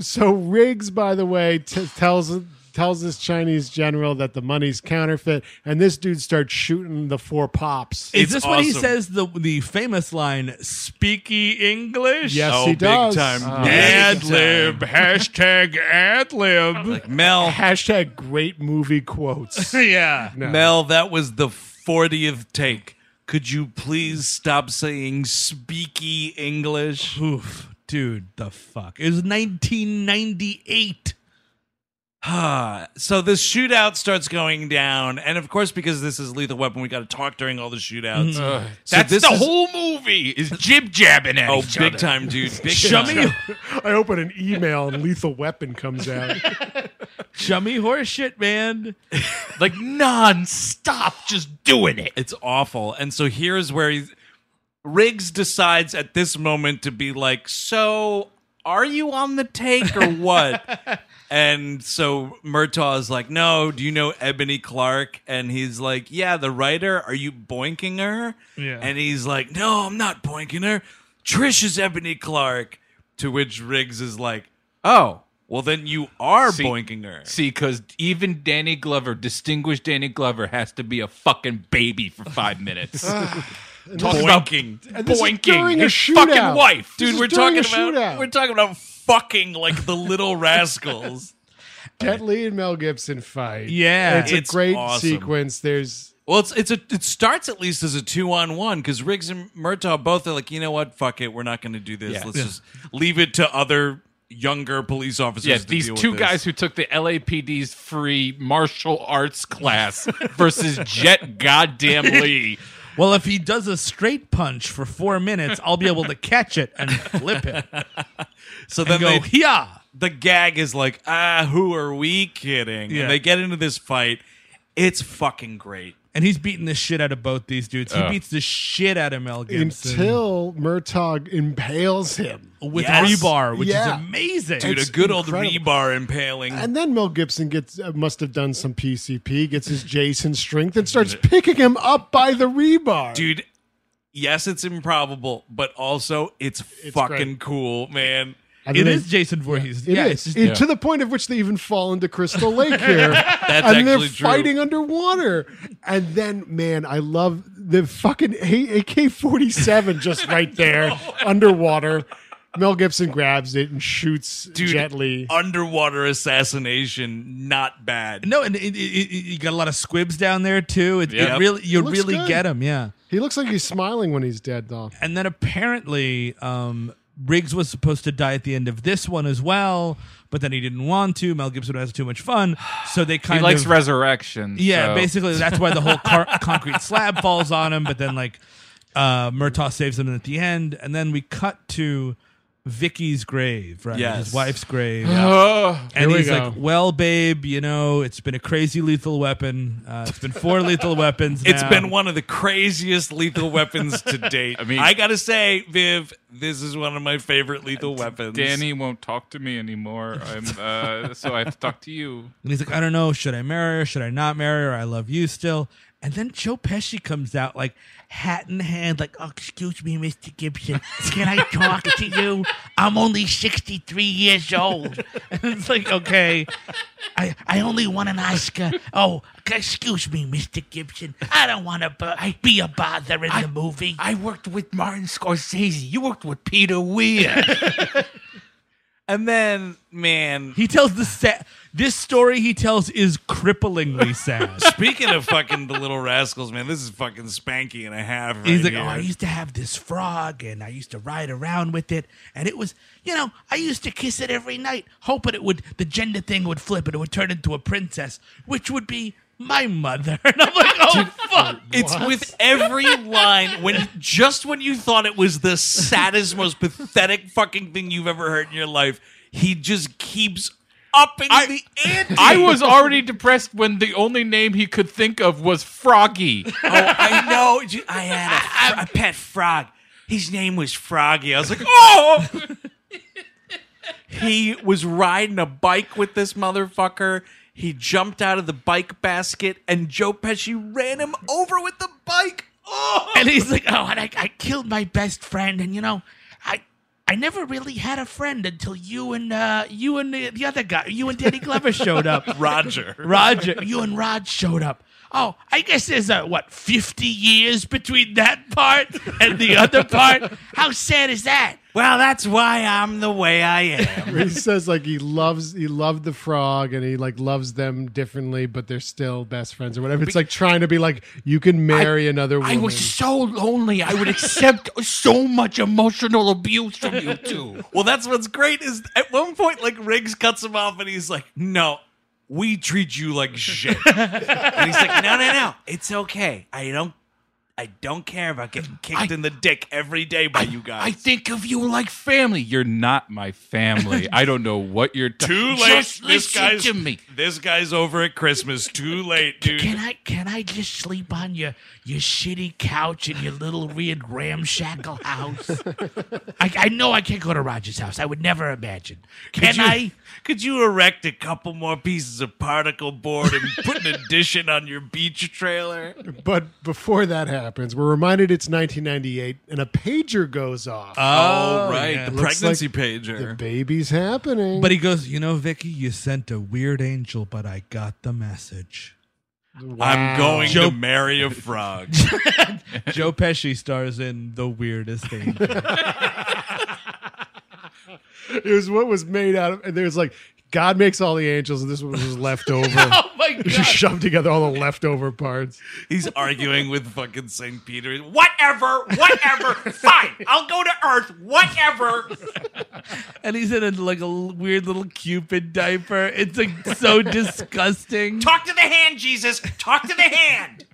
C: So Riggs, by the way, t- tells tells this Chinese general that the money's counterfeit, and this dude starts shooting the four pops.
D: Is
A: It's
D: this when he
A: awesome.
D: says the the famous line, "Speaky English"?
C: yes,
A: oh,
C: he
A: big
C: does.
A: time.
C: Uh,
A: Big
F: lib. Hashtag ad lib.
A: Like Mel,
C: hashtag great movie quotes.
F: yeah.
A: Mel, that was the 40th take. Could you please stop saying speaky English?
D: Oof, dude, the fuck. It was 1998.
A: Ah, so this shootout starts going down, and of course, because this is Lethal Weapon, we got to talk during all the shootouts. So
F: Mm-hmm. That's
A: this
F: the
A: is-
F: whole movie is jib jabbing at
A: Oh,
F: each
A: big
F: other.
A: time, dude! Big
D: Chummy,
A: time.
C: I open an email and Lethal Weapon comes out.
D: chummy horseshit, man.
F: Like non-stop just doing it.
A: It's awful. And so here's where he, Riggs decides at this moment to be like, "So, are you on the take or what?" and so Murtaugh is like, "No, do you know Ebony Clark?" And he's like, "Yeah, the writer. Are you boinking her?"
D: Yeah.
A: And he's like, "No, I'm not boinking her. Trish is Ebony Clark." To which Riggs is like, "Oh, well then you are boinking her."
F: See, because even Danny Glover, distinguished Danny Glover, has to be a fucking baby for five minutes.
C: this
E: Talking
C: is-
E: about
C: and this is
E: boinking
C: during a
E: his
C: shootout.
E: fucking
C: This
E: wife, dude.
C: is
E: We're
C: during
E: talking
C: a
E: about
C: shootout.
E: we're talking about fucking like the Little Rascals.
C: Jet Li and Mel Gibson fight.
D: Yeah.
C: it's,
E: It's
C: a great
E: awesome.
C: sequence. There's
E: Well, it's it's a it starts at least as a two on one because Riggs and Murtaugh both are like, you know what, fuck it, we're not going to do this. Let's just leave it to other younger police officers.
F: Yeah,
E: to
F: these
E: deal with
F: two
E: this."
F: guys who took the LAPD's free martial arts class versus Jet Goddamn Lee.
D: Well, if he does a straight punch for four minutes, I'll be able to catch it and flip it and
E: So then
D: go,
E: they,
D: yeah.
E: the gag is like, ah, who are we kidding?
D: Yeah.
E: And they get into this fight. It's fucking great.
D: And he's beating the shit out of both these dudes. He beats the shit out of Mel Gibson
C: until Murtaugh impales him.
D: with
E: Yes.
D: rebar, which
C: Yeah.
D: is amazing.
E: Dude,
C: It's
E: a good
C: incredible.
E: old rebar impaling.
C: And then Mel Gibson gets uh, must have done some PCP, gets his Jason strength, and starts picking him up by the rebar.
E: Dude, yes, it's improbable, but also it's, fucking
C: great.
E: cool, man.
C: And
D: it
C: then
D: is Jason Voorhees.
C: It
D: yeah,
C: is.
D: It's just,
C: It- to the point of which they even fall into Crystal Lake here. That's and they're
E: actually true.
C: fighting underwater. And then, man, I love the fucking AK 47 just right there underwater. Mel Gibson grabs it and shoots
E: Dude,
C: gently.
E: underwater assassination, not bad.
D: no, and it, it, it, you got a lot of squibs down there too. It, it
E: Yep.
D: really, you
C: Looks
D: really
C: good.
D: get them. Yeah.
C: He looks like he's smiling when he's dead, though.
D: and then apparently um, Riggs was supposed to die at the end of this one as well, but then he didn't want to. Mel Gibson has too much fun, so they
F: He
D: kind
F: likes
D: of
F: resurrection.
D: yeah.
F: Mm, so-
D: Basically, that's why the whole car- concrete slab falls on him. But then like uh, Murtaugh saves him at the end, and then we cut to Vicky's grave, right?
E: Yes.
D: His wife's grave.
F: Oh,
D: And
C: Here we
D: he's
C: go.
D: like, "Well, babe, you know, it's been a crazy lethal weapon. Uh, it's been four lethal weapons.
E: It's
D: now.
E: been one of the craziest lethal weapons to date. I
F: mean-
E: I gotta say, Viv, this is one of my favorite lethal weapons.
F: Danny won't talk to me anymore. I'm, uh, so I have to talk to you.
D: And he's like, I don't know, should I marry her? Should I not marry her? I love you still. And then Joe Pesci comes out like hat in hand, like, oh, excuse me, Mr. Gibson, can I talk to you? I'm only 63 years old. And it's like, okay, I, I only won an Oscar. Oh, excuse me, Mr. Gibson, I don't want to be a bother in the movie.
K: I worked with Martin Scorsese. You worked with Peter Weir.
E: And then, man,
D: he tells the sad, this story he tells is cripplingly sad.
E: speaking of fucking the little rascals, man, this is fucking spanky and a half. Right
D: He's like,
E: here.
D: oh, I used to have this frog, and I used to ride around with it, and it was, you know, I used to kiss it every night, hoping it would, the gender thing would flip, and it would turn into a princess, which would be my mother. And I'm like, oh fuck,
E: It's with every line when just when you thought it was the saddest, most pathetic fucking thing you've ever heard in your life, he just keeps upping the ante.
F: I was already depressed when the only name he could think of was Froggy.
E: oh, I know. Ju- I had a, a pet frog. His name was Froggy. I was like, oh. he was riding a bike with this motherfucker. He jumped out of the bike basket, and Joe Pesci ran him over with the bike. Oh.
D: and he's like, oh, and I, I killed my best friend, and you know, I, I never really had a friend until you and uh, you and the, the other guy, you and Danny Glover showed up.
E: Roger.
D: Roger, you and Rod showed up. Oh, I guess there's a what, 50 years between that part and the other part? How sad is that?
E: Well, that's why I'm the way I am.
C: Where he says like he loves he loved the frog and he like loves them differently, but they're still best friends or whatever. It's like trying to be like you can marry another woman.
K: I was so lonely. I would accept so much emotional abuse from you two.
E: Well, that's what's great is at one point, like Riggs cuts him off and he's like, "No, we treat you like shit." and he's like, "No, no, no, it's okay. I don't, I don't care about getting kicked in the dick every day by you
K: I
E: guys."
K: think of you like
F: Family, you're not my family. I don't know what you're talking
E: Too
K: Just listen to me.
E: This guy's over at Christmas. Too late,
D: Can
E: dude.
D: I can I just sleep on your your shitty couch in your little weird ramshackle house? I, I know I can't go to Roger's house. I would never imagine. Can
E: Could you-
D: I?
E: Could you erect a couple more pieces of particle board and put an addition on your beach trailer?
C: But before that happens, we're reminded it's 1998 and a pager goes off.
E: Oh, right, the
C: Looks
E: pregnancy
C: like The
E: pager.
C: baby's happening.
D: he goes, you know, Vicky, you sent a weird angel, but I got the message.
A: I'm going
D: Joe-
A: to marry a frog.
D: Joe Pesci stars in the weirdest thing.
C: It was what was made out of. And there's like God makes all the angels, and this one was just left over.
F: Oh my
C: It was just
F: god!
C: shoved together all the leftover parts.
A: He's arguing with fucking St. Peter. Whatever, whatever. Fine. I'll go to Earth. Whatever.
D: and he's in a, like a l- weird little Cupid diaper. It's like so disgusting.
A: Talk to the hand, Jesus. Talk to the hand.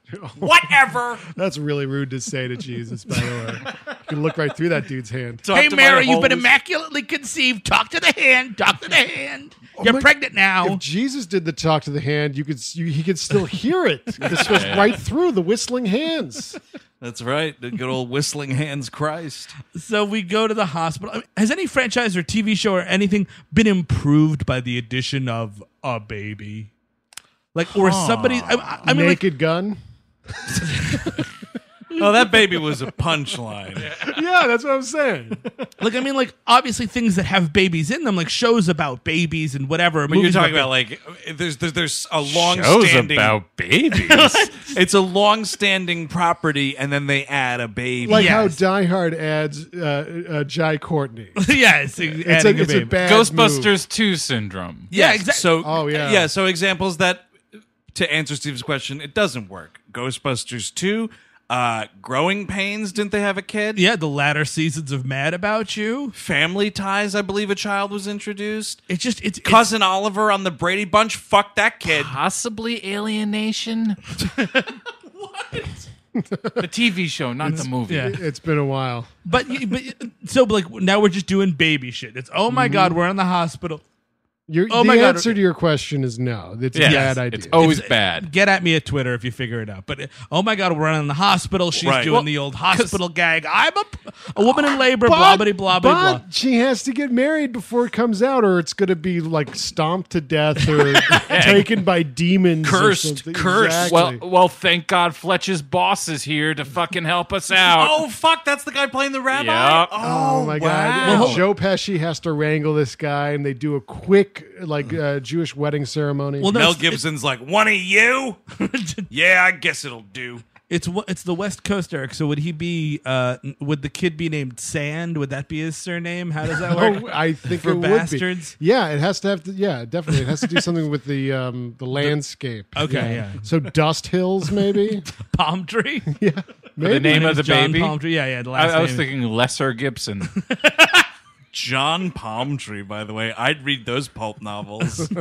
A: Whatever.
C: That's really rude to say to Jesus, by the way. You can look right through that dude's hand.
A: Talk
D: hey
A: to my
D: Mary, you've
A: homeless-
D: been immaculately conceived. Talk to the hand. Talk to the hand. You're
C: my-
D: pregnant now.
C: If Jesus did the talk to the hand, you could s- you, he could still hear it. This was right through the whistling hands.
A: That's right. The good old whistling hands Christ.
D: So we go to the hospital. I mean, Has any franchise or TV show or anything been improved by the addition of a baby? Like, or somebody. I, I- I mean, like,
C: Naked gun.
A: Oh, that baby was a punchline.
C: Yeah, that's what I'm saying.
D: like, I mean, like, obviously things that have babies in them, like shows about babies and whatever.
A: But you're talking about like there's there's, there's a long
F: Shows
A: standing
F: about babies.
A: it's a long standing property and then they add a baby.
C: Like how
D: Yes.
C: Die Hard adds uh, uh, Jai Courtney. It's,
D: yeah, it's,
C: a,
D: adding a
C: it's
D: baby.
C: a bad move.
F: Ghostbusters Two syndrome.
D: Yeah, exactly.
A: So
C: Oh, yeah.
A: Yeah, so examples that to answer Steve's question, it doesn't work. Ghostbusters 2, uh Growing Pains, didn't they have a kid?
D: yeah, the latter seasons of Mad About You.
A: Family Ties, I believe a child was introduced.
D: It's just it's it's-
A: Cousin Oliver on the Brady Bunch, fuck that kid.
F: Possibly alienation. what? The TV show, not the movie.
D: yeah.
C: It's been a while.
D: But you- but you- so like now we're just doing baby shit. It's oh my god, we're in the hospital.
C: Your,
D: Oh
C: the
D: my God.
C: answer to your question is no. It's
F: Yes.
C: a bad idea.
F: It's always bad.
D: Get at me at Twitter if you figure it out. But uh, oh my god, we're in the hospital. She's
A: Right.
D: doing
A: Well,
D: the old hospital gag. I'm a a woman in labor. blah
C: But-
D: blah blah blah.
C: but she has to get married before it comes out, or it's going to be like stomped to death or taken by demons, or
A: Cursed,
C: something.
A: cursed.
C: Exactly.
F: Well, well, thank God Fletch's boss is here to fucking help us out.
A: Oh fuck, that's the guy playing the rabbi.
F: Yeah.
C: oh my god!
A: wow.
C: And Joe Pesci has to wrangle this guy, and they do a quick like uh, Jewish wedding ceremony.
D: Well, no,
A: Mel
D: it's-
A: Gibson's like, one of you? yeah, I guess it'll do.
D: It's wh- it's the West Coast, Eric. So would he be? Uh, n- would the kid be named Sand? Would that be his surname? How does that work?
C: Oh, I think
D: For
C: it would
D: bastards?
C: be. Yeah, it has to have to. Yeah, definitely, it has to do something with the um, the landscape.
D: Okay, yeah.
C: So dust hills, maybe.
D: Palm tree.
C: maybe.
F: the name of the
D: John
F: baby.
D: Palm tree. Yeah, yeah. The
F: I,
D: last
F: I was
D: name.
F: thinking Lesser Gibson.
A: John Palmtree, by the way. I'd read those pulp novels.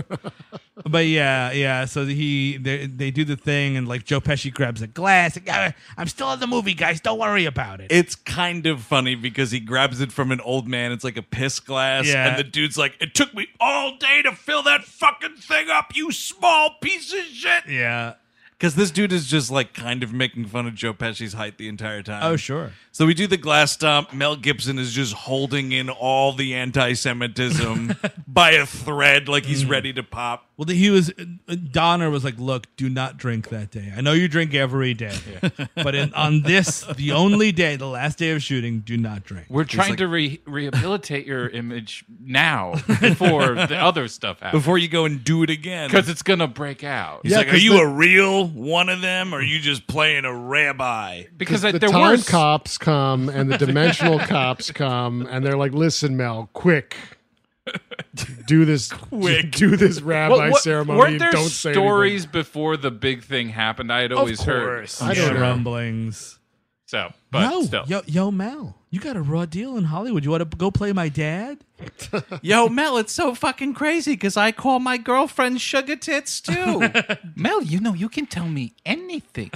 D: But yeah, yeah. So he they, they do the thing, and like Joe Pesci grabs a glass. like, "Ah, I'm still in the movie, guys. Don't worry about it.
A: it's kind of funny because he grabs it from an old man. It's like a piss glass.
D: Yeah.
A: And the dude's like, It took me all day to fill that fucking thing up, you small piece of shit.
D: yeah.
A: Because this dude is just like kind of making fun of Joe Pesci's height the entire time.
D: Oh sure.
A: So we do the glass stomp. Mel Gibson is just holding in all the anti Semitism by a thread, like he's ready to pop.
D: Well, the- he was uh, Donner was like, "Look, do not drink that day. I know you drink every day, but in, on this, the only day, the last day of shooting, do not drink."
F: We're trying to re- rehabilitate your image now before the other stuff happens.
A: Before you go and do it again.
F: because it's gonna break out.
A: He's
C: Yeah,
A: like, are
C: 'cause
A: you
C: the-
A: a real one of them, or are you just playing a rabbi?
F: Because I,
C: the
F: there
C: time
F: were
C: cops come and the dimensional cops come and they're like, "Listen, Mel, quick, do this, quick, do this rabbi
F: Well, what-
C: ceremony.
F: Weren't
C: and
F: there
C: don't say anything."
F: stories before the big thing happened? I had always heard.
C: I don't know.
D: rumblings.
F: So, but
D: no,
F: still,
D: yo, yo, Mel, you got a raw deal in Hollywood. You want to go play my dad?
A: Yo, Mel, it's so fucking crazy because I call my girlfriend sugar tits too.
F: Mel, you know you can tell me anything.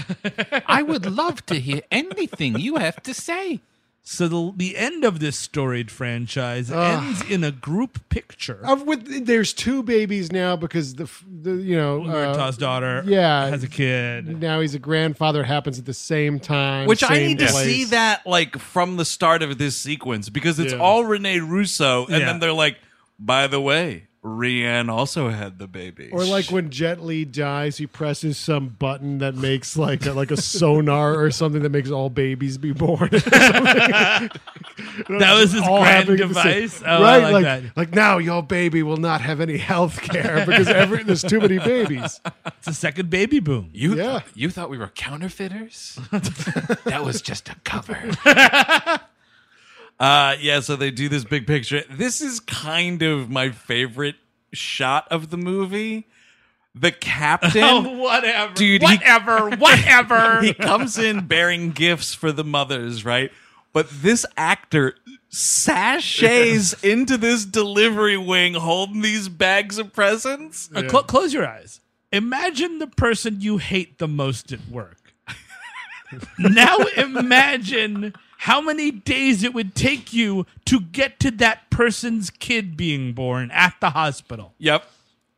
F: I would love to hear anything you have to say.
D: So the the end of this storied franchise ends in a group picture.
C: Of with there's two babies now because the, f- the you know uh,
D: Murtaugh's daughter
C: yeah.
D: has a kid.
C: now he's a grandfather happens at the same time.
A: Which I
C: same
A: need to
C: place.
A: see that like from the start of this sequence because it's
C: Yeah.
A: all Rene Russo, and
D: Yeah.
A: then they're like, by the way, Rianne also had the baby.
C: Or like when Jet Li dies, he presses some button that makes like a, like a sonar or something that makes all babies be born.
D: That was his
C: All
D: grand
C: happening at the same-
D: device? Oh, I
C: right?
D: like
C: like,
D: that.
C: like now your baby will not have any health care because every, there's too many babies.
D: It's a second baby boom.
K: You
C: Yeah.
K: thought- you thought we were counterfeiters? that was just a cover.
E: Uh, yeah, so they do this big picture. This is kind of my favorite shot of the movie. The captain,
D: Oh,
C: Oh.
D: whatever.
E: dude, he-
D: whatever. whatever.
E: he comes in bearing gifts for the mothers, right? But this actor sashays into this delivery wing holding these bags of presents.
D: Uh, cl- close your eyes. Imagine the person you hate the most at work. now imagine how many days it would take you to get to that person's kid being born at the hospital.
E: Yep.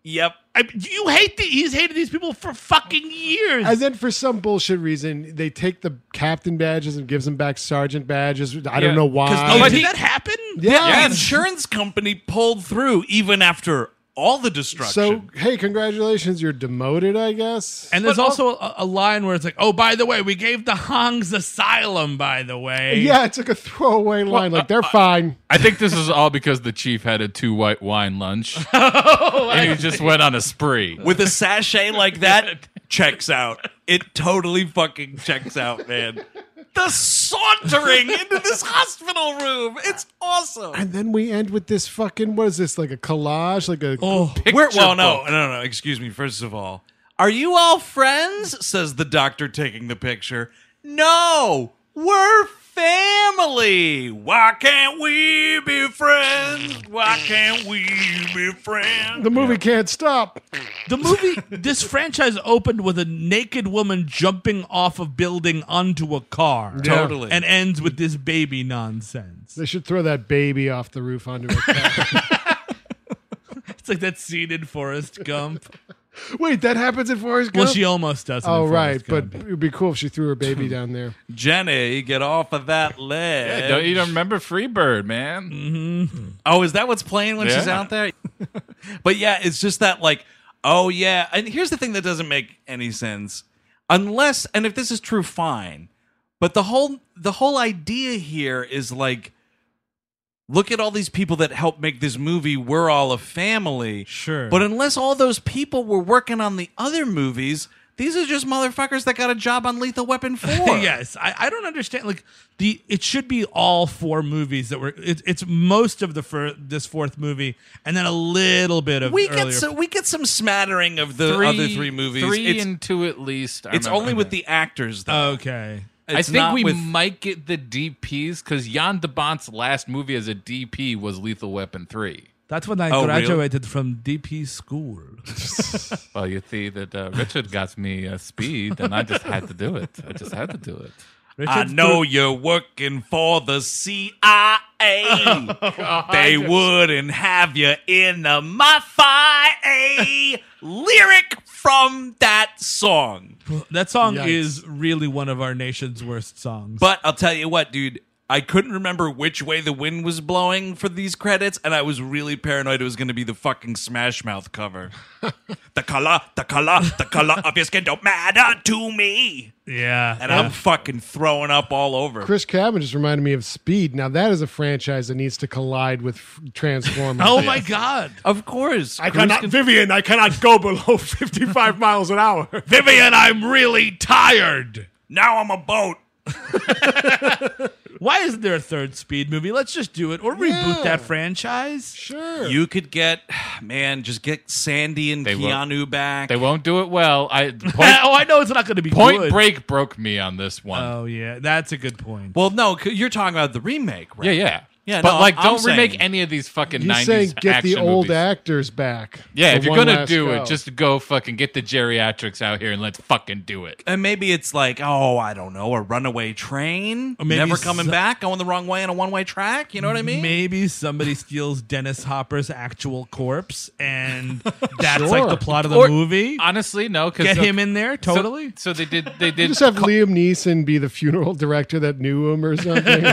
E: Yep.
D: I, you hate the, he's hated these people for fucking years.
C: And then for some bullshit reason, they take the captain badges and gives them back sergeant badges. I
F: Yeah.
C: don't know why.
E: 'Cause
D: oh,
E: but
D: did
E: he-
D: that happen?
C: yeah.
E: The insurance company pulled through even after all the destruction.
C: So hey, congratulations, you're demoted, I guess.
D: And there's also a, a line where it's like, oh, by the way, we gave the Hongs asylum, by the way.
C: yeah, it's like a throwaway line.
D: uh,
C: Like they're fine.
F: I think this is all because the chief had a two white wine lunch,
E: Oh,
F: and he just went on a spree.
E: with a sachet like that checks out. It totally fucking checks out, man. The sauntering into this hospital room. It's awesome.
C: And then we end with this fucking what is this like a collage like a
D: Oh,
E: We're, well, no, no, no. Excuse me. First of all, are you all friends? Says the doctor, taking the picture. No, we're family. Why can't we be friends? Why can't we be friends?
C: the movie can't stop.
D: The movie, this franchise opened with a naked woman jumping off a building onto a car.
E: Totally.
D: And ends with this baby nonsense.
C: They should throw that baby off the roof onto a car.
D: It's like that scene in Forrest Gump.
C: Wait, that happens in Forrest Gump.
D: Well, she almost does.
C: oh right, but it would be cool if she threw her baby down there.
E: Jenny, get off of that ledge.
F: Don't you don't remember Freebird, man?
E: Oh, is that what's playing when she's
F: Yeah.
E: out there? but yeah, it's just that like, oh yeah. And here's the thing that doesn't make any sense. Unless and if this is true, fine. But the whole the whole idea here is like look at all these people that helped make this movie. We're all a family.
D: Sure.
E: But unless all those people were working on the other movies, these are just motherfuckers that got a job on Lethal Weapon 4.
D: yes, I, I don't understand. Like the, it should be all four movies that were. It, it's most of the fir- this fourth movie, and then a little bit of
E: We
D: earlier.
E: get so we get some smattering of the other three movies.
F: Three
E: it's
F: and two at least. I
E: it's
F: remember. Uh,
E: only with the actors though.
D: okay.
F: I
E: It's
F: think
E: not
F: we
E: with-
F: might get the DPs because Jan de Bont's last movie as a DP was Lethal Weapon three.
D: That's when I
E: Oh, really? Ah,
D: graduated from DP school.
F: Well, you see that uh, Richard got me uh, speed, and I just had to do it. I just had to do it.
E: I
D: Richard's
E: know you're working for the CIA. they wouldn't have you in the mafia. Lyric from that song.
D: That song
C: Yikes.
D: is really one of our nation's worst songs.
E: But I'll tell you what, dude. I couldn't remember which way the wind was blowing for these credits, and I was really paranoid it was going to be the fucking Smash Mouth cover. the color, the color, the color of your skin don't matter to me.
D: yeah,
E: And I'm fucking throwing up all over.
C: Chris Cabin just reminded me of Speed. Now that is a franchise that needs to collide with f- Transformers.
D: oh my god,
E: of course.
C: I cannot, Vivian. I cannot go below fifty-five miles an hour.
D: Vivian, I'm really tired.
E: now I'm a boat.
D: Why isn't there a third Speed movie? Let's just do it or reboot that franchise.
C: Sure.
E: You could get, man, just get Sandy and
F: They will-
E: Keanu back.
F: They won't do it well. I point,
D: oh, I know it's not going to be
F: Point
D: good.
F: Break broke me on this one.
D: Oh yeah, that's a good point.
E: well, no, c- you're talking about the remake, right?
F: yeah, yeah,
E: Yeah,
F: But
E: no,
F: like,
E: I'm
F: don't remake
E: saying-
F: any of these fucking
C: He's
F: nineties
C: saying get
F: action
C: the old
F: movies.
C: actors back.
F: Yeah,
C: for
F: if you're
C: one
F: gonna
C: last
F: do
C: go.
F: it, just go fucking get the geriatrics out here and let's fucking do it.
E: And maybe it's like, oh, I don't know, a runaway train,
D: maybe
E: never coming
D: so-
E: back, going the wrong way on a one way track. You know what I mean?
D: Maybe somebody steals Dennis Hopper's actual corpse, and that's like the plot of the
F: Or-
D: movie.
F: Honestly, no, because
D: Get him in there
F: So,
D: totally.
F: so they did. They did.
C: just have Liam Neeson be the funeral director that knew him or something.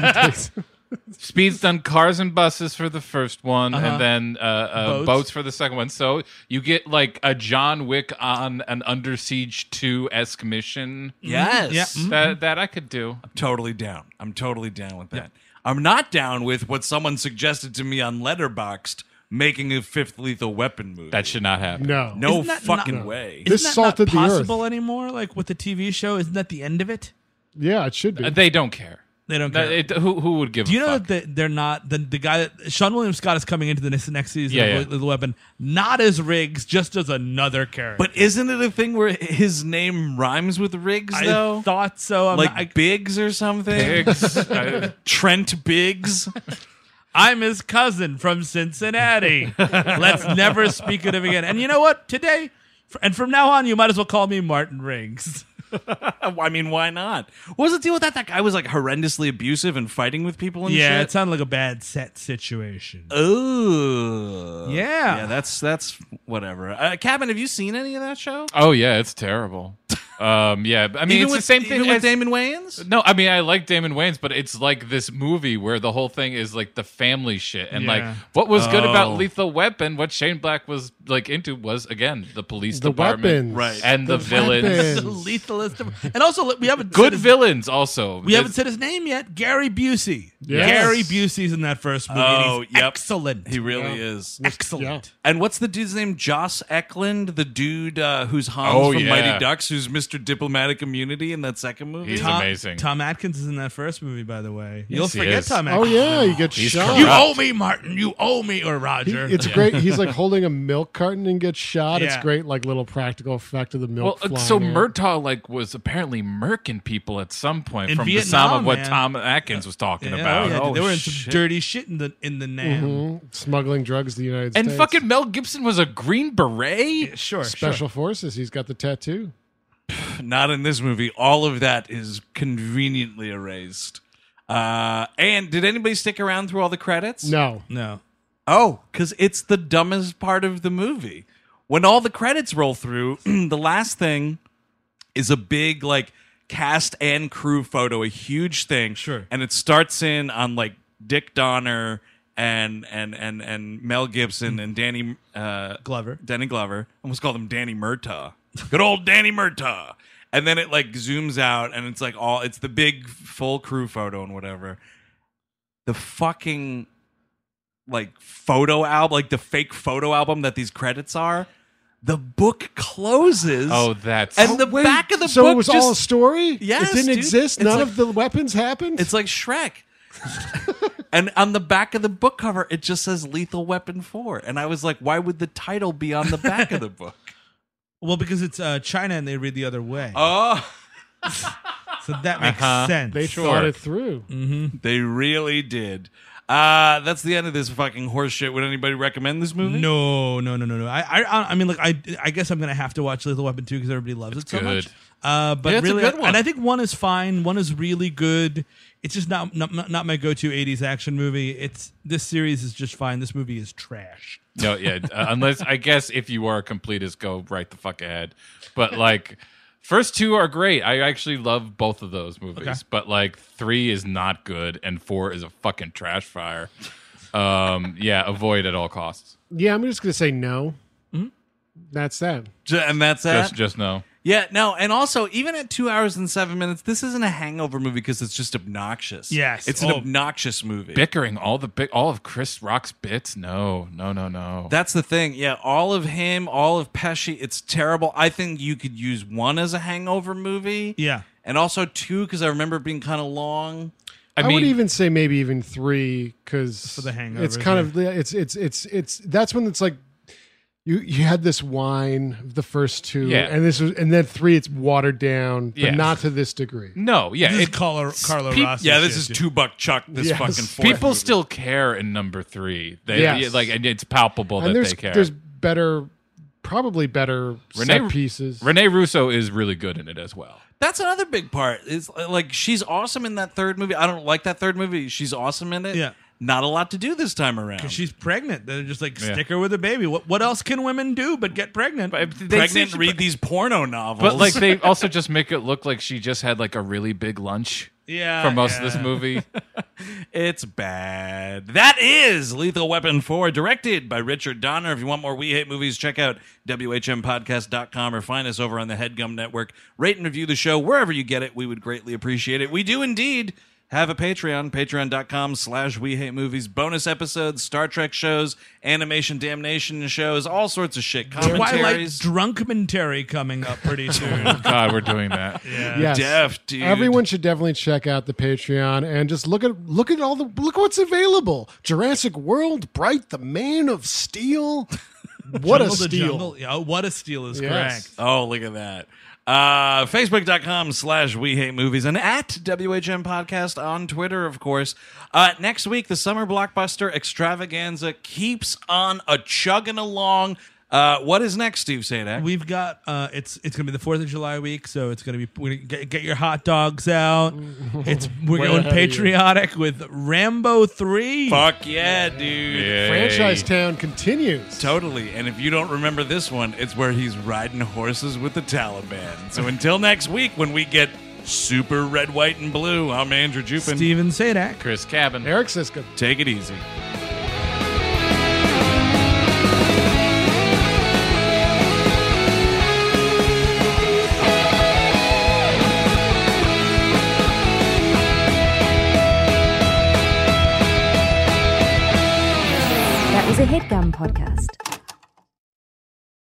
F: Speed's done cars and buses for the first one, and then uh, uh,
D: Boats.
F: boats. for the second one. So you get like a John Wick on an Under Siege two esque mission.
E: Yes.
D: Yeah.
F: That that I could do.
E: Totally down. I'm totally down with that. I'm not down with what someone suggested to me on Letterboxd, making a fifth Lethal Weapon movie.
F: That should not happen.
C: No.
E: no
D: Isn't that
E: fucking
D: not-
E: way.
C: This
D: Isn't that
C: salted
D: not
C: the earth.
D: possible anymore? Like with the TV show, isn't that the end of it?
C: Yeah, it should be.
F: Uh, They don't care.
D: They don't
F: That-
D: care.
F: it- who, who would give
D: Do you
F: a
D: know
F: fuck?
D: that they're not the the guy that Sean William Scott is coming into the next, next season
F: Yeah,
D: of
F: yeah.
D: Lethal Weapon not as Riggs, just as another character.
E: But isn't it a thing where his name rhymes with Riggs
D: I
E: though?
D: thought so. I'm,
E: like
D: not- I,
E: Biggs or something?
F: Pigs. Uh,
E: Trent Biggs.
D: I'm his cousin from Cincinnati. Let's never speak of him again. And you know what? Today fr- and from now on, you might as well call me Martin Riggs.
E: I mean, why not? What was the deal with that? That guy was like horrendously abusive and fighting with people and
D: Yeah,
E: shit.
D: it sounded like a bad set situation.
E: Ooh.
D: Yeah.
E: Yeah, that's that's whatever. Uh, Cabin, have you seen any of that show?
F: oh yeah, it's terrible. Um, yeah, I mean,
E: even
F: it's
E: with,
F: the same thing
E: even with
F: as-
E: Damon Wayans?
F: No, I mean I like Damon Wayans, but it's like this movie where the whole thing is like the family shit, and
D: Yeah.
F: like what was good
E: Oh.
F: about Lethal Weapon, what Shane Black was like into was again the police
C: the
F: department
C: weapons.
E: Right.
F: and the, villains,
C: weapons.
D: Lethalist, of- and also we haven't said
F: good
D: his-
F: villains also.
D: We haven't
F: It's-
D: said his name yet. Gary Busey.
C: Yes.
D: Gary Busey's in that first movie. and
E: Oh,
D: he's
E: yep.
D: excellent.
E: He really is.
D: excellent.
C: Yeah.
E: And what's the dude's name? Joss Eklund, the dude uh, who's Hans
F: Oh,
E: from
F: yeah.
E: Mighty Ducks, who's Mr. Diplomatic Immunity in that second movie.
F: He's
D: Tom,
F: amazing.
D: Tom Atkins is in that first movie, by the way. You'll
F: he
D: forget
F: is.
D: Tom
C: Oh
D: Atkins.
C: yeah, you get shot.
D: You owe me, Martin. You owe me, or
C: He-
D: Roger.
C: it's great. He's like holding a milk carton and gets shot. It's
D: Yeah.
C: great, like little practical effect of the
F: Well,
C: milk.
F: uh,
C: flying
F: so
C: out.
F: Murtaugh like was apparently murking people at some point
D: In
F: from the
D: Vietnam,
F: sum of what
D: man.
F: Tom Atkins was talking
D: Yeah,
F: about.
D: oh, yeah, dude,
F: Oh,
D: they were in some
F: shit.
D: dirty shit in the in the Nam.
C: Mhm. smuggling drugs to the United
F: and
C: States.
F: fucking Mel Gibson was a Green Beret.
D: Sure,
C: special forces. He's got the tattoo.
E: Not in this movie. All of that is conveniently erased. Uh, and did anybody stick around through all the credits?
C: No,
D: sure. No,
E: Oh, because it's the dumbest part of the movie. When all the credits roll through, the last thing is a big like cast and crew photo, a huge thing.
D: Sure.
E: And it starts in on like Dick Donner and and and and Mel Gibson and Danny uh,
D: Glover.
E: Danny Glover. I almost called him Danny Murtaugh. Good old Danny Murtaugh. And then it like zooms out and it's like all it's the big full crew photo and whatever. The fucking like photo album, like the fake photo album that these credits are. The book closes.
F: Oh, that's
E: and the back of the
C: so
E: book
C: it was
E: just
C: all a story.
E: Yes,
C: it didn't
E: dude.
C: exist.
E: It's
C: None
E: like-
C: of the weapons happened.
E: it's like Shrek. and on the back of the book cover, it just says Lethal Weapon 4. And I was like, why would the title be on the back of the book?
D: Well, because it's uh, China and they read the other way,
E: Oh,
D: so that makes sense.
C: they thought it through.
E: they really did. Uh, that's the end of this fucking horseshit. Would anybody recommend this movie?
D: No, no, no, no, no. I, I, I mean, like, I, I guess I'm gonna have to watch Lethal Weapon two because everybody loves it so
F: good.
D: much. Uh, but
E: Yeah, it's a
D: really,
E: good one.
D: and I think one is fine. One is really good. It's just not not, not- not my go to '80s action movie. It's this series is just fine. This movie is trash.
F: No, yeah. uh, unless I guess if you are a completist, go right the fuck ahead. But like, first two are great. I actually love both of those movies. But like, three is not good, and four is a fucking trash fire. Um, yeah, avoid at all costs.
C: Yeah, I'm just gonna say no. That's that.
E: Ju- And that's that.
F: Just, just no.
E: yeah, no. And also, even at two hours and seven minutes, this isn't a hangover movie because it's just obnoxious.
D: Yes.
E: It's an
D: Oh.
E: obnoxious movie.
F: Bickering all the bi- all of Chris Rock's bits. No, no, no, no.
E: That's the thing. Yeah, all of him, all of Pesci, it's terrible. I think you could use one as a hangover movie.
D: Yeah.
E: And also two, because I remember it being kind of long.
F: I
C: I,
F: mean,
C: would even say maybe even three because
D: the hangover,
C: It's kind of it's it's it's it's that's when it's like you you had this wine the first two,
F: Yeah.
C: and this was and then three it's watered down, but
F: Yeah.
C: not to this degree.
F: no. Yeah,
D: This
F: it-
D: is Carlo, Carlo
F: peop-
D: Rossi
E: Yeah, this
D: shit,
E: is
D: dude.
E: two buck chuck. This
C: Yes.
E: fucking fourth
F: people
E: movie.
F: still care in number three. They
C: Yes.
F: like, and it's palpable
C: And
F: that
C: there's
F: they care.
C: there's better, probably better
F: Renee-
C: set pieces.
F: Rene Russo is really good in it as well.
E: That's another big part. Is uh, like she's awesome in that third movie. I don't like that third movie. She's awesome in it.
D: Yeah.
E: Not a lot to do this time around.
D: She's pregnant. They're just like stick her with a baby. What what else can women do but get pregnant?
E: pregnant. and read these porno novels.
F: But like they also just make it look like she just had like a really big lunch
D: yeah,
F: for most of
D: yeah.
F: this movie.
E: It's bad. That is Lethal Weapon 4, directed by Richard Donner. If you want more We Hate Movies, check out WHMPodcast.com or find us over on the Headgum Network. Rate and review the show wherever you get it. We would greatly appreciate it. We do indeed
A: have a Patreon, patreon.com slash we hate movies, bonus episodes, Star Trek shows, animation damnation shows, all sorts of shit.
D: Twilight
A: Commentaries.
D: Drunkmentary coming up pretty soon.
F: Oh, God, we're doing that.
C: Yes.
A: Def, dude.
C: Everyone should definitely check out the Patreon and just look at look at all the look what's available. Jurassic World, Bright, the Man of Steel. What a
D: Jungle to
C: steal!
D: Jungle. Yeah, what a steal is
C: Yes.
D: correct.
A: Oh, look at that. Uh, Facebook.com slash We Hate Movies and at WHM Podcast on Twitter, of course. Uh, next week, the summer blockbuster extravaganza keeps on a chugging along. Uh, what is next, Steve Sadak?
D: We've got uh, it's it's gonna be the Fourth of July week, so it's gonna be we get, get your hot dogs out. It's we're going patriotic with Rambo three.
A: Fuck yeah, dude.
C: Franchise Town continues.
A: Totally. And if you don't remember this one, it's where he's riding horses with the Taliban. So until next week, when we get super red, white, and blue, I'm Andrew Jupin.
D: Steven Sadak.
F: Chris Cabin.
C: Eric Siska.
A: Take it easy.
L: That was a headgum podcast.